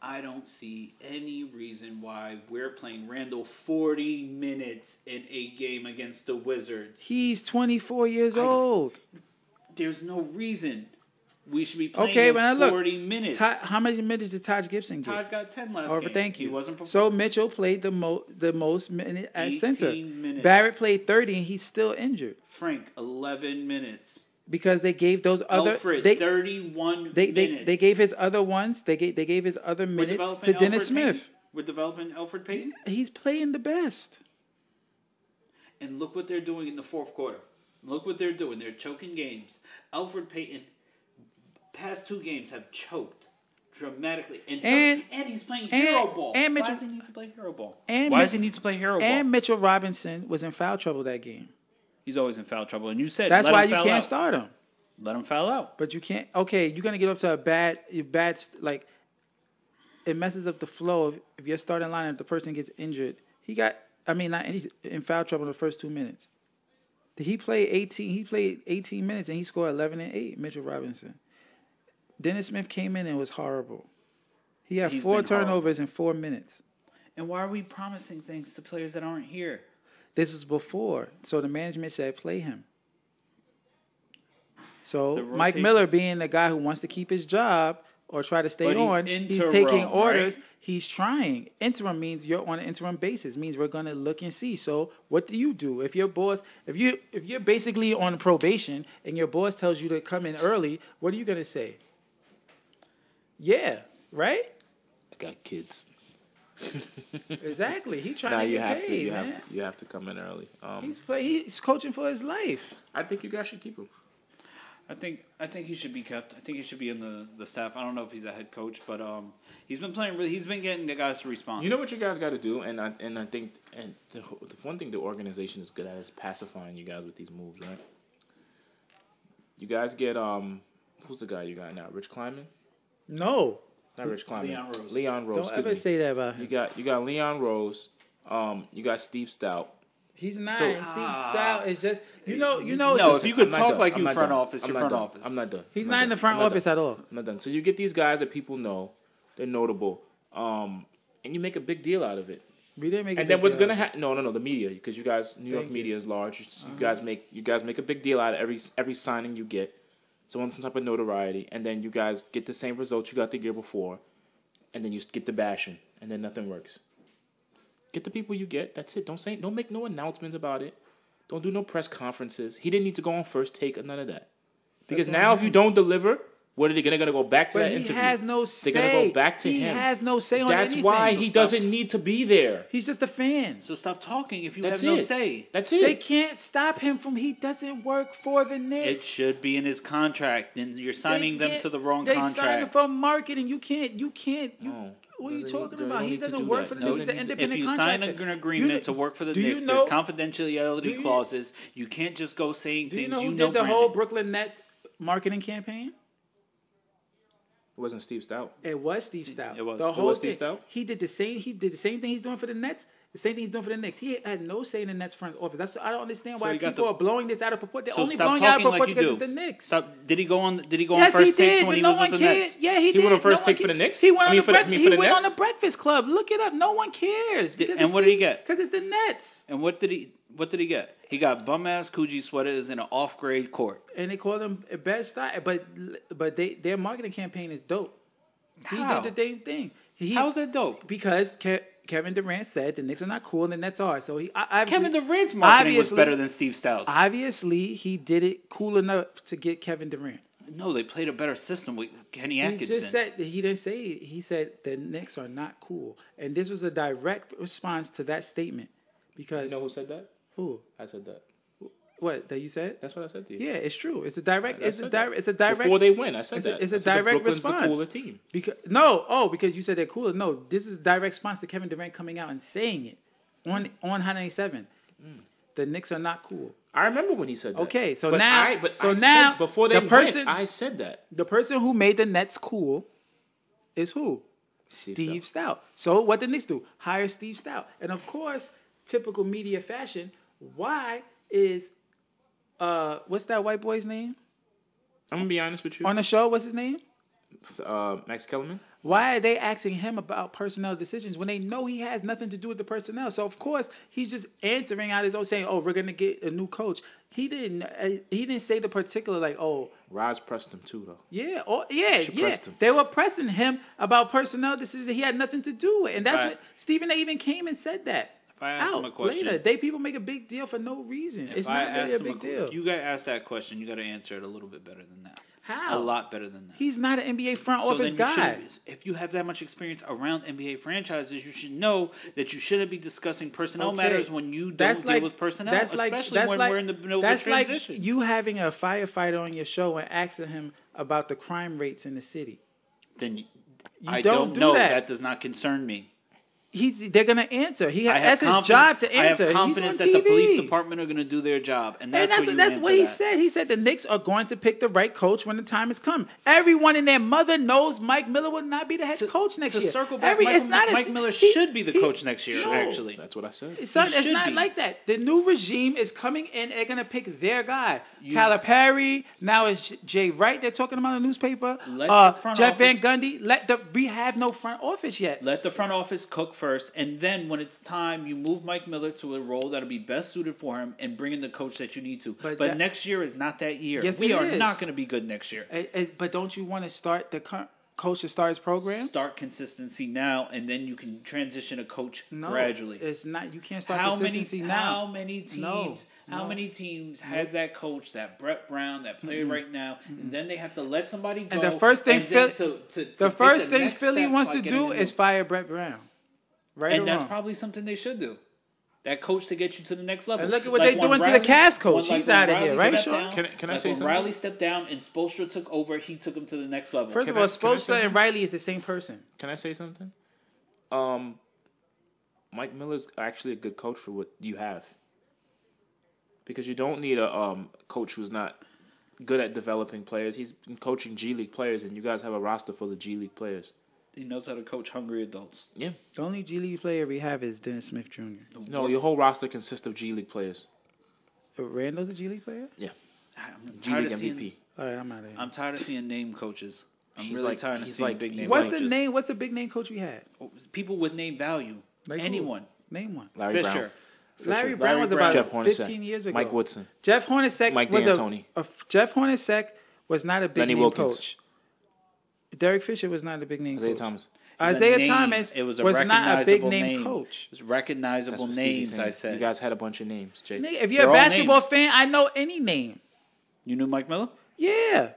Speaker 3: I don't see any reason why we're playing Randall 40 minutes in a game against the Wizards.
Speaker 4: He's 24 years old.
Speaker 3: There's no reason we should be playing
Speaker 4: Okay,
Speaker 3: him
Speaker 4: but now look,
Speaker 3: 40 minutes.
Speaker 4: Ty, how many minutes did Taj Gibson get?
Speaker 3: Todd got 10 last
Speaker 4: Or-
Speaker 3: game.
Speaker 4: thank you.
Speaker 3: He wasn't performing.
Speaker 4: so Mitchell played the most the most minute at
Speaker 3: 18
Speaker 4: center.
Speaker 3: minutes.
Speaker 4: Barrett played 30 and he's still injured
Speaker 3: Frank, 11 minutes.
Speaker 4: because they gave those other
Speaker 3: Alfred,
Speaker 4: they,
Speaker 3: 31
Speaker 4: they, they
Speaker 3: minutes.
Speaker 4: they gave his other ones. They gave they gave his other
Speaker 3: We're
Speaker 4: minutes to
Speaker 3: developing
Speaker 4: Dennis
Speaker 3: Alfred Payton.
Speaker 4: Smith.
Speaker 3: We're developing Alfred Payton.
Speaker 4: He's playing the best.
Speaker 3: And look what they're doing in the fourth quarter. Look what they're doing. They're choking games. Alfred Payton, past two games, have choked dramatically. And, cho-
Speaker 4: And-
Speaker 3: and he's playing
Speaker 4: and-
Speaker 3: hero ball.
Speaker 4: and
Speaker 3: Why
Speaker 4: Mitchell-
Speaker 3: does he need to play hero ball?
Speaker 4: and
Speaker 3: Why does he
Speaker 4: Mitch-
Speaker 3: need to play hero
Speaker 4: And
Speaker 3: ball?
Speaker 4: Mitchell Robinson was in foul trouble that game.
Speaker 3: He's always in foul trouble. And you said
Speaker 4: That's
Speaker 3: let
Speaker 4: why
Speaker 3: him
Speaker 4: you
Speaker 3: foul
Speaker 4: can't
Speaker 3: out.
Speaker 4: start him.
Speaker 3: Let him foul out.
Speaker 4: But you can't. Okay, you're gonna get off to a bad, a bad st- like. It messes up the flow of if your starting lineup. The person gets injured. He got. I mean, not any, in foul trouble in the first two minutes. He played 18. He played 18 minutes and he scored 11 and 8. Mitchell Robinson. Dennis Smith came in and was horrible. He had
Speaker 3: He's
Speaker 4: four
Speaker 3: been horrible.
Speaker 4: turnovers in four minutes.
Speaker 3: And why are we promising things to players that aren't here?
Speaker 4: This was before, so the management said play him. So
Speaker 3: The
Speaker 4: Mike
Speaker 3: rotation.
Speaker 4: Miller, being the guy who wants to keep his job or try to stay
Speaker 3: But he's
Speaker 4: on, he's
Speaker 3: interim,
Speaker 4: taking
Speaker 3: right?
Speaker 4: orders. He's trying. Interim means you're on an interim basis. Means we're gonna look and see. So what do you do if your boss, if you, if you're basically on probation and your boss tells you to come in early? What are you gonna say? Yeah, right.
Speaker 2: I got kids.
Speaker 4: Exactly. He trying
Speaker 2: Now
Speaker 4: to
Speaker 2: you
Speaker 4: get
Speaker 2: have
Speaker 4: paid,
Speaker 2: to. You
Speaker 4: man.
Speaker 2: have to. You have to come in early. Um,
Speaker 4: He's play, he's coaching for his life.
Speaker 2: I think you guys should keep him.
Speaker 3: I think I think he should be kept. I think he should be in the, the staff. I don't know if he's a head coach, but um, he's been playing really. He's been getting the guys to respond.
Speaker 2: You know what you guys got to do, and I and I think and the, wh- the one thing the organization is good at is pacifying you guys with these moves, right? You guys get um, who's the guy you got now? Rich Kleiman,
Speaker 4: No,
Speaker 2: not Rich Kleiman.
Speaker 3: Leon Rose.
Speaker 2: Leon Rose.
Speaker 4: don't
Speaker 2: excuse
Speaker 4: ever
Speaker 2: me.
Speaker 4: say that about
Speaker 2: You
Speaker 4: him.
Speaker 2: got you got Leon Rose. Um, you got Steve Stout.
Speaker 4: He's not.
Speaker 2: So-
Speaker 4: Steve Stout is just you know you know.
Speaker 3: No, if
Speaker 4: listen,
Speaker 3: you could
Speaker 2: I'm not
Speaker 3: talk
Speaker 2: done.
Speaker 3: like
Speaker 2: I'm
Speaker 3: you
Speaker 2: not
Speaker 3: front
Speaker 2: done.
Speaker 3: office,
Speaker 2: I'm
Speaker 3: you're
Speaker 2: not
Speaker 3: front
Speaker 2: done.
Speaker 3: office.
Speaker 2: I'm not done.
Speaker 4: he's
Speaker 2: I'm
Speaker 4: not in the
Speaker 2: done.
Speaker 4: front
Speaker 2: I'm not
Speaker 4: office
Speaker 2: done.
Speaker 4: at all.
Speaker 2: I'm not done. So you get these guys that people know, they're notable, um, and you make a big deal out of it.
Speaker 4: We didn't make. a
Speaker 2: And then
Speaker 4: big
Speaker 2: what's
Speaker 4: deal.
Speaker 2: gonna happen? No, no, no. The media, because you guys, New York
Speaker 4: Thank you. Uh-huh.
Speaker 2: media is large. It's- You guys make you guys make a big deal out of every every signing you get. So on some type of notoriety, and then you guys get the same results you got the year before, and then you get the bashing, and then nothing works. Get the people you get. That's it. Don't say. Don't make no announcements about it. Don't do no press conferences. He didn't need to go on first take or none of that. Because
Speaker 4: That's what
Speaker 2: now,
Speaker 4: I
Speaker 2: if you don't deliver, what are they gonna, gonna go back to
Speaker 4: But
Speaker 2: that
Speaker 4: he
Speaker 2: interview?
Speaker 4: has no say.
Speaker 2: They're gonna go back to
Speaker 4: he
Speaker 2: him.
Speaker 4: has no say on
Speaker 2: That's
Speaker 4: anything.
Speaker 2: why
Speaker 4: So
Speaker 2: he
Speaker 4: stop-
Speaker 2: doesn't need to be there.
Speaker 4: He's just a fan.
Speaker 3: So stop talking if you
Speaker 2: That's
Speaker 3: have no
Speaker 2: it.
Speaker 3: say.
Speaker 2: That's it.
Speaker 4: They can't stop him from. He doesn't work for the
Speaker 3: It
Speaker 4: Knicks.
Speaker 3: should be in his contract, and you're
Speaker 4: They
Speaker 3: signing them
Speaker 4: can't-
Speaker 3: to the wrong
Speaker 4: they
Speaker 3: contract.
Speaker 4: signed him for marketing. You can't. You can't. You,
Speaker 2: No.
Speaker 4: what are you
Speaker 2: Doesn't-
Speaker 4: talking
Speaker 2: they
Speaker 4: about?
Speaker 2: don't
Speaker 4: He
Speaker 2: need to
Speaker 4: doesn't
Speaker 2: do
Speaker 4: work
Speaker 2: that.
Speaker 4: for the
Speaker 2: No,
Speaker 4: Knicks.
Speaker 2: they
Speaker 4: He's an
Speaker 2: need to-
Speaker 3: if
Speaker 4: independent
Speaker 3: you sign
Speaker 4: contractor.
Speaker 3: an
Speaker 4: You-
Speaker 3: agreement to work for the
Speaker 4: do you
Speaker 3: Knicks,
Speaker 4: know-
Speaker 3: there's
Speaker 4: do you-
Speaker 3: confidentiality clauses. You can't just go saying
Speaker 4: Do you
Speaker 3: things
Speaker 4: know who
Speaker 3: you
Speaker 4: did
Speaker 3: know.
Speaker 4: the whole
Speaker 3: Brandon.
Speaker 4: Brooklyn Nets marketing campaign?
Speaker 2: It wasn't Steve Stout.
Speaker 4: It was Steve Stout.
Speaker 3: It was.
Speaker 4: the
Speaker 3: It
Speaker 4: whole
Speaker 2: was Steve
Speaker 4: thing.
Speaker 2: Stout?
Speaker 4: He did the same. He did the same thing he's doing for the Nets. The same thing he's doing for the Knicks. He had no say in the Nets front office. That's I don't understand
Speaker 3: So
Speaker 4: why
Speaker 3: you got
Speaker 4: people
Speaker 3: the-
Speaker 4: are blowing this out of proportion. They're
Speaker 3: So
Speaker 4: only
Speaker 3: stop
Speaker 4: blowing it out of
Speaker 3: talking
Speaker 4: proportion
Speaker 3: like you
Speaker 4: because
Speaker 3: do.
Speaker 4: it's the Knicks.
Speaker 3: Stop. Did he go on? Did he go
Speaker 4: Yes,
Speaker 3: on
Speaker 4: he
Speaker 3: first takes
Speaker 4: did,
Speaker 3: when
Speaker 4: but
Speaker 3: he
Speaker 4: no
Speaker 3: was
Speaker 4: one
Speaker 3: with the
Speaker 4: cares.
Speaker 3: Nets?
Speaker 4: Yeah, he,
Speaker 2: He
Speaker 4: did.
Speaker 2: went on first
Speaker 4: no
Speaker 2: take
Speaker 4: one
Speaker 2: for the
Speaker 4: ca-
Speaker 2: Knicks?
Speaker 4: He went
Speaker 2: I
Speaker 4: on
Speaker 2: mean,
Speaker 4: the
Speaker 2: for the-
Speaker 4: break-
Speaker 2: I mean, for
Speaker 4: He
Speaker 2: the
Speaker 4: went on the
Speaker 2: Nets?
Speaker 4: Breakfast Club. Look it up. No one cares. Because
Speaker 3: and what did he get?
Speaker 4: Because it's the Nets.
Speaker 3: And what did he? What did he get? He got bum ass Coogee sweaters in an off grade court.
Speaker 4: And they call him Best Style. But but they their marketing campaign is dope.
Speaker 3: How?
Speaker 4: He did the same thing. He,
Speaker 3: How's that dope?
Speaker 4: Because Ke- Kevin Durant said the Knicks are not cool and the Nets are. So he I, obviously-
Speaker 3: Kevin Durant's marketing was
Speaker 4: obviously-
Speaker 3: better than Steve Stout's.
Speaker 4: Obviously, he did it cool enough to get Kevin Durant.
Speaker 3: no, they played a better system with Kenny
Speaker 4: He
Speaker 3: Atkinson.
Speaker 4: just said that he didn't say he said the Knicks are not cool, and this was a direct response to that statement because
Speaker 2: You know who said that?
Speaker 4: who
Speaker 2: I said that.
Speaker 4: what that you said?
Speaker 2: That's what I said to you.
Speaker 4: Yeah, it's true. It's a direct.
Speaker 2: I
Speaker 4: It's a
Speaker 2: said
Speaker 4: direct.
Speaker 2: that.
Speaker 4: It's a direct.
Speaker 2: Before they win, I said
Speaker 4: It's
Speaker 2: that.
Speaker 4: a, it's
Speaker 2: I
Speaker 4: a
Speaker 2: said that
Speaker 4: direct
Speaker 2: Brooklyn's the
Speaker 4: response.
Speaker 2: cooler team.
Speaker 4: Because no, oh, because you said they're cooler. No, this is a direct response to Kevin Durant coming out and saying it on on Hot 97. The Knicks are not cool.
Speaker 2: I remember when he said that.
Speaker 4: Okay, so
Speaker 2: But
Speaker 4: now-
Speaker 2: I, but
Speaker 4: so
Speaker 2: I said
Speaker 4: now
Speaker 2: before they
Speaker 4: the
Speaker 2: win,
Speaker 4: person-
Speaker 2: I said that.
Speaker 4: The person who made the Nets cool is who? Steve, Stout. So what the Knicks do? Hire Steve Stout. And of course, typical media fashion, why is uh what's that white boy's name?
Speaker 2: I'm gonna be honest with you.
Speaker 4: On the show, what's his name?
Speaker 2: uh, Max Kellerman.
Speaker 4: Why are they asking him about personnel decisions when they know he has nothing to do with the personnel? So of course he's just answering out his own saying, "Oh, we're gonna get a new coach." He didn't. Uh, he didn't say the particular like, "Oh,
Speaker 2: Roz pressed him too, though.
Speaker 4: yeah, oh, yeah,
Speaker 2: She
Speaker 4: yeah."
Speaker 2: pressed him.
Speaker 4: They were pressing him about personnel decisions that he had nothing to do with, and that's
Speaker 3: Right.
Speaker 4: what Stephen A. even came and said that.
Speaker 3: If I ask him a question-
Speaker 4: later, they people make a big deal for no reason.
Speaker 3: If
Speaker 4: it's
Speaker 3: I
Speaker 4: not really
Speaker 3: asked
Speaker 4: a
Speaker 3: him
Speaker 4: big deal.
Speaker 3: If you got asked that question, you got to answer it a little bit better than that.
Speaker 4: How?
Speaker 3: A lot better than that.
Speaker 4: He's not an NBA front
Speaker 3: So
Speaker 4: office
Speaker 3: then you
Speaker 4: guy.
Speaker 3: shouldn't- If you have that much experience around NBA franchises, you should know that you shouldn't be discussing personnel
Speaker 4: Okay.
Speaker 3: matters when you don't deal with personnel, especially when we're in the middle
Speaker 4: that's
Speaker 3: of a transition.
Speaker 4: Like you having a firefighter on your show and asking him about the crime rates in the city.
Speaker 3: then you, I
Speaker 4: don't
Speaker 3: don't,
Speaker 4: do
Speaker 3: know.
Speaker 4: that.
Speaker 3: That. does not concern me.
Speaker 4: he's they're gonna answer. He
Speaker 3: I have
Speaker 4: that's his
Speaker 3: confi-
Speaker 4: job to
Speaker 3: I have
Speaker 4: answer.
Speaker 3: confidence
Speaker 4: he's
Speaker 3: that
Speaker 4: on TV.
Speaker 3: the police department are going to do their job, and that's,
Speaker 4: and
Speaker 3: when
Speaker 4: that's what,
Speaker 3: you
Speaker 4: that's
Speaker 3: answer
Speaker 4: what he
Speaker 3: that.
Speaker 4: said. He said the Knicks are going to pick the right coach when the time has come. Everyone and their mother knows Mike Miller will not be the head coach next
Speaker 3: to
Speaker 4: year.
Speaker 3: circle back, Michael- Mike Miller should be the coach next year, actually.
Speaker 2: That's what I said.
Speaker 4: It's not,
Speaker 3: He
Speaker 4: it's
Speaker 3: should
Speaker 4: not
Speaker 3: be.
Speaker 4: like that. The new regime is coming in. They're gonna pick their guy, Calipari. Now it's J- Jay Wright. They're talking about in the newspaper.
Speaker 3: Let
Speaker 4: Uh,
Speaker 3: the front
Speaker 4: Jeff Van
Speaker 3: office-
Speaker 4: Gundy. Let the we have no front office yet.
Speaker 3: Let the front office cook first, and then when it's time, you move Mike Miller to a role that'll be best suited for him, and bring in the coach that you need to.
Speaker 4: But
Speaker 3: But,
Speaker 4: that-
Speaker 3: next year is not that year.
Speaker 4: Yes,
Speaker 3: we
Speaker 4: it
Speaker 3: are
Speaker 4: is.
Speaker 3: not going to be good next year.
Speaker 4: It- it's- Eh, but don't you want to start the cur- coach to start his program?
Speaker 3: Start consistency now, and then you can transition a coach
Speaker 4: No,
Speaker 3: gradually.
Speaker 4: It's not. You can't start
Speaker 3: How many?
Speaker 4: consistency now.
Speaker 3: How many teams?
Speaker 4: No,
Speaker 3: How
Speaker 4: no.
Speaker 3: many teams had that coach, that Brett Brown, that player right now, and then they have to let somebody go.
Speaker 4: the first thing
Speaker 3: then
Speaker 4: Phil-
Speaker 3: to- to- to
Speaker 4: the
Speaker 3: take
Speaker 4: first thing
Speaker 3: next
Speaker 4: Philly
Speaker 3: step
Speaker 4: wants
Speaker 3: by
Speaker 4: to
Speaker 3: getting
Speaker 4: do
Speaker 3: a
Speaker 4: is
Speaker 3: new-
Speaker 4: fire Brett Brown. Right or
Speaker 3: and that's
Speaker 4: wrong?
Speaker 3: probably something they should do. That coach to get you to the next level.
Speaker 4: And look at what they
Speaker 3: when
Speaker 4: doing to the Cavs coach. He's
Speaker 3: when
Speaker 4: outta
Speaker 3: Riley
Speaker 4: here, right,
Speaker 3: stepped
Speaker 4: Sean?
Speaker 3: down-
Speaker 2: Can I- can I
Speaker 3: like
Speaker 2: say
Speaker 3: when
Speaker 2: something?
Speaker 3: Riley stepped down and Spolstra took over, he took him to the next level.
Speaker 4: First of
Speaker 2: Can
Speaker 4: all,
Speaker 2: I- can I say
Speaker 4: Spoelstra and
Speaker 2: something?
Speaker 4: Riley is the same person.
Speaker 2: Can I say something? Um, Mike Miller's actually a good coach for what you have, because you don't need a um coach who's not good at developing players. He's been coaching G League players, and you guys have a roster full of G League players.
Speaker 3: he knows how to coach hungry adults.
Speaker 2: Yeah,
Speaker 4: The only G League player we have is Dennis Smith Jr.
Speaker 2: no, your whole roster consists of G League players.
Speaker 4: Randall's a G League player.
Speaker 2: Yeah,
Speaker 3: I'm
Speaker 2: G
Speaker 3: tired
Speaker 2: League
Speaker 3: of seeing.
Speaker 2: MVP.
Speaker 4: All right, Oh, I'm out of here.
Speaker 3: I'm tired of seeing name coaches. I'm
Speaker 2: He's
Speaker 3: really
Speaker 2: like-
Speaker 3: tired of
Speaker 2: he's
Speaker 3: seeing
Speaker 2: like-
Speaker 3: big name.
Speaker 2: he's
Speaker 4: What's
Speaker 3: coaches.
Speaker 4: the name? What's the big name coach we had?
Speaker 3: People with name value.
Speaker 4: Like who?
Speaker 3: Anyone.
Speaker 4: Name one.
Speaker 2: Larry
Speaker 3: Fisher.
Speaker 2: Brown,
Speaker 4: Larry Brown was about
Speaker 2: Jeff
Speaker 4: 15
Speaker 2: Hornacek,
Speaker 4: years ago.
Speaker 2: Mike Woodson.
Speaker 4: Jeff Hornacek
Speaker 2: Mike
Speaker 4: was a,
Speaker 2: D'Antoni.
Speaker 4: a Jeff Hornacek was not a big
Speaker 2: Lenny
Speaker 4: name
Speaker 2: Wilkins.
Speaker 4: coach. Derek Fisher was not a big name
Speaker 2: Isaiah
Speaker 4: coach.
Speaker 2: Thomas.
Speaker 4: Isaiah
Speaker 3: The name,
Speaker 4: Thomas
Speaker 3: It was, a
Speaker 4: not a big
Speaker 3: recognizable
Speaker 4: name,
Speaker 3: name.
Speaker 4: coach.
Speaker 3: It was recognizable
Speaker 2: That's what Stevie's
Speaker 3: names.
Speaker 2: saying.
Speaker 3: I said.
Speaker 2: you guys had a bunch of names. Jay.
Speaker 4: Nigga, if you're
Speaker 3: They're
Speaker 4: a
Speaker 3: all
Speaker 4: basketball
Speaker 3: names.
Speaker 4: fan, I know any name.
Speaker 3: you knew Mike Miller
Speaker 4: Yeah.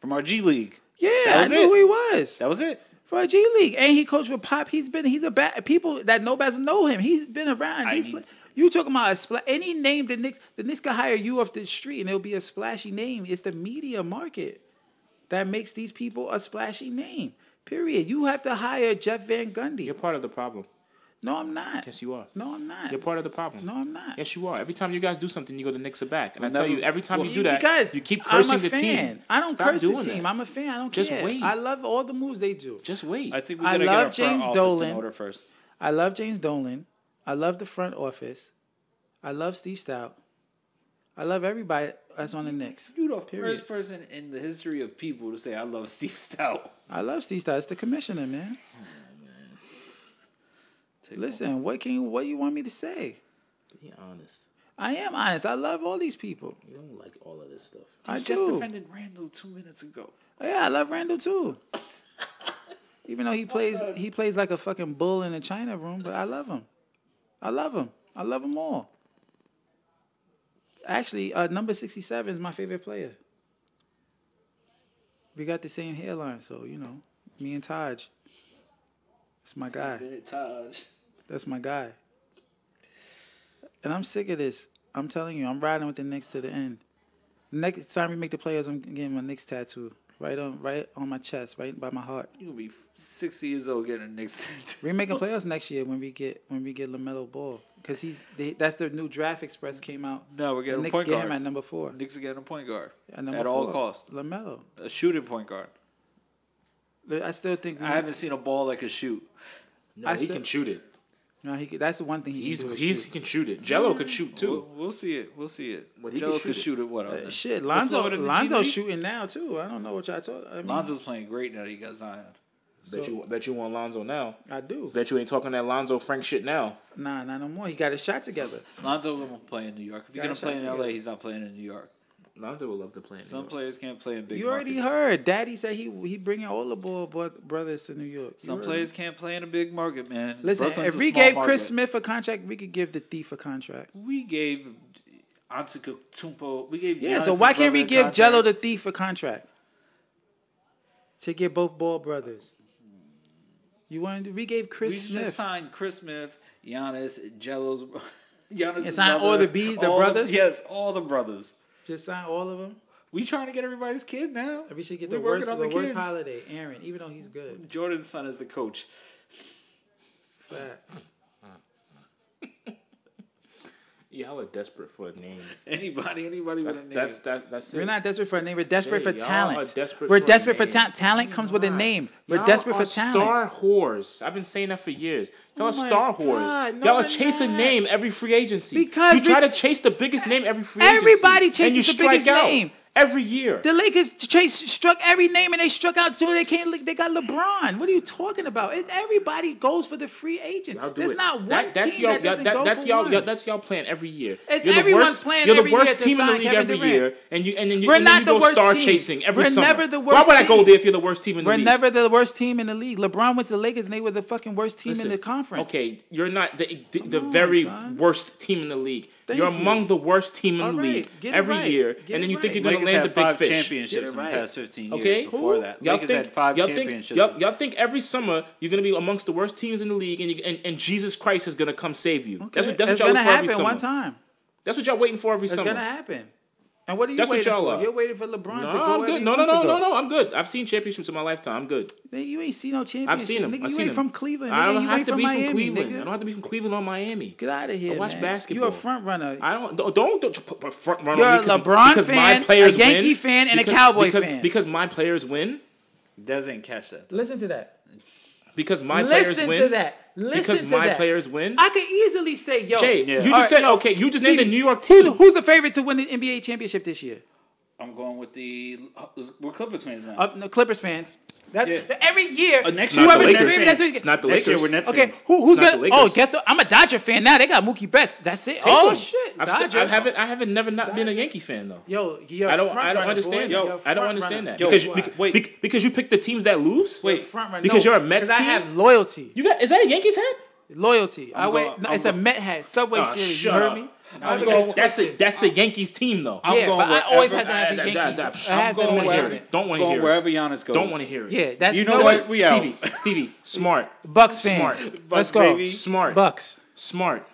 Speaker 3: from our G League.
Speaker 4: Yeah,
Speaker 3: That
Speaker 4: I
Speaker 3: was
Speaker 4: knew
Speaker 3: it.
Speaker 4: who he was
Speaker 3: That was it.
Speaker 4: for a G League, and he coached with Pop. He's been he's a bad people that no basketball know him. He's been around.
Speaker 3: I
Speaker 4: He's
Speaker 3: need-
Speaker 4: pla- you talking about a spla- any name the Knicks the Knicks can hire you off the street and it'll be a splashy name. It's the media market that makes these people a splashy name. Period. You have to hire Jeff Van Gundy.
Speaker 2: You're part of the problem.
Speaker 4: No, I'm not.
Speaker 2: Yes, you are.
Speaker 4: No, I'm not.
Speaker 2: You're part of the problem.
Speaker 4: No, I'm not.
Speaker 2: Yes, you are. Every time you guys do something, you go the Knicks are back, and I
Speaker 3: Well,
Speaker 2: tell
Speaker 3: never-
Speaker 2: you, every time
Speaker 3: well,
Speaker 2: you do that,
Speaker 4: because
Speaker 2: you keep
Speaker 4: I'm a
Speaker 2: cursing the
Speaker 4: fan.
Speaker 2: team.
Speaker 4: I don't
Speaker 2: Stop
Speaker 4: curse the
Speaker 2: doing
Speaker 4: team.
Speaker 2: that.
Speaker 4: I'm a fan. I don't
Speaker 2: Just
Speaker 4: care.
Speaker 2: wait.
Speaker 4: I love all the moves they do.
Speaker 2: Just wait.
Speaker 3: I think we
Speaker 4: I
Speaker 3: gotta get
Speaker 4: love
Speaker 3: our front
Speaker 4: James
Speaker 3: office
Speaker 4: Dolan.
Speaker 3: in order first.
Speaker 4: I love James Dolan. I love the front office. I love Steve Stout. I love everybody that's on the Knicks.
Speaker 3: You the
Speaker 4: Period.
Speaker 3: first person in the history of people to say I love Steve Stout.
Speaker 4: I love Steve Stout. It's the commissioner, man. Listen, what can you, what do you want me to say?
Speaker 2: Be honest.
Speaker 4: I am honest. I love all these people.
Speaker 2: You don't like all of this stuff.
Speaker 4: I
Speaker 3: I just
Speaker 4: do.
Speaker 3: defended Randall two minutes ago.
Speaker 4: Oh, Yeah, I love Randall too. Even though he plays he plays like a fucking bull in a China room, but I love him. I love him. I love him all. Actually, uh, number sixty seven is my favorite player. We got the same hairline, so you know, me and Taj. That's my guy.
Speaker 3: Taj.
Speaker 4: That's my guy. And I'm sick of this. I'm telling you, I'm riding with the Knicks to the end. Next time we make the players, I'm getting my Knicks tattoo right on, right on my chest, right by my heart.
Speaker 3: You gonna be sixty years old getting a Knicks.
Speaker 4: We're making playoffs next year when we get when we get Lamelo Ball because he's they, that's the new Draft Express came out.
Speaker 3: no, we're
Speaker 4: The
Speaker 3: getting a
Speaker 4: Knicks
Speaker 3: point
Speaker 4: get him
Speaker 3: guard.
Speaker 4: at number four.
Speaker 3: Knicks are getting a point guard
Speaker 4: At, number
Speaker 3: at all
Speaker 4: four.
Speaker 3: costs.
Speaker 4: Lamelo.
Speaker 3: A shooting point guard.
Speaker 4: I still think we,
Speaker 3: I haven't seen a ball that could shoot.
Speaker 2: No,
Speaker 4: I
Speaker 2: he
Speaker 4: still-
Speaker 2: can shoot it.
Speaker 4: No, he, could- that's the one thing he
Speaker 2: He's
Speaker 4: can do is
Speaker 2: he's
Speaker 4: shoot.
Speaker 2: he can shoot it. Jello could shoot
Speaker 3: We'll,
Speaker 2: too.
Speaker 3: we'll see it. We'll see it.
Speaker 2: Well, he
Speaker 3: Jello
Speaker 2: can
Speaker 3: could
Speaker 2: shoot
Speaker 3: shoot at what?
Speaker 4: Uh,
Speaker 3: Uh,
Speaker 4: shit.
Speaker 3: Let's lower
Speaker 4: Lonzo
Speaker 3: it in the G
Speaker 4: Lonzo's
Speaker 3: League.
Speaker 4: shooting now too. I don't know what y'all talking. I mean,
Speaker 3: Lonzo's playing great now. That he got Zion.
Speaker 2: Bet you bet you want Lonzo now.
Speaker 4: I do.
Speaker 2: Bet you ain't talking that Lonzo Frank shit now.
Speaker 4: Nah, not no more. He got his shot together.
Speaker 3: Lonzo won't play in New York. If you're
Speaker 4: Got
Speaker 3: gonna
Speaker 4: a
Speaker 3: play in
Speaker 4: shot together.
Speaker 3: LA, he's not playing in New York.
Speaker 2: Lonzo will love to play. in
Speaker 3: Some
Speaker 2: New York.
Speaker 3: players can't play in big.
Speaker 4: You already
Speaker 3: markets.
Speaker 4: heard. Daddy said he he bringing all the ball bro- brothers to New York. You
Speaker 3: Some
Speaker 4: heard
Speaker 3: players can't play in a big market, man.
Speaker 4: me. Listen,
Speaker 3: Brooklyn's
Speaker 4: if
Speaker 3: a
Speaker 4: we
Speaker 3: small
Speaker 4: gave
Speaker 3: market.
Speaker 4: Chris Smith a contract, we could give the thief a contract.
Speaker 3: we gave Antetokounmpo, we gave
Speaker 4: Yeah.
Speaker 3: Giannis
Speaker 4: so why
Speaker 3: his
Speaker 4: can't we
Speaker 3: brother a
Speaker 4: give Jello
Speaker 3: contract.
Speaker 4: the thief a contract to get both ball brothers? You want? to- We gave
Speaker 3: We
Speaker 4: Chris
Speaker 3: just
Speaker 4: Smith.
Speaker 3: signed Chris Smith, Giannis, Jello's. Giannis
Speaker 4: And sign all the Bs, the brothers?
Speaker 3: yes, all the brothers.
Speaker 4: Just sign all of them.
Speaker 3: We trying to get everybody's kid now.
Speaker 4: We should get
Speaker 3: We
Speaker 4: the
Speaker 3: working
Speaker 4: worst,
Speaker 3: on
Speaker 4: the
Speaker 3: the
Speaker 4: worst
Speaker 3: kids.
Speaker 4: holiday, Aaron. Even though he's good,
Speaker 3: Jordan's son is the coach.
Speaker 4: Facts.
Speaker 2: Y'all are desperate for a name.
Speaker 3: Anybody, anybody
Speaker 2: That's
Speaker 3: with a name.
Speaker 2: that's that, that's it.
Speaker 4: We're not desperate for a name. We're desperate for
Speaker 2: Hey, y'all
Speaker 4: talent.
Speaker 2: are desperate
Speaker 4: We're
Speaker 2: for a
Speaker 4: desperate for
Speaker 2: name.
Speaker 4: talent. Talent comes with a
Speaker 2: not.
Speaker 4: name. We're
Speaker 2: Y'all
Speaker 4: desperate
Speaker 2: are
Speaker 4: for talent. Oh
Speaker 2: Star whores. I've been saying that for years. Y'all are
Speaker 4: my
Speaker 2: star whores.
Speaker 4: God, no,
Speaker 2: Y'all are
Speaker 4: we're
Speaker 2: chasing
Speaker 4: not.
Speaker 2: name every free agency.
Speaker 4: Because
Speaker 2: you try
Speaker 4: we-
Speaker 2: to chase the biggest name every free
Speaker 4: Everybody
Speaker 2: agency. and you
Speaker 4: chases the
Speaker 2: strike
Speaker 4: biggest
Speaker 2: out
Speaker 4: name.
Speaker 2: every year.
Speaker 4: The Lakers chase struck every name and they struck out two. They can't. They got LeBron. What are you talking about? It, everybody goes for the free agent.
Speaker 2: Y'all do
Speaker 4: There's
Speaker 2: it.
Speaker 4: not one
Speaker 2: That- that's
Speaker 4: team
Speaker 2: y'all,
Speaker 4: that doesn't go
Speaker 2: That's
Speaker 4: for
Speaker 2: y'all,
Speaker 4: one.
Speaker 2: y'all- That's y'all plan every year.
Speaker 4: It's
Speaker 2: you're the
Speaker 4: everyone's
Speaker 2: worst,
Speaker 4: plan
Speaker 2: You're the
Speaker 4: every year
Speaker 2: worst
Speaker 4: to
Speaker 2: team in the
Speaker 4: sign
Speaker 2: league
Speaker 4: Kevin
Speaker 2: every
Speaker 4: Durant.
Speaker 2: year, and you and then you,
Speaker 4: We're
Speaker 2: and then
Speaker 4: not
Speaker 2: you
Speaker 4: the
Speaker 2: go
Speaker 4: worst
Speaker 2: star
Speaker 4: team.
Speaker 2: chasing every
Speaker 4: We're
Speaker 2: summer.
Speaker 4: never the
Speaker 2: Why
Speaker 4: worst
Speaker 2: would I go
Speaker 4: team.
Speaker 2: there if you're the worst team in the
Speaker 4: We're
Speaker 2: league?
Speaker 4: never the worst team in the league. LeBron went to the Lakers and they were the fucking worst team in
Speaker 2: Listen,
Speaker 4: the conference.
Speaker 2: Okay, you're not the the, the
Speaker 4: on,
Speaker 2: very
Speaker 4: son.
Speaker 2: worst team in the league.
Speaker 4: Thank
Speaker 2: you're
Speaker 4: you.
Speaker 2: among the worst team in
Speaker 4: All
Speaker 2: the
Speaker 4: right,
Speaker 2: league
Speaker 4: get it
Speaker 2: every
Speaker 4: right.
Speaker 2: year,
Speaker 4: Get
Speaker 2: and then
Speaker 4: it
Speaker 2: you think
Speaker 4: right.
Speaker 2: you're going to
Speaker 3: Lakers
Speaker 2: land the
Speaker 3: had
Speaker 2: big
Speaker 3: five
Speaker 2: fish.
Speaker 3: championships in the
Speaker 4: right.
Speaker 3: past 15 years
Speaker 2: Okay,
Speaker 3: before
Speaker 2: Who?
Speaker 3: that.
Speaker 2: Y'all
Speaker 3: Lakers
Speaker 2: think,
Speaker 3: had five
Speaker 2: y'all
Speaker 3: championships.
Speaker 2: Think, y'all, y'all think every summer you're going to be amongst the worst teams in the league, and you, and, and Jesus Christ is going to come save you. That's what that's
Speaker 4: it's
Speaker 2: what y'all
Speaker 4: gonna
Speaker 2: look for every
Speaker 4: happen
Speaker 2: summer.
Speaker 4: one time.
Speaker 2: That's what y'all waiting for every
Speaker 4: It's
Speaker 2: summer.
Speaker 4: gonna happen. And what are you
Speaker 2: That's what
Speaker 4: waiting
Speaker 2: y'all
Speaker 4: for?
Speaker 2: are.
Speaker 4: You're waiting for LeBron
Speaker 2: No,
Speaker 4: to go.
Speaker 2: I'm
Speaker 4: wherever
Speaker 2: good.
Speaker 4: he
Speaker 2: No, no,
Speaker 4: wants to
Speaker 2: no,
Speaker 4: go.
Speaker 2: no, no. I'm good. I've seen championships in my lifetime. I'm good.
Speaker 4: You ain't seen no championship.
Speaker 2: I've seen them.
Speaker 4: Nigga,
Speaker 2: I've
Speaker 4: you
Speaker 2: seen
Speaker 4: ain't
Speaker 2: them.
Speaker 4: from Cleveland.
Speaker 2: I
Speaker 4: Nigga,
Speaker 2: don't
Speaker 4: you
Speaker 2: have
Speaker 4: ain't
Speaker 2: to
Speaker 4: from
Speaker 2: be
Speaker 4: Miami,
Speaker 2: from Cleveland.
Speaker 4: Nigga.
Speaker 2: I don't have to be from Cleveland or Miami.
Speaker 4: Get out of here.
Speaker 2: watch
Speaker 4: man.
Speaker 2: basketball.
Speaker 4: You're a front runner.
Speaker 2: I don't don't don't, don't put front runner.
Speaker 4: You're
Speaker 2: on
Speaker 4: a
Speaker 2: me 'cause-
Speaker 4: Lebron
Speaker 2: because my
Speaker 4: fan,
Speaker 2: players
Speaker 4: a Yankee
Speaker 2: win,
Speaker 4: fan, and a
Speaker 2: because-
Speaker 4: Cowboy
Speaker 2: because,
Speaker 4: fan.
Speaker 2: Because my pres win.
Speaker 3: Doesn't catch that.
Speaker 4: Listen to that.
Speaker 2: Because my
Speaker 4: Listen
Speaker 2: players win.
Speaker 4: to that. Listen
Speaker 2: because
Speaker 4: to
Speaker 2: my
Speaker 4: that.
Speaker 2: players win.
Speaker 4: I could easily say, yo,
Speaker 2: Jay,
Speaker 3: Yeah.
Speaker 2: you just
Speaker 4: All right,
Speaker 2: said
Speaker 4: yo,
Speaker 2: okay. You just named
Speaker 4: Petey,
Speaker 2: the New York team.
Speaker 4: who's, who's the favorite to win the NBA championship this year?
Speaker 3: I'm going with the we're Clippers fans now.
Speaker 4: Uh, no, Clippers fans. That's
Speaker 3: Yeah.
Speaker 4: every year.
Speaker 3: Uh, next
Speaker 2: It's not
Speaker 3: whoever's
Speaker 2: the
Speaker 3: the
Speaker 4: whoever's
Speaker 2: Lakers.
Speaker 3: favorite,
Speaker 4: that's who-
Speaker 2: It's not the
Speaker 3: Next year
Speaker 2: Lakers.
Speaker 3: we're Nets
Speaker 4: Okay,
Speaker 3: fans.
Speaker 4: who, who's
Speaker 2: It's not
Speaker 4: gonna?
Speaker 2: the
Speaker 4: Oh,
Speaker 2: Lakers.
Speaker 4: guess what? I'm a Dodger fan now. They got Mookie Betts. That's it.
Speaker 2: Take
Speaker 4: oh
Speaker 2: them.
Speaker 4: shit,
Speaker 2: I've
Speaker 4: Dodger.
Speaker 2: still, I haven't. I haven't never not been a Yankee fan though.
Speaker 4: Yo, you're
Speaker 2: I don't.
Speaker 4: front
Speaker 2: I don't
Speaker 4: runner,
Speaker 2: understand.
Speaker 4: Boy.
Speaker 2: that.
Speaker 4: You're
Speaker 2: I don't
Speaker 4: front
Speaker 2: understand
Speaker 4: runner.
Speaker 2: that
Speaker 3: Yo,
Speaker 2: because
Speaker 3: why?
Speaker 2: you, bec-
Speaker 3: Wait.
Speaker 2: bec- because you pick the teams that lose.
Speaker 3: Wait.
Speaker 4: You're front runner.
Speaker 2: Because
Speaker 4: No,
Speaker 2: you're a Mets
Speaker 4: 'cause I
Speaker 2: team?
Speaker 4: have loyty.
Speaker 2: you got is that a Yankees hat?
Speaker 4: Loyalty. i went.
Speaker 3: going-
Speaker 4: no,
Speaker 3: I'm
Speaker 4: it's a
Speaker 3: going-
Speaker 4: Met hat. Subway
Speaker 2: Oh,
Speaker 4: series. You
Speaker 2: shut
Speaker 4: heard
Speaker 2: up.
Speaker 4: me?
Speaker 2: I'm
Speaker 4: I'm
Speaker 2: going-
Speaker 4: just-
Speaker 2: that's the that's the Yankees team though.
Speaker 3: I'm
Speaker 4: yeah,
Speaker 3: going
Speaker 4: but I always
Speaker 3: wherever- Ah,
Speaker 4: have to have
Speaker 2: I-
Speaker 4: the
Speaker 2: I-
Speaker 4: Yankees.
Speaker 2: I-
Speaker 4: I have
Speaker 3: I'm
Speaker 4: to
Speaker 3: going
Speaker 4: have
Speaker 3: wherever-
Speaker 4: it.
Speaker 2: Don't want to
Speaker 3: going
Speaker 2: hear.
Speaker 3: wherever
Speaker 2: it.
Speaker 3: Giannis goes.
Speaker 2: Don't want to hear it.
Speaker 4: Yeah, that's
Speaker 3: You know
Speaker 4: no,
Speaker 3: what?
Speaker 4: that's-
Speaker 3: We out.
Speaker 2: Stevie, Stevie, smart,
Speaker 4: Bucks fan.
Speaker 2: Smart.
Speaker 4: Let's
Speaker 3: Bucks,
Speaker 4: go.
Speaker 3: baby.
Speaker 2: Smart.
Speaker 4: Bucks.
Speaker 2: smart.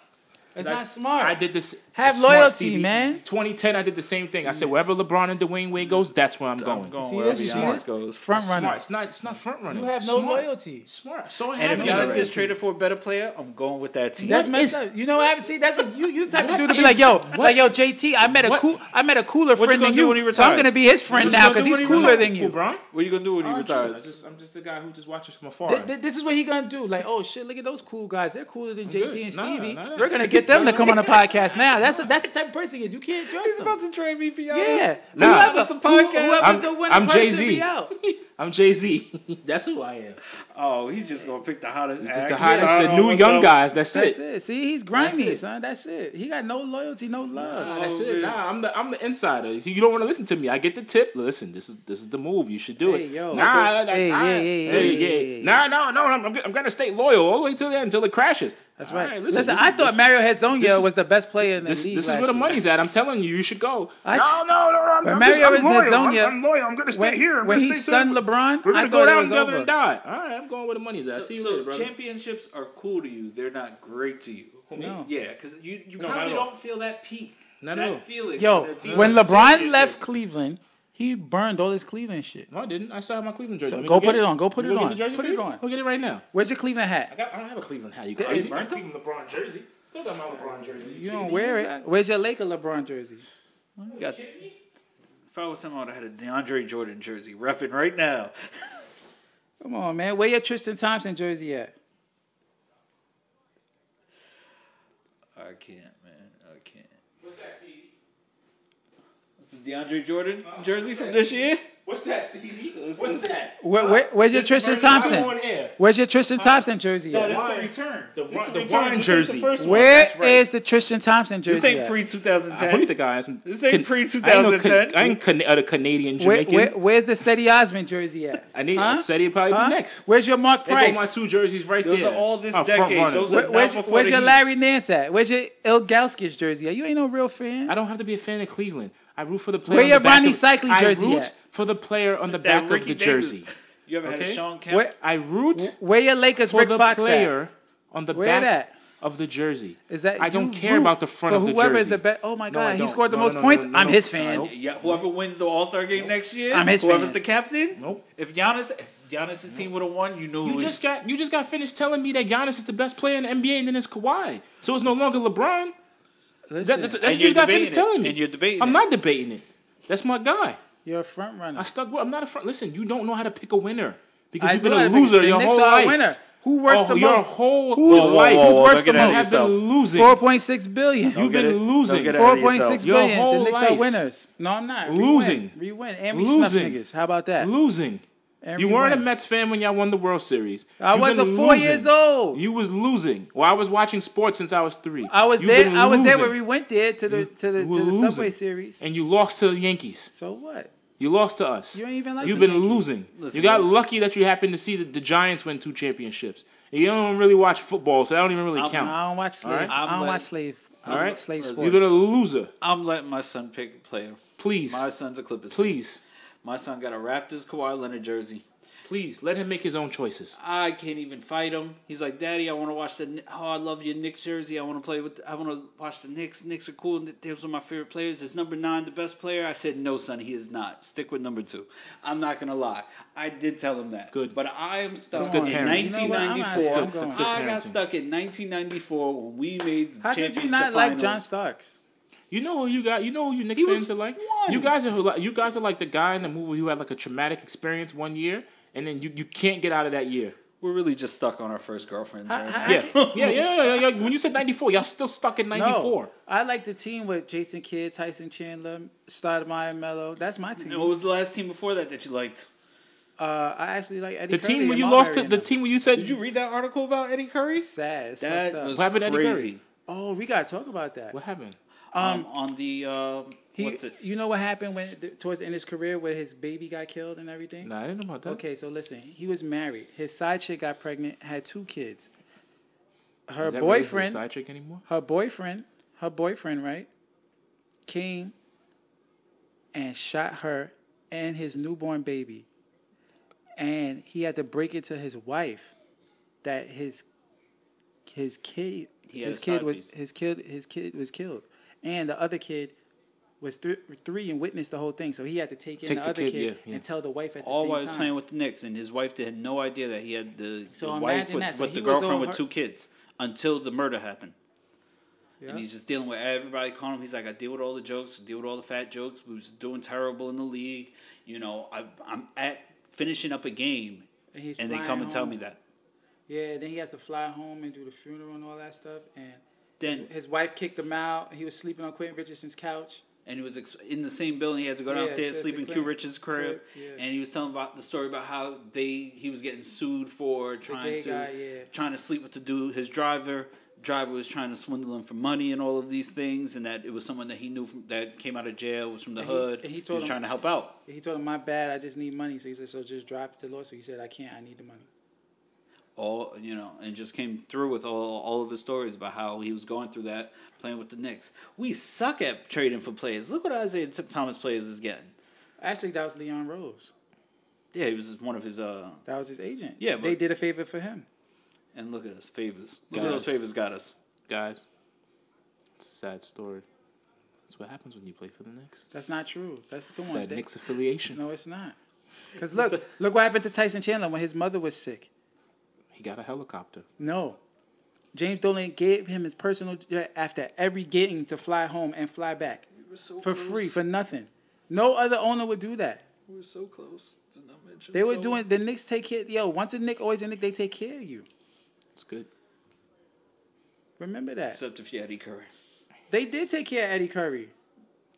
Speaker 4: It's
Speaker 2: I-
Speaker 4: not smart.
Speaker 2: I did this.
Speaker 4: Have
Speaker 2: smart,
Speaker 4: loyalty,
Speaker 2: Stevie.
Speaker 4: man.
Speaker 2: 2010, I did the same thing. I said wherever LeBron and Dwayne Wade goes, that's where I'm going.
Speaker 3: I'm going
Speaker 4: See
Speaker 3: wherever
Speaker 4: this? See
Speaker 3: Giannis
Speaker 4: this?
Speaker 3: goes.
Speaker 4: Front runner.
Speaker 2: Smart. It's not. It's not front running.
Speaker 4: You have no
Speaker 2: Smart.
Speaker 4: loyalty.
Speaker 2: Smart. So I
Speaker 3: And if
Speaker 2: have
Speaker 3: Giannis
Speaker 2: no
Speaker 3: gets
Speaker 2: loyalty.
Speaker 3: traded for a better player, I'm going with that team.
Speaker 4: That's
Speaker 2: What
Speaker 4: messed
Speaker 2: is-
Speaker 4: up. You know what happened? See, that's what you you the type of
Speaker 2: What
Speaker 4: dude to be
Speaker 2: is-
Speaker 4: like, yo,
Speaker 2: what-
Speaker 4: like yo, JT. I met a
Speaker 2: what-
Speaker 4: cool, I met a cooler
Speaker 3: you
Speaker 4: friend
Speaker 3: gonna
Speaker 4: than
Speaker 3: do
Speaker 4: you,
Speaker 3: when he
Speaker 4: so I'm
Speaker 3: retires?
Speaker 4: gonna be his friend
Speaker 3: What you
Speaker 4: now
Speaker 3: gonna
Speaker 4: because
Speaker 3: do
Speaker 4: he's
Speaker 3: when he
Speaker 4: cooler
Speaker 3: retires?
Speaker 4: than you.
Speaker 2: LeBron.
Speaker 3: what are you gonna do
Speaker 4: Oh,
Speaker 3: when he
Speaker 2: I'm
Speaker 3: retires?
Speaker 2: just, I'm just the guy who just watches from afar.
Speaker 4: Th- th- this is what he gonna do. Like, oh shit, look at those cool guys. They're cooler than JT
Speaker 2: good.
Speaker 4: and
Speaker 2: Nah,
Speaker 4: Stevie.
Speaker 2: nah, nah.
Speaker 4: We're gonna get them to come on the podcast now. That's a, that's the type of person he is. You can't
Speaker 3: He's
Speaker 4: trust him.
Speaker 3: about to trade me for Giannis.
Speaker 4: Yeah,
Speaker 2: Nah.
Speaker 4: whoever,
Speaker 3: That's a
Speaker 4: who-
Speaker 3: podcast.
Speaker 4: whoever's
Speaker 2: I'm-
Speaker 4: the winning
Speaker 2: I'm
Speaker 4: person
Speaker 2: Jay-Z.
Speaker 4: be out.
Speaker 2: I'm Jay Z. That's who I am.
Speaker 3: Oh, he's just gonna pick the hottest.
Speaker 2: Just
Speaker 3: act.
Speaker 2: the hottest,
Speaker 3: Sign
Speaker 2: the
Speaker 3: on
Speaker 2: new
Speaker 3: with
Speaker 2: young
Speaker 3: them.
Speaker 2: guys. That's,
Speaker 4: That's
Speaker 2: it.
Speaker 4: it. See, he's grimy,
Speaker 2: That's it.
Speaker 4: son. That's it. He got no loyalty, no love.
Speaker 2: Nah, that's
Speaker 3: Oh,
Speaker 2: it.
Speaker 3: man.
Speaker 2: Nah, I'm the I'm the insider. You don't want to listen to me. I get the tip. Listen, this is this is the move. You should do it.
Speaker 4: Hey, yo.
Speaker 2: nah, I,
Speaker 4: Hey,
Speaker 2: I,
Speaker 4: yeah, yeah,
Speaker 2: I-
Speaker 4: yeah,
Speaker 2: yeah,
Speaker 4: yeah,
Speaker 2: yeah.
Speaker 4: yeah.
Speaker 2: Nah, no, no. I'm, I'm, gonna stay loyal all the way till the end until it crashes.
Speaker 4: That's right.
Speaker 2: All
Speaker 4: listen,
Speaker 2: this
Speaker 4: I
Speaker 2: is-
Speaker 4: thought
Speaker 2: this-
Speaker 4: Mario
Speaker 2: this
Speaker 4: Hezonja
Speaker 2: is-
Speaker 4: was the best player in the
Speaker 2: This,
Speaker 4: league.
Speaker 2: this is
Speaker 4: last
Speaker 2: where the
Speaker 4: year.
Speaker 2: money's at. I'm telling you, you should go.
Speaker 4: I-
Speaker 2: no, no, no, no. I'm,
Speaker 4: When
Speaker 2: I'm, just,
Speaker 4: Mario
Speaker 2: I'm
Speaker 4: was
Speaker 2: loyal.
Speaker 4: at Zonia,
Speaker 2: I'm, I'm loyal. I'm gonna stay
Speaker 4: when-
Speaker 2: here. I'm
Speaker 4: when
Speaker 2: gonna
Speaker 4: he
Speaker 2: stay
Speaker 4: son
Speaker 2: till-
Speaker 4: LeBron,
Speaker 2: we're
Speaker 4: I
Speaker 2: gonna
Speaker 4: thought
Speaker 2: go
Speaker 4: it
Speaker 2: down
Speaker 4: was
Speaker 2: together
Speaker 4: over.
Speaker 2: and die. All right, I'm going where the money's at.
Speaker 3: So,
Speaker 2: See you
Speaker 3: so
Speaker 2: later, brother.
Speaker 3: championships are cool to you. They're not great to you.
Speaker 4: No.
Speaker 3: Yeah, because you, you
Speaker 2: Oh, No, not
Speaker 3: probably
Speaker 2: at all.
Speaker 3: don't feel that peak.
Speaker 2: Not at all.
Speaker 3: that feeling.
Speaker 4: Yo,
Speaker 3: their team
Speaker 4: when
Speaker 3: wins
Speaker 4: LeBron
Speaker 3: championship.
Speaker 4: left Cleveland, he burned all his Cleveland shit.
Speaker 2: No, I didn't. I still have my Cleveland jersey.
Speaker 4: So
Speaker 2: Let me
Speaker 4: go put
Speaker 2: get
Speaker 4: it on. Go put
Speaker 2: You
Speaker 4: it
Speaker 2: wanna
Speaker 4: on.
Speaker 2: get the jersey
Speaker 4: Put
Speaker 2: for
Speaker 4: it
Speaker 2: me?
Speaker 4: on.
Speaker 2: Go get it right now.
Speaker 4: Where's your Cleveland
Speaker 2: I,
Speaker 4: hat?
Speaker 2: got, I don't have a Cleveland hat. You crazy?
Speaker 3: burnt
Speaker 2: I got Cleveland LeBron jersey. Still got my LeBron jersey.
Speaker 4: You don't wear it. Where's your Laker LeBron jersey?
Speaker 3: You got- if I was him, I would have had a DeAndre Jordan jersey repping right now.
Speaker 4: Come on, man. Where your Tristan Thompson jersey at?
Speaker 3: I can't, man. I can't. What's that, Steve? That's the DeAndre Jordan jersey from this year.
Speaker 2: What's that, Stevie? What's that?
Speaker 4: Where, where, where's your Tristan Thompson? Where's your Tristan
Speaker 2: Uh,
Speaker 4: Thompson jersey
Speaker 3: No,
Speaker 4: at?
Speaker 3: this is
Speaker 2: Wine.
Speaker 3: the return.
Speaker 2: The
Speaker 3: This
Speaker 2: wine-
Speaker 3: is
Speaker 2: the
Speaker 3: return.
Speaker 2: wine
Speaker 3: This is
Speaker 2: jersey.
Speaker 3: The first one.
Speaker 4: Where
Speaker 2: That's right.
Speaker 4: is the Tristan Thompson jersey?
Speaker 3: This ain't
Speaker 4: at?
Speaker 3: pre
Speaker 2: I hope
Speaker 3: 2010.
Speaker 2: the guy has some.
Speaker 3: This ain't pre
Speaker 2: I
Speaker 3: 2010.
Speaker 2: ain't Can- uh, the Canadian
Speaker 4: Where,
Speaker 2: Jamaican.
Speaker 4: where, where's the Seti Osman jersey at?
Speaker 2: I need
Speaker 4: Huh?
Speaker 2: huh? Said he'd probably
Speaker 4: Huh?
Speaker 2: be next.
Speaker 4: Where's your Mark
Speaker 2: They put
Speaker 4: Price?
Speaker 2: my two jerseys right
Speaker 3: Those
Speaker 2: there.
Speaker 3: are all this
Speaker 2: I'm front
Speaker 3: decade.
Speaker 2: running.
Speaker 3: Those are-
Speaker 4: Where- where's
Speaker 3: Now before
Speaker 4: where's
Speaker 3: the
Speaker 4: your
Speaker 3: Heat.
Speaker 4: Larry Nance at? Where's your Ilgauskas jersey at? You ain't no real fan.
Speaker 2: I don't have to be a fan of Cleveland. I root for the player.
Speaker 4: Where
Speaker 2: on
Speaker 4: your
Speaker 2: the back
Speaker 4: Ronnie
Speaker 2: of-
Speaker 4: Cycli jersey
Speaker 2: I root
Speaker 4: at?
Speaker 2: for the player on the back
Speaker 3: That
Speaker 2: of the
Speaker 3: Ricky Davis.
Speaker 2: jersey.
Speaker 3: You ever had a
Speaker 2: Okay.
Speaker 3: Sean Kemp?
Speaker 4: Where-
Speaker 2: I root
Speaker 4: Where your Lakers
Speaker 2: for
Speaker 4: Rick
Speaker 2: the
Speaker 4: Fox at?
Speaker 2: player on the
Speaker 4: Where
Speaker 2: back
Speaker 4: that?
Speaker 2: of the jersey.
Speaker 4: Is that
Speaker 2: I don't
Speaker 4: you
Speaker 2: care
Speaker 4: root
Speaker 2: about the front
Speaker 4: for
Speaker 2: of the
Speaker 4: whoever is
Speaker 2: jersey.
Speaker 4: the best? Oh my
Speaker 2: No, I
Speaker 4: god, he
Speaker 2: don't.
Speaker 4: scored the
Speaker 2: No,
Speaker 4: most
Speaker 2: no, no,
Speaker 4: points.
Speaker 2: no, no,
Speaker 4: I'm
Speaker 2: no.
Speaker 4: his fan.
Speaker 2: Nope.
Speaker 3: Yeah, whoever wins the All Star game next year,
Speaker 4: I'm his
Speaker 3: whoever's
Speaker 4: fan.
Speaker 3: the captain.
Speaker 2: Nope.
Speaker 3: If Giannis, if
Speaker 5: Giannis's team would have won, you know.
Speaker 2: Mm-hmm. You just got you just got finished telling me that Giannis is the best player in the NBA, and then it's Kawhi. So it's no longer LeBron. That,
Speaker 4: Listen,
Speaker 2: that's that's what you
Speaker 5: you're
Speaker 2: just got
Speaker 5: debating
Speaker 2: finished
Speaker 5: it.
Speaker 2: telling me.
Speaker 5: And you're debating
Speaker 2: I'm
Speaker 5: it.
Speaker 2: not debating it. That's my guy.
Speaker 4: you're a front runner.
Speaker 2: I stuck. with I'm not a front. Listen, you don't know how to pick a winner because
Speaker 4: I
Speaker 2: you've been
Speaker 4: know
Speaker 2: a
Speaker 4: how to pick-
Speaker 2: loser
Speaker 4: the
Speaker 2: your
Speaker 4: Knicks
Speaker 2: whole
Speaker 4: are a
Speaker 2: life.
Speaker 4: winner. Who worse
Speaker 2: Oh,
Speaker 4: the
Speaker 2: your
Speaker 4: most?
Speaker 2: whole
Speaker 4: Who's
Speaker 2: life.
Speaker 4: the-
Speaker 5: Whoa, whoa,
Speaker 2: Who's
Speaker 5: whoa,
Speaker 2: worse
Speaker 5: don't get
Speaker 2: than
Speaker 5: ahead
Speaker 2: have
Speaker 5: of
Speaker 2: been losing.
Speaker 4: Four point six billion.
Speaker 2: You've
Speaker 5: get it-
Speaker 2: been
Speaker 5: don't
Speaker 2: losing.
Speaker 5: get it.
Speaker 4: Four
Speaker 5: ahead of
Speaker 4: point
Speaker 5: yourself.
Speaker 4: six
Speaker 2: Your
Speaker 4: billion. The
Speaker 2: whole
Speaker 4: Knicks are
Speaker 2: life.
Speaker 4: winners. No, I'm not. We
Speaker 2: Losing.
Speaker 4: win. We win, and we
Speaker 2: Losing.
Speaker 4: snuff niggas. How about that?
Speaker 2: Losing.
Speaker 4: And
Speaker 2: You
Speaker 4: we
Speaker 2: weren't a
Speaker 4: win.
Speaker 2: Mets fan when y'all won the World Series.
Speaker 4: I
Speaker 2: You've
Speaker 4: was
Speaker 2: been
Speaker 4: a four
Speaker 2: losing.
Speaker 4: years old.
Speaker 2: You was losing. Well, I was watching sports since I was three.
Speaker 4: I was
Speaker 2: You've
Speaker 4: there.
Speaker 2: been
Speaker 4: I was there
Speaker 2: losing.
Speaker 4: when we went there to the to the
Speaker 2: You were
Speaker 4: to the
Speaker 2: losing.
Speaker 4: Subway Series.
Speaker 2: And you lost to the Yankees.
Speaker 4: So what?
Speaker 2: You lost to us.
Speaker 4: You ain't even like
Speaker 2: You've
Speaker 4: the
Speaker 2: been
Speaker 4: Yankees.
Speaker 2: losing.
Speaker 3: Listen,
Speaker 2: you got
Speaker 3: man.
Speaker 2: lucky that you happened to see the, the Giants win two championships. And you don't really watch football, so that don't even really
Speaker 3: I'm-
Speaker 2: count.
Speaker 4: I don't watch slave.
Speaker 2: right.
Speaker 4: I don't
Speaker 3: I'm
Speaker 4: watch
Speaker 3: letting-
Speaker 4: slave. I
Speaker 2: All
Speaker 4: don't
Speaker 2: right?
Speaker 4: watch slave
Speaker 2: You're
Speaker 4: sports.
Speaker 2: gonna loser.
Speaker 3: I'm letting my son pick a player.
Speaker 2: Please,
Speaker 3: My son's a Clippers. fan.
Speaker 2: please,
Speaker 3: My son got a Raptors Kawhi Leonard jersey.
Speaker 2: please let him make his own choices.
Speaker 3: I can't even fight him. He's like, Daddy, I want to watch the. Kn- Oh, I love your Knicks jersey. I want to play with. I want to watch the Knicks. Knicks are cool. Those are my favorite players. Is number nine the best player? I said, No, son, he is not. Stick with number two. I'm not gonna lie. I did tell him that.
Speaker 2: Good.
Speaker 3: But I am stuck
Speaker 4: good
Speaker 3: in
Speaker 4: parenting. You know what? I'm not-
Speaker 3: 1994.
Speaker 4: I'm going. That's
Speaker 2: good
Speaker 3: I got
Speaker 2: parenting.
Speaker 3: stuck in 1994 when we made. The
Speaker 4: How could you
Speaker 3: champions-
Speaker 4: not
Speaker 3: the
Speaker 4: like John
Speaker 3: finals.
Speaker 4: Starks?
Speaker 2: You know who you got. You know who you Knicks
Speaker 3: He was
Speaker 2: fans are like.
Speaker 3: one.
Speaker 2: You guys are who like- you guys are like the guy in the movie who had like a traumatic experience one year, and then you, you can't get out of that year.
Speaker 3: We're really just stuck on our first girlfriends.
Speaker 4: I-
Speaker 3: right
Speaker 4: I-
Speaker 3: now.
Speaker 2: Yeah, yeah, yeah, yeah, yeah, yeah. When you said ninety four, y'all still stuck in ninety four.
Speaker 4: No, I like the team with Jason Kidd, Tyson Chandler, Stoudemire, Mello. That's my team.
Speaker 3: And what was the last team before that that you liked?
Speaker 4: Uh, I actually like Eddie
Speaker 2: The
Speaker 4: Curry
Speaker 2: team
Speaker 4: and
Speaker 2: where you
Speaker 4: Marbury
Speaker 2: lost to
Speaker 4: and
Speaker 2: the
Speaker 4: them.
Speaker 2: team where you said
Speaker 3: Did you read that article about Eddie Curry?
Speaker 4: Sad. It's
Speaker 3: That
Speaker 4: fucked
Speaker 3: was
Speaker 4: up.
Speaker 2: What happened to Eddie Curry?
Speaker 3: crazy.
Speaker 4: Oh, we gotta talk about that.
Speaker 2: what happened?
Speaker 3: Um, on the uh,
Speaker 4: He,
Speaker 3: what's it?
Speaker 4: You know what happened when th- towards the end of his career, where his baby got killed and everything.
Speaker 2: Nah, I didn't know about that.
Speaker 4: Okay, so listen, he was married. His side chick got pregnant, had two kids. Her
Speaker 2: Is that really
Speaker 4: boyfriend,
Speaker 2: side chick anymore?
Speaker 4: her boyfriend, her boyfriend, right, came and shot her and his newborn baby. And he had to break it to his wife that his his kid
Speaker 3: had
Speaker 4: his
Speaker 3: a
Speaker 4: kid
Speaker 3: side
Speaker 4: was
Speaker 3: piece.
Speaker 4: his kid his kid was killed. And the other kid was thr three and witnessed the whole thing, so he had to take in
Speaker 2: Take
Speaker 4: the,
Speaker 2: the
Speaker 4: other
Speaker 2: kid,
Speaker 4: kid,
Speaker 2: yeah, yeah.
Speaker 4: and tell the wife at the
Speaker 3: All
Speaker 4: same
Speaker 3: while he was
Speaker 4: time.
Speaker 3: playing with the Knicks, and his wife had no idea that he had the,
Speaker 4: So
Speaker 3: the
Speaker 4: imagine
Speaker 3: wife with,
Speaker 4: that. So
Speaker 3: with
Speaker 4: he
Speaker 3: the
Speaker 4: was
Speaker 3: girlfriend
Speaker 4: on
Speaker 3: with
Speaker 4: her-
Speaker 3: two kids until the murder happened.
Speaker 4: Yeah.
Speaker 3: And he's just dealing with everybody calling him. He's like, I deal with all the jokes, deal with all the fat jokes. We was doing terrible in the league. You know, I, I'm at finishing up a game,
Speaker 4: And he's
Speaker 3: and they
Speaker 4: flying
Speaker 3: come and tell
Speaker 4: home.
Speaker 3: me that.
Speaker 4: Yeah, then he has to fly home and do the funeral and all that stuff. And
Speaker 3: Then
Speaker 4: his, his wife kicked him out. He was sleeping on Quentin Richardson's couch.
Speaker 3: and he was ex- in the same building. He had to go
Speaker 4: Yeah,
Speaker 3: downstairs,
Speaker 4: so
Speaker 3: sleep
Speaker 4: it's
Speaker 3: in Q
Speaker 4: a clan-
Speaker 3: Rich's crib,
Speaker 4: crib, yeah.
Speaker 3: and he was telling about the story about how they he was getting sued for trying
Speaker 4: gay
Speaker 3: to
Speaker 4: guy, yeah.
Speaker 3: trying to sleep with the dude, his driver. Driver was trying to swindle him for money and all of these things, and that it was someone that he knew from, that came out of jail, was from the
Speaker 4: And he-
Speaker 3: hood.
Speaker 4: and he
Speaker 3: he,
Speaker 4: told
Speaker 3: was
Speaker 4: him-
Speaker 3: trying to help out.
Speaker 4: He told him, "My bad. I just need money." So he said, "So just drop the law." So he said, "I can't. I need the money."
Speaker 3: all you know, and just came through with all all of his stories about how he was going through that playing with the Knicks. We suck at trading for players. Look what Isaiah T- Thomas players is getting.
Speaker 4: Actually, that was Leon Rose.
Speaker 3: Yeah, he was just one of his uh,
Speaker 4: That was his agent.
Speaker 3: Yeah,
Speaker 4: they
Speaker 3: but-
Speaker 4: did a favor for him.
Speaker 3: and look at us favors. Look
Speaker 2: Guys.
Speaker 3: at those favors got us.
Speaker 2: Guys, it's a sad story. That's what happens when you play for the Knicks.
Speaker 4: That's not true. That's come on.
Speaker 2: That
Speaker 4: They-
Speaker 2: Knicks affiliation.
Speaker 4: no, it's not. Because look, look what happened to Tyson Chandler when his mother was sick.
Speaker 2: He got a helicopter.
Speaker 4: No. James Dolan gave him his personal jet after every game to fly home and fly back for free, for nothing. No other owner would do that.
Speaker 3: We were so close to not mention.
Speaker 4: They were doing the Knicks take care. Yo, once a Nick, always a Nick. They take care of you.
Speaker 2: It's good.
Speaker 4: Remember that
Speaker 3: Except if you had E. Curry.
Speaker 4: they did take care of Eddie Curry.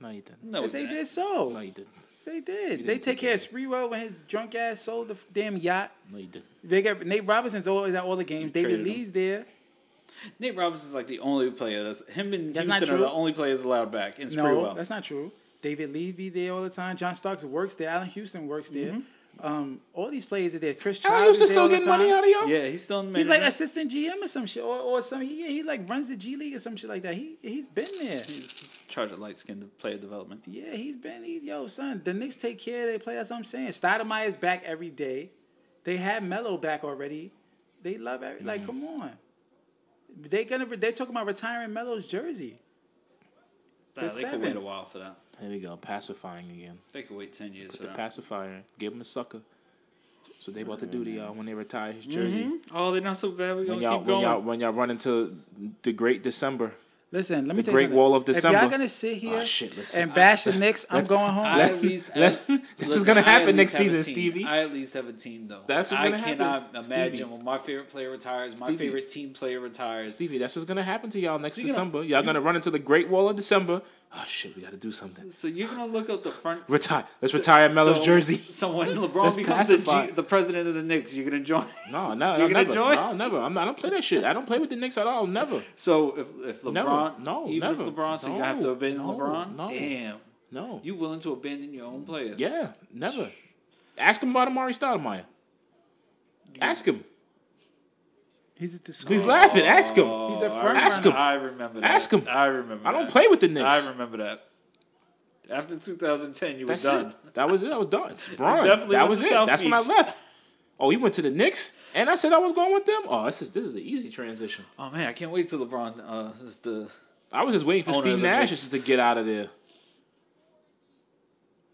Speaker 2: No, you didn't.
Speaker 3: No,
Speaker 4: Yes,
Speaker 3: he
Speaker 4: they
Speaker 3: didn't.
Speaker 4: did so.
Speaker 2: No, you didn't.
Speaker 4: Yes, they did. They take care of Spreewell when his drunk ass sold the f- damn yacht.
Speaker 2: No, you didn't.
Speaker 4: They got Nate Robinson's always at all the games. David
Speaker 3: traded him.
Speaker 4: Lee's there.
Speaker 3: Nate Robinson's like the only player that's him and
Speaker 4: That's not
Speaker 3: Houston are
Speaker 4: true.
Speaker 3: the only players allowed back in
Speaker 4: No,
Speaker 3: Sprewell.
Speaker 4: that's not true. David Lee be there all the time. John Starks works there. Allen Houston works there. Um, all these players are there. Chris Charles
Speaker 2: Alan
Speaker 4: is
Speaker 2: Houston
Speaker 4: there
Speaker 2: still
Speaker 4: all the
Speaker 2: getting money
Speaker 4: time.
Speaker 2: out of y'all?
Speaker 3: yeah, he's still in.
Speaker 4: He's
Speaker 3: Manhattan.
Speaker 4: like assistant GM or some shit, or, or some. Yeah, he like runs the G League or some shit like that. He he's been there.
Speaker 3: he's in charge of light skinned player development.
Speaker 4: Yeah, he's been he, yo son. The Knicks take care. of They play. That's what I'm saying. Stoudemire's back every day. They had Melo back already. They love every like. Come
Speaker 2: Mm-hmm.
Speaker 4: on. They gonna they're talking about retiring Melo's jersey.
Speaker 3: Nah,
Speaker 4: The
Speaker 3: they could wait
Speaker 4: seven.
Speaker 3: a while for that.
Speaker 2: There we go. Pacifying again.
Speaker 3: They could wait ten years
Speaker 2: Put
Speaker 3: for
Speaker 2: the
Speaker 3: that.
Speaker 2: pacifier. Give him a sucker. So they about to do the uh, when they retire his jersey.
Speaker 4: Mm-hmm.
Speaker 3: Oh, they're not so bad. We're
Speaker 2: When
Speaker 3: going to
Speaker 2: y'all
Speaker 3: keep
Speaker 2: when y'all
Speaker 3: going.
Speaker 2: when y'all run into the great December.
Speaker 4: Listen, let me
Speaker 2: The
Speaker 4: tell you
Speaker 2: Great
Speaker 4: something.
Speaker 2: Wall of
Speaker 4: If
Speaker 2: December. Ah,
Speaker 4: y'all gonna sit here
Speaker 2: shit, let's-
Speaker 4: and bash the Knicks, I'm going home.
Speaker 3: I
Speaker 2: Let's-
Speaker 3: at least,
Speaker 2: let's-
Speaker 3: I-
Speaker 2: this is gonna
Speaker 3: I at
Speaker 2: happen
Speaker 3: least
Speaker 2: next
Speaker 3: have a
Speaker 2: season,
Speaker 3: team.
Speaker 2: Stevie.
Speaker 3: I at least have a team, though.
Speaker 2: That's what's gonna
Speaker 3: I
Speaker 2: happen,
Speaker 3: cannot imagine
Speaker 2: Stevie.
Speaker 3: when my favorite player retires, my
Speaker 2: Stevie.
Speaker 3: favorite team player retires.
Speaker 2: Stevie, that's what's gonna happen to y'all next
Speaker 3: Speaking of-
Speaker 2: December. y'all gonna run into the Great Wall of December. Oh shit, we gotta do something.
Speaker 3: So you're gonna look up the front.
Speaker 2: Retire. Let's retire Melo's
Speaker 3: so-
Speaker 2: jersey.
Speaker 3: So when LeBron
Speaker 2: That's
Speaker 3: becomes the, G,
Speaker 2: classified.
Speaker 3: the president of the Knicks, you're gonna join.
Speaker 2: No, no,
Speaker 3: You're
Speaker 2: no,
Speaker 3: gonna
Speaker 2: never.
Speaker 3: join?
Speaker 2: No, never. I'm not. I don't play that shit. I don't play with the Knicks at all. Never.
Speaker 3: So if if LeBron,
Speaker 2: No,
Speaker 3: even
Speaker 2: never.
Speaker 3: if LeBron, so you
Speaker 2: No,
Speaker 3: have to abandon
Speaker 2: no,
Speaker 3: LeBron.
Speaker 2: no.
Speaker 3: Damn,
Speaker 2: No.
Speaker 3: you willing to abandon your own player?
Speaker 2: yeah, never. Ask him about Amari Stoudemire. Ask him.
Speaker 4: He's a
Speaker 2: He's
Speaker 4: disgrace.
Speaker 2: laughing. Ask him.
Speaker 3: Oh,
Speaker 4: He's a
Speaker 3: I
Speaker 4: front
Speaker 2: Ask
Speaker 3: remember-
Speaker 2: him.
Speaker 3: I remember. That.
Speaker 2: Ask him.
Speaker 3: I remember.
Speaker 2: I don't
Speaker 3: that.
Speaker 2: play with the Knicks.
Speaker 3: I remember that. After 2010, you
Speaker 2: That's
Speaker 3: were done.
Speaker 2: it. That was it. I was done. It's Bron.
Speaker 3: definitely
Speaker 2: That
Speaker 3: went
Speaker 2: was
Speaker 3: to
Speaker 2: it.
Speaker 3: South
Speaker 2: That's when I
Speaker 3: Beach.
Speaker 2: left. Oh, you went to the Knicks, and I said I was going with them. Oh, this is this is an easy transition.
Speaker 3: Oh man, I can't wait till LeBron uh, is the.
Speaker 2: I was just waiting for
Speaker 3: Owner of
Speaker 2: Steve
Speaker 3: the
Speaker 2: Nash
Speaker 3: Knicks.
Speaker 2: just to get out of there.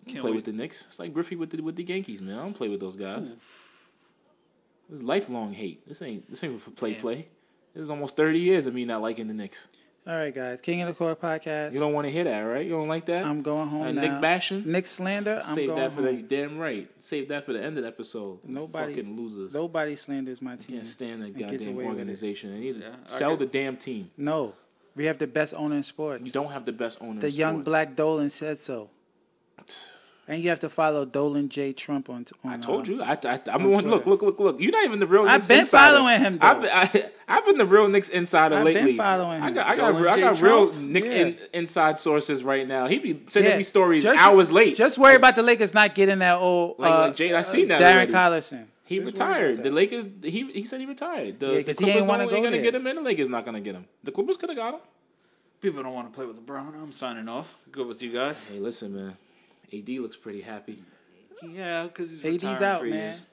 Speaker 3: Can't
Speaker 2: play
Speaker 3: wait.
Speaker 2: with the Knicks. It's like Griffey with the with the Yankees, man. I don't play with those guys. This is lifelong hate. This ain't this ain't for play play. This is almost thirty years of me not liking the Knicks.
Speaker 4: All right, guys. King of the Court podcast.
Speaker 2: You don't want to hear that, right? You don't like that.
Speaker 4: I'm going home
Speaker 2: And
Speaker 4: now.
Speaker 2: Nick Bashing?
Speaker 4: Nick slander. I'm
Speaker 2: Save
Speaker 4: going
Speaker 2: that for the
Speaker 4: home.
Speaker 2: damn right. Save that for the end of the episode.
Speaker 4: Nobody-
Speaker 2: fucking losers.
Speaker 4: Nobody slanders my team.
Speaker 2: Can't stand that
Speaker 4: gets away
Speaker 2: goddamn
Speaker 4: with it.
Speaker 2: organization. They need to
Speaker 3: Yeah, I
Speaker 2: sell
Speaker 3: get-
Speaker 2: the damn team.
Speaker 4: No, we have the best owner in sports.
Speaker 2: You don't have the best owner.
Speaker 4: The
Speaker 2: in
Speaker 4: young
Speaker 2: sports.
Speaker 4: black Dolan said so. And you have to follow Dolan J. Trump on. on uh,
Speaker 2: I told you. I, I, I'm the
Speaker 4: on
Speaker 2: one. Look,
Speaker 4: Twitter.
Speaker 2: look, look, look. You're not even the real.
Speaker 4: I've
Speaker 2: Knicks
Speaker 4: been
Speaker 2: insider.
Speaker 4: following him, though.
Speaker 2: I've been, I, I've been the real Knicks insider
Speaker 4: I've been
Speaker 2: lately.
Speaker 4: following
Speaker 2: I
Speaker 4: him.
Speaker 2: got, I got,
Speaker 3: Dolan
Speaker 2: real- I
Speaker 3: J.
Speaker 2: got real
Speaker 3: Trump?
Speaker 2: Nick
Speaker 4: Yeah.
Speaker 2: in, inside sources right now. He be sending
Speaker 4: Yeah.
Speaker 2: me stories
Speaker 4: Just-
Speaker 2: hours late.
Speaker 4: Just worry about the Lakers not getting that old
Speaker 2: Like-
Speaker 4: uh,
Speaker 2: like Jade, I seen that
Speaker 4: Darren
Speaker 2: already.
Speaker 4: Collison.
Speaker 2: he retired. The Lakers. He he said he retired. The,
Speaker 4: Yeah,
Speaker 2: the
Speaker 4: 'cause he
Speaker 2: Clippers
Speaker 4: ain't wanna
Speaker 2: don't- they
Speaker 4: go
Speaker 2: gonna
Speaker 4: there.
Speaker 2: get him, and the Lakers not gonna get him. The Clippers could have got him.
Speaker 3: People don't want to play with LeBron. I'm signing off. Good with you guys.
Speaker 2: Hey, listen, man. AD looks pretty happy.
Speaker 3: Yeah, because he's
Speaker 4: AD's
Speaker 3: retiring in
Speaker 4: out,
Speaker 3: three
Speaker 4: man.
Speaker 3: years.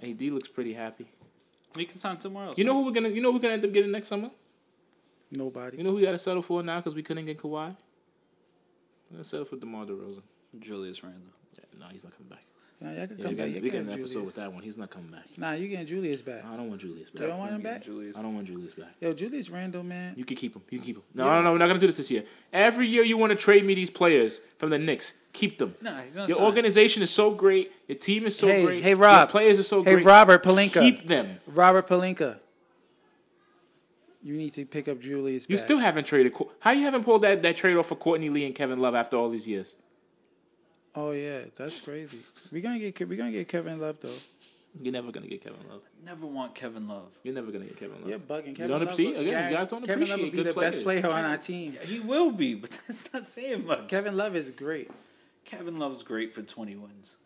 Speaker 2: AD looks pretty happy.
Speaker 3: You can sign somewhere else.
Speaker 2: You know who we're gonna. You know who we're gonna end up getting next summer. You
Speaker 4: Nobody.
Speaker 2: know who we gotta settle for now because we couldn't get Kawhi. We're gonna settle for DeMar DeRozan.
Speaker 3: Julius Randle.
Speaker 2: Yeah, no, he's not coming back.
Speaker 4: Nah, y'all can
Speaker 2: Yeah,
Speaker 4: come
Speaker 2: we got,
Speaker 4: back.
Speaker 2: we
Speaker 4: Y'all
Speaker 2: got
Speaker 4: can
Speaker 2: an
Speaker 4: have
Speaker 2: episode with Uh-huh.
Speaker 4: Julius.
Speaker 2: that one. He's not coming back.
Speaker 4: Nah, you getting Julius back.
Speaker 2: I don't want Julius back.
Speaker 4: You don't want him back.
Speaker 3: Julius.
Speaker 2: I don't want Julius back.
Speaker 4: Yo, Julius Randle, man.
Speaker 2: You can keep him. You can keep him. No, no, no. We're not gonna do this this year. Every year you want to trade me these players from the Knicks. Keep them.
Speaker 3: Nah, he's not
Speaker 2: Your
Speaker 3: signing.
Speaker 2: organization is so great. Your team is so
Speaker 4: Hey,
Speaker 2: great.
Speaker 4: hey, Rob.
Speaker 2: Your players are so
Speaker 4: Hey,
Speaker 2: great.
Speaker 4: Robert Pelinka.
Speaker 2: Keep them.
Speaker 4: Robert Palinka. You need to pick up Julius.
Speaker 2: You
Speaker 4: back.
Speaker 2: still haven't traded. Cour- How you haven't pulled that, that trade off of Courtney Lee and Kevin Love after all these years?
Speaker 4: Oh yeah, that's crazy. We're gonna get Ke- we're gonna get Kevin Love though.
Speaker 2: You're never gonna get Kevin Love.
Speaker 3: Never want Kevin Love.
Speaker 2: You're never gonna get Kevin Love.
Speaker 4: You're bugging. Kevin
Speaker 2: don't
Speaker 4: Love
Speaker 2: see?
Speaker 4: will-
Speaker 2: Again, you
Speaker 4: guarantee-
Speaker 2: guys don't
Speaker 4: Kevin Love will
Speaker 2: appreciate
Speaker 4: be
Speaker 2: good
Speaker 4: the best
Speaker 2: players.
Speaker 4: player on our team.
Speaker 3: He will be, but that's not saying much. Kevin,
Speaker 4: Kevin Love is great.
Speaker 3: Love's great for 20 wins.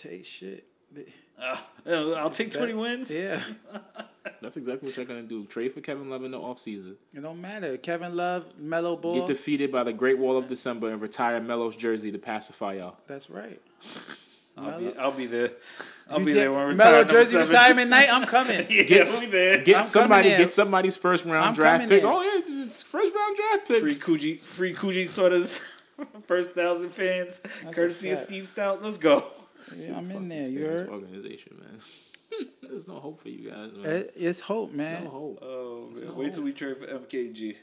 Speaker 4: Hey, shit.
Speaker 3: Uh, I'll take 20
Speaker 4: That-
Speaker 3: wins.
Speaker 4: Yeah,
Speaker 2: That's exactly what you're gonna do. Trade for Kevin Love in the offseason.
Speaker 4: it don't matter. Kevin Love, Mellow Ball.
Speaker 2: Get defeated by the Great Wall of December and retire Melo's jersey to pacify y'all.
Speaker 4: that's right.
Speaker 3: I'll,
Speaker 4: Melo-
Speaker 3: be, I'll be there. I'll
Speaker 4: You
Speaker 3: be
Speaker 4: did-
Speaker 3: there when we're
Speaker 4: Mellow
Speaker 3: retired.
Speaker 4: jersey retirement night. I'm coming.
Speaker 3: yeah,
Speaker 2: Get-
Speaker 3: I'll be there.
Speaker 2: Get
Speaker 4: I'm
Speaker 2: somebody,
Speaker 4: coming in.
Speaker 2: get somebody's first round
Speaker 4: I'm
Speaker 2: draft
Speaker 4: coming
Speaker 2: pick.
Speaker 4: in.
Speaker 2: Oh yeah, it's- it's first round draft pick.
Speaker 3: free Coogee, free Coogee sweaters. First thousand fans, courtesy of
Speaker 4: fact.
Speaker 3: Steve Stout. Let's go.
Speaker 4: Yeah, I'm in there.
Speaker 2: Stay
Speaker 4: You
Speaker 2: in this
Speaker 4: heard?
Speaker 2: organization, man. There's no hope for you guys, man.
Speaker 4: It- It's hope, man.
Speaker 2: no hope.
Speaker 3: Oh man,
Speaker 2: no
Speaker 3: wait
Speaker 2: hope.
Speaker 3: till we trade for MKG.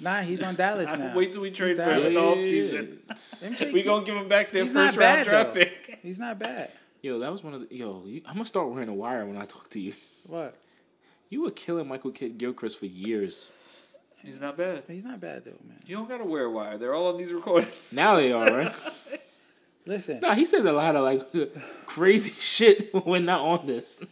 Speaker 4: Nah, he's on Dallas now.
Speaker 3: Wait till we trade for
Speaker 4: down.
Speaker 3: him in the offseason.
Speaker 2: offseason.
Speaker 4: MJ,
Speaker 3: We gonna give him back their
Speaker 4: He's not
Speaker 3: first round
Speaker 4: bad,
Speaker 3: draft
Speaker 4: though.
Speaker 3: pick.
Speaker 4: He's not bad.
Speaker 2: Yo, that was one of the yo. You, I'm gonna start wearing a wire when I talk to you.
Speaker 4: What?
Speaker 2: You were killing Michael Kidd Gilchrist for years.
Speaker 3: He's not bad.
Speaker 4: He's not bad though, man.
Speaker 3: You don't gotta wear a wire. They're all on these recordings.
Speaker 2: Now they are right.
Speaker 4: Listen,
Speaker 2: No, he says a lot of like crazy shit when we're not on this.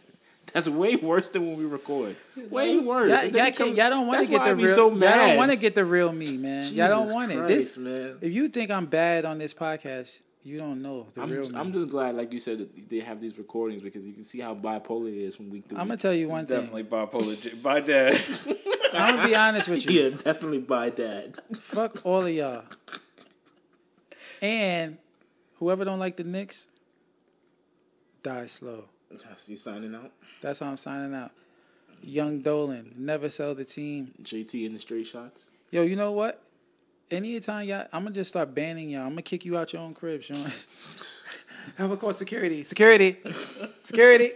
Speaker 2: That's way worse than when we record. Way worse.
Speaker 4: y'all,
Speaker 2: It
Speaker 4: y'all,
Speaker 2: doesn't
Speaker 4: can't-
Speaker 2: come-
Speaker 4: y'all don't want
Speaker 2: That's
Speaker 4: to get
Speaker 2: why
Speaker 4: the
Speaker 2: I be
Speaker 4: real.
Speaker 2: So
Speaker 4: y'all
Speaker 2: mad.
Speaker 4: don't want to get the real me, man. y'all don't
Speaker 2: Jesus
Speaker 4: want it.
Speaker 2: Christ,
Speaker 4: This,
Speaker 2: man.
Speaker 4: if you think I'm bad on this podcast, you don't know the
Speaker 2: I'm,
Speaker 4: real
Speaker 2: just-
Speaker 4: me.
Speaker 2: I'm just glad, like you said, that they have these recordings because you can see how bipolar it is from week to
Speaker 4: I'm gonna
Speaker 2: week.
Speaker 4: tell you one thing.
Speaker 3: Definitely bipolar. J- Bye, Dad.
Speaker 4: I'm gonna be honest with you.
Speaker 2: yeah, definitely by dad.
Speaker 4: Fuck all of y'all. And whoever don't like the Knicks, die slow.
Speaker 2: you signing out?
Speaker 4: That's how I'm signing out. Young Dolan, never sell the team.
Speaker 2: JT in the straight shots.
Speaker 4: Yo, you know what? Anytime y'all, I'm gonna just start banning y'all. I'm gonna kick you out your own crib, Sean. I would call security. Security. Security.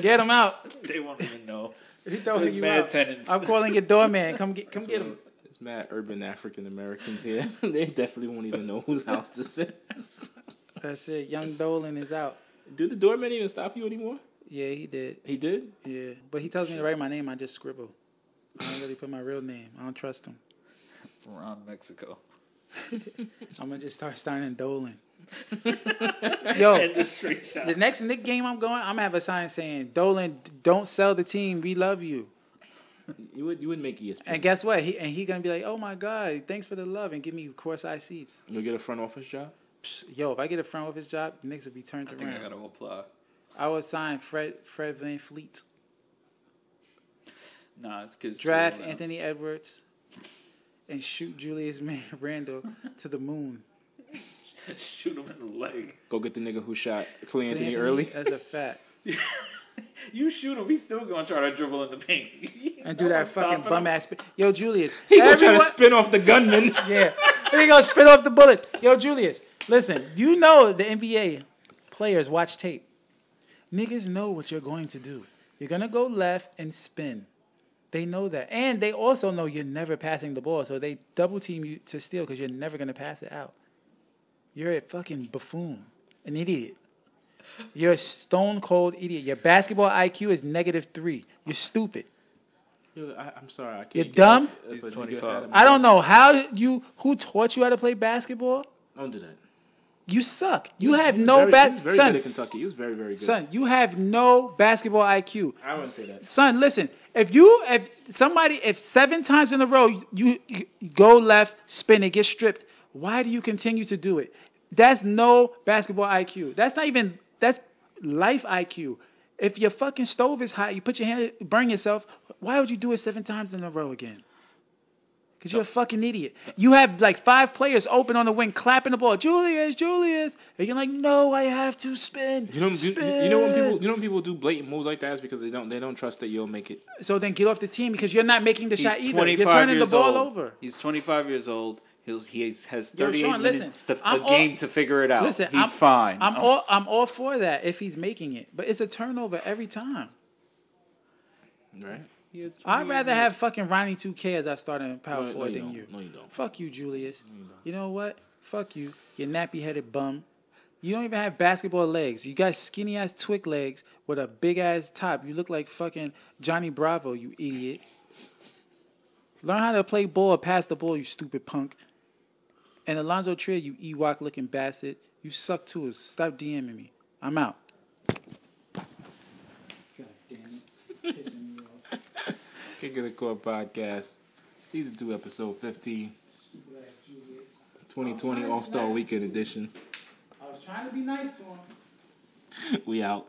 Speaker 4: Get him out.
Speaker 5: They won't even know.
Speaker 4: He throwing
Speaker 5: There's
Speaker 4: you
Speaker 5: bad
Speaker 4: out.
Speaker 5: tenants.
Speaker 4: I'm calling your doorman. Come get come get him.
Speaker 2: It's mad urban African Americans here. they definitely won't even know whose house this is.
Speaker 4: That's it. Young Dolan is out.
Speaker 2: Did the doorman even stop you anymore?
Speaker 4: Yeah, he did.
Speaker 2: He did.
Speaker 4: Yeah. But he tells me to write my name, I just scribble. I don't really put my real name. I don't trust him.
Speaker 5: Around Mexico.
Speaker 4: I'm gonna just start signing Dolan. Yo,
Speaker 3: And the straight shot.
Speaker 4: the next Nick game I'm going, I'm gonna have a sign saying, Dolan, don't sell the team. We love you.
Speaker 2: You would. You would make E ESPN.
Speaker 4: And guess what? He and he gonna be like, oh my god, thanks for the love and give me course eye seats.
Speaker 2: You'll get a front office job.
Speaker 4: Psh, yo, if I get a front office job, the Knicks will be turned
Speaker 5: I think I
Speaker 4: around.
Speaker 5: gotta apply.
Speaker 4: I, would sign Fred Fred Van Fleet.
Speaker 5: Nah, it's because
Speaker 4: Draft Anthony Edwards and shoot Julius Man Randall to the moon.
Speaker 5: Shoot him in the leg.
Speaker 2: Go get the nigga who shot Clay Anthony,
Speaker 4: Anthony,
Speaker 2: early.
Speaker 4: That's a fact.
Speaker 5: You shoot him, he's still gonna try to dribble in the paint.
Speaker 4: And do that fucking bum ass. sp- Yo, Julius.
Speaker 2: He gonna try to
Speaker 4: everyone-
Speaker 2: spin off the gunman.
Speaker 4: Yeah. There you go. Spit off the bullets. Yo, Julius, listen, you know the NBA players watch tape. Niggas know what you're going to do. You're going to go left and spin. They know that. And they also know you're never passing the ball. So they double team you to steal because you're never going to pass it out. You're a fucking buffoon, an idiot. You're a stone cold idiot. Your basketball IQ is negative three. You're stupid.
Speaker 2: Yo, I, I'm sorry. I can't
Speaker 4: You're
Speaker 2: get
Speaker 4: dumb?
Speaker 2: up if
Speaker 5: He's
Speaker 2: a nigga
Speaker 5: 25.
Speaker 2: had him.
Speaker 4: I don't know how you, who taught you how to play basketball?
Speaker 2: Don't do that.
Speaker 4: You suck. You have
Speaker 2: He was
Speaker 4: no
Speaker 2: very- He was
Speaker 4: bat,
Speaker 2: very good
Speaker 4: son.
Speaker 2: at Kentucky. He was very very good.
Speaker 4: Son, you have no basketball IQ.
Speaker 2: I wouldn't say that.
Speaker 4: Son, listen. If you, if somebody, if seven times in a row you, you go left, spin, and get stripped, why do you continue to do it? That's no basketball IQ. That's not even. That's life IQ. If your fucking stove is hot, you put your hand, burn yourself. Why would you do it seven times in a row again? Cause you're a fucking idiot. You have like five players open on the wing, clapping the ball. Julius, Julius, and you're like, no, I have to spin.
Speaker 2: You know, you,
Speaker 4: spin.
Speaker 2: you know when people you know when people do blatant moves like that is because they don't they don't trust that you'll make it.
Speaker 4: So then get off the team because you're not making the shot
Speaker 5: He's
Speaker 4: either.
Speaker 5: 25
Speaker 4: You're turning the
Speaker 5: years
Speaker 4: ball
Speaker 5: old.
Speaker 4: over.
Speaker 5: He's 25 years old. He's, he has 38
Speaker 4: Sean, listen.
Speaker 5: minutes to,
Speaker 4: I'm
Speaker 5: a
Speaker 4: all-
Speaker 5: game to figure it out.
Speaker 4: Listen,
Speaker 5: he's
Speaker 4: I'm,
Speaker 5: fine. Oh.
Speaker 4: I'm all I'm all for that if he's making it, but it's a turnover every time.
Speaker 2: Right?
Speaker 5: He has
Speaker 4: I'd
Speaker 5: 28
Speaker 4: rather
Speaker 5: minutes.
Speaker 4: have fucking Ronnie 2K as I started in power
Speaker 2: No, no,
Speaker 4: forward
Speaker 2: you
Speaker 4: than
Speaker 2: don't.
Speaker 4: you.
Speaker 2: No, you don't.
Speaker 4: Fuck you, Julius. you know what? Fuck you, you nappy headed bum. You don't even have basketball legs. You got skinny ass twig legs with a big ass top. You look like fucking Johnny Bravo, you idiot. Learn how to play ball or pass the ball, you stupid punk. And Alonzo Trier, you Ewok looking bastard. You suck too. Stop DMing me. I'm out.
Speaker 2: Kick of the Court podcast, season two, episode fifteen. 2020
Speaker 4: Oh,
Speaker 2: All Star Weekend edition.
Speaker 4: I was trying to be nice to him.
Speaker 2: We out.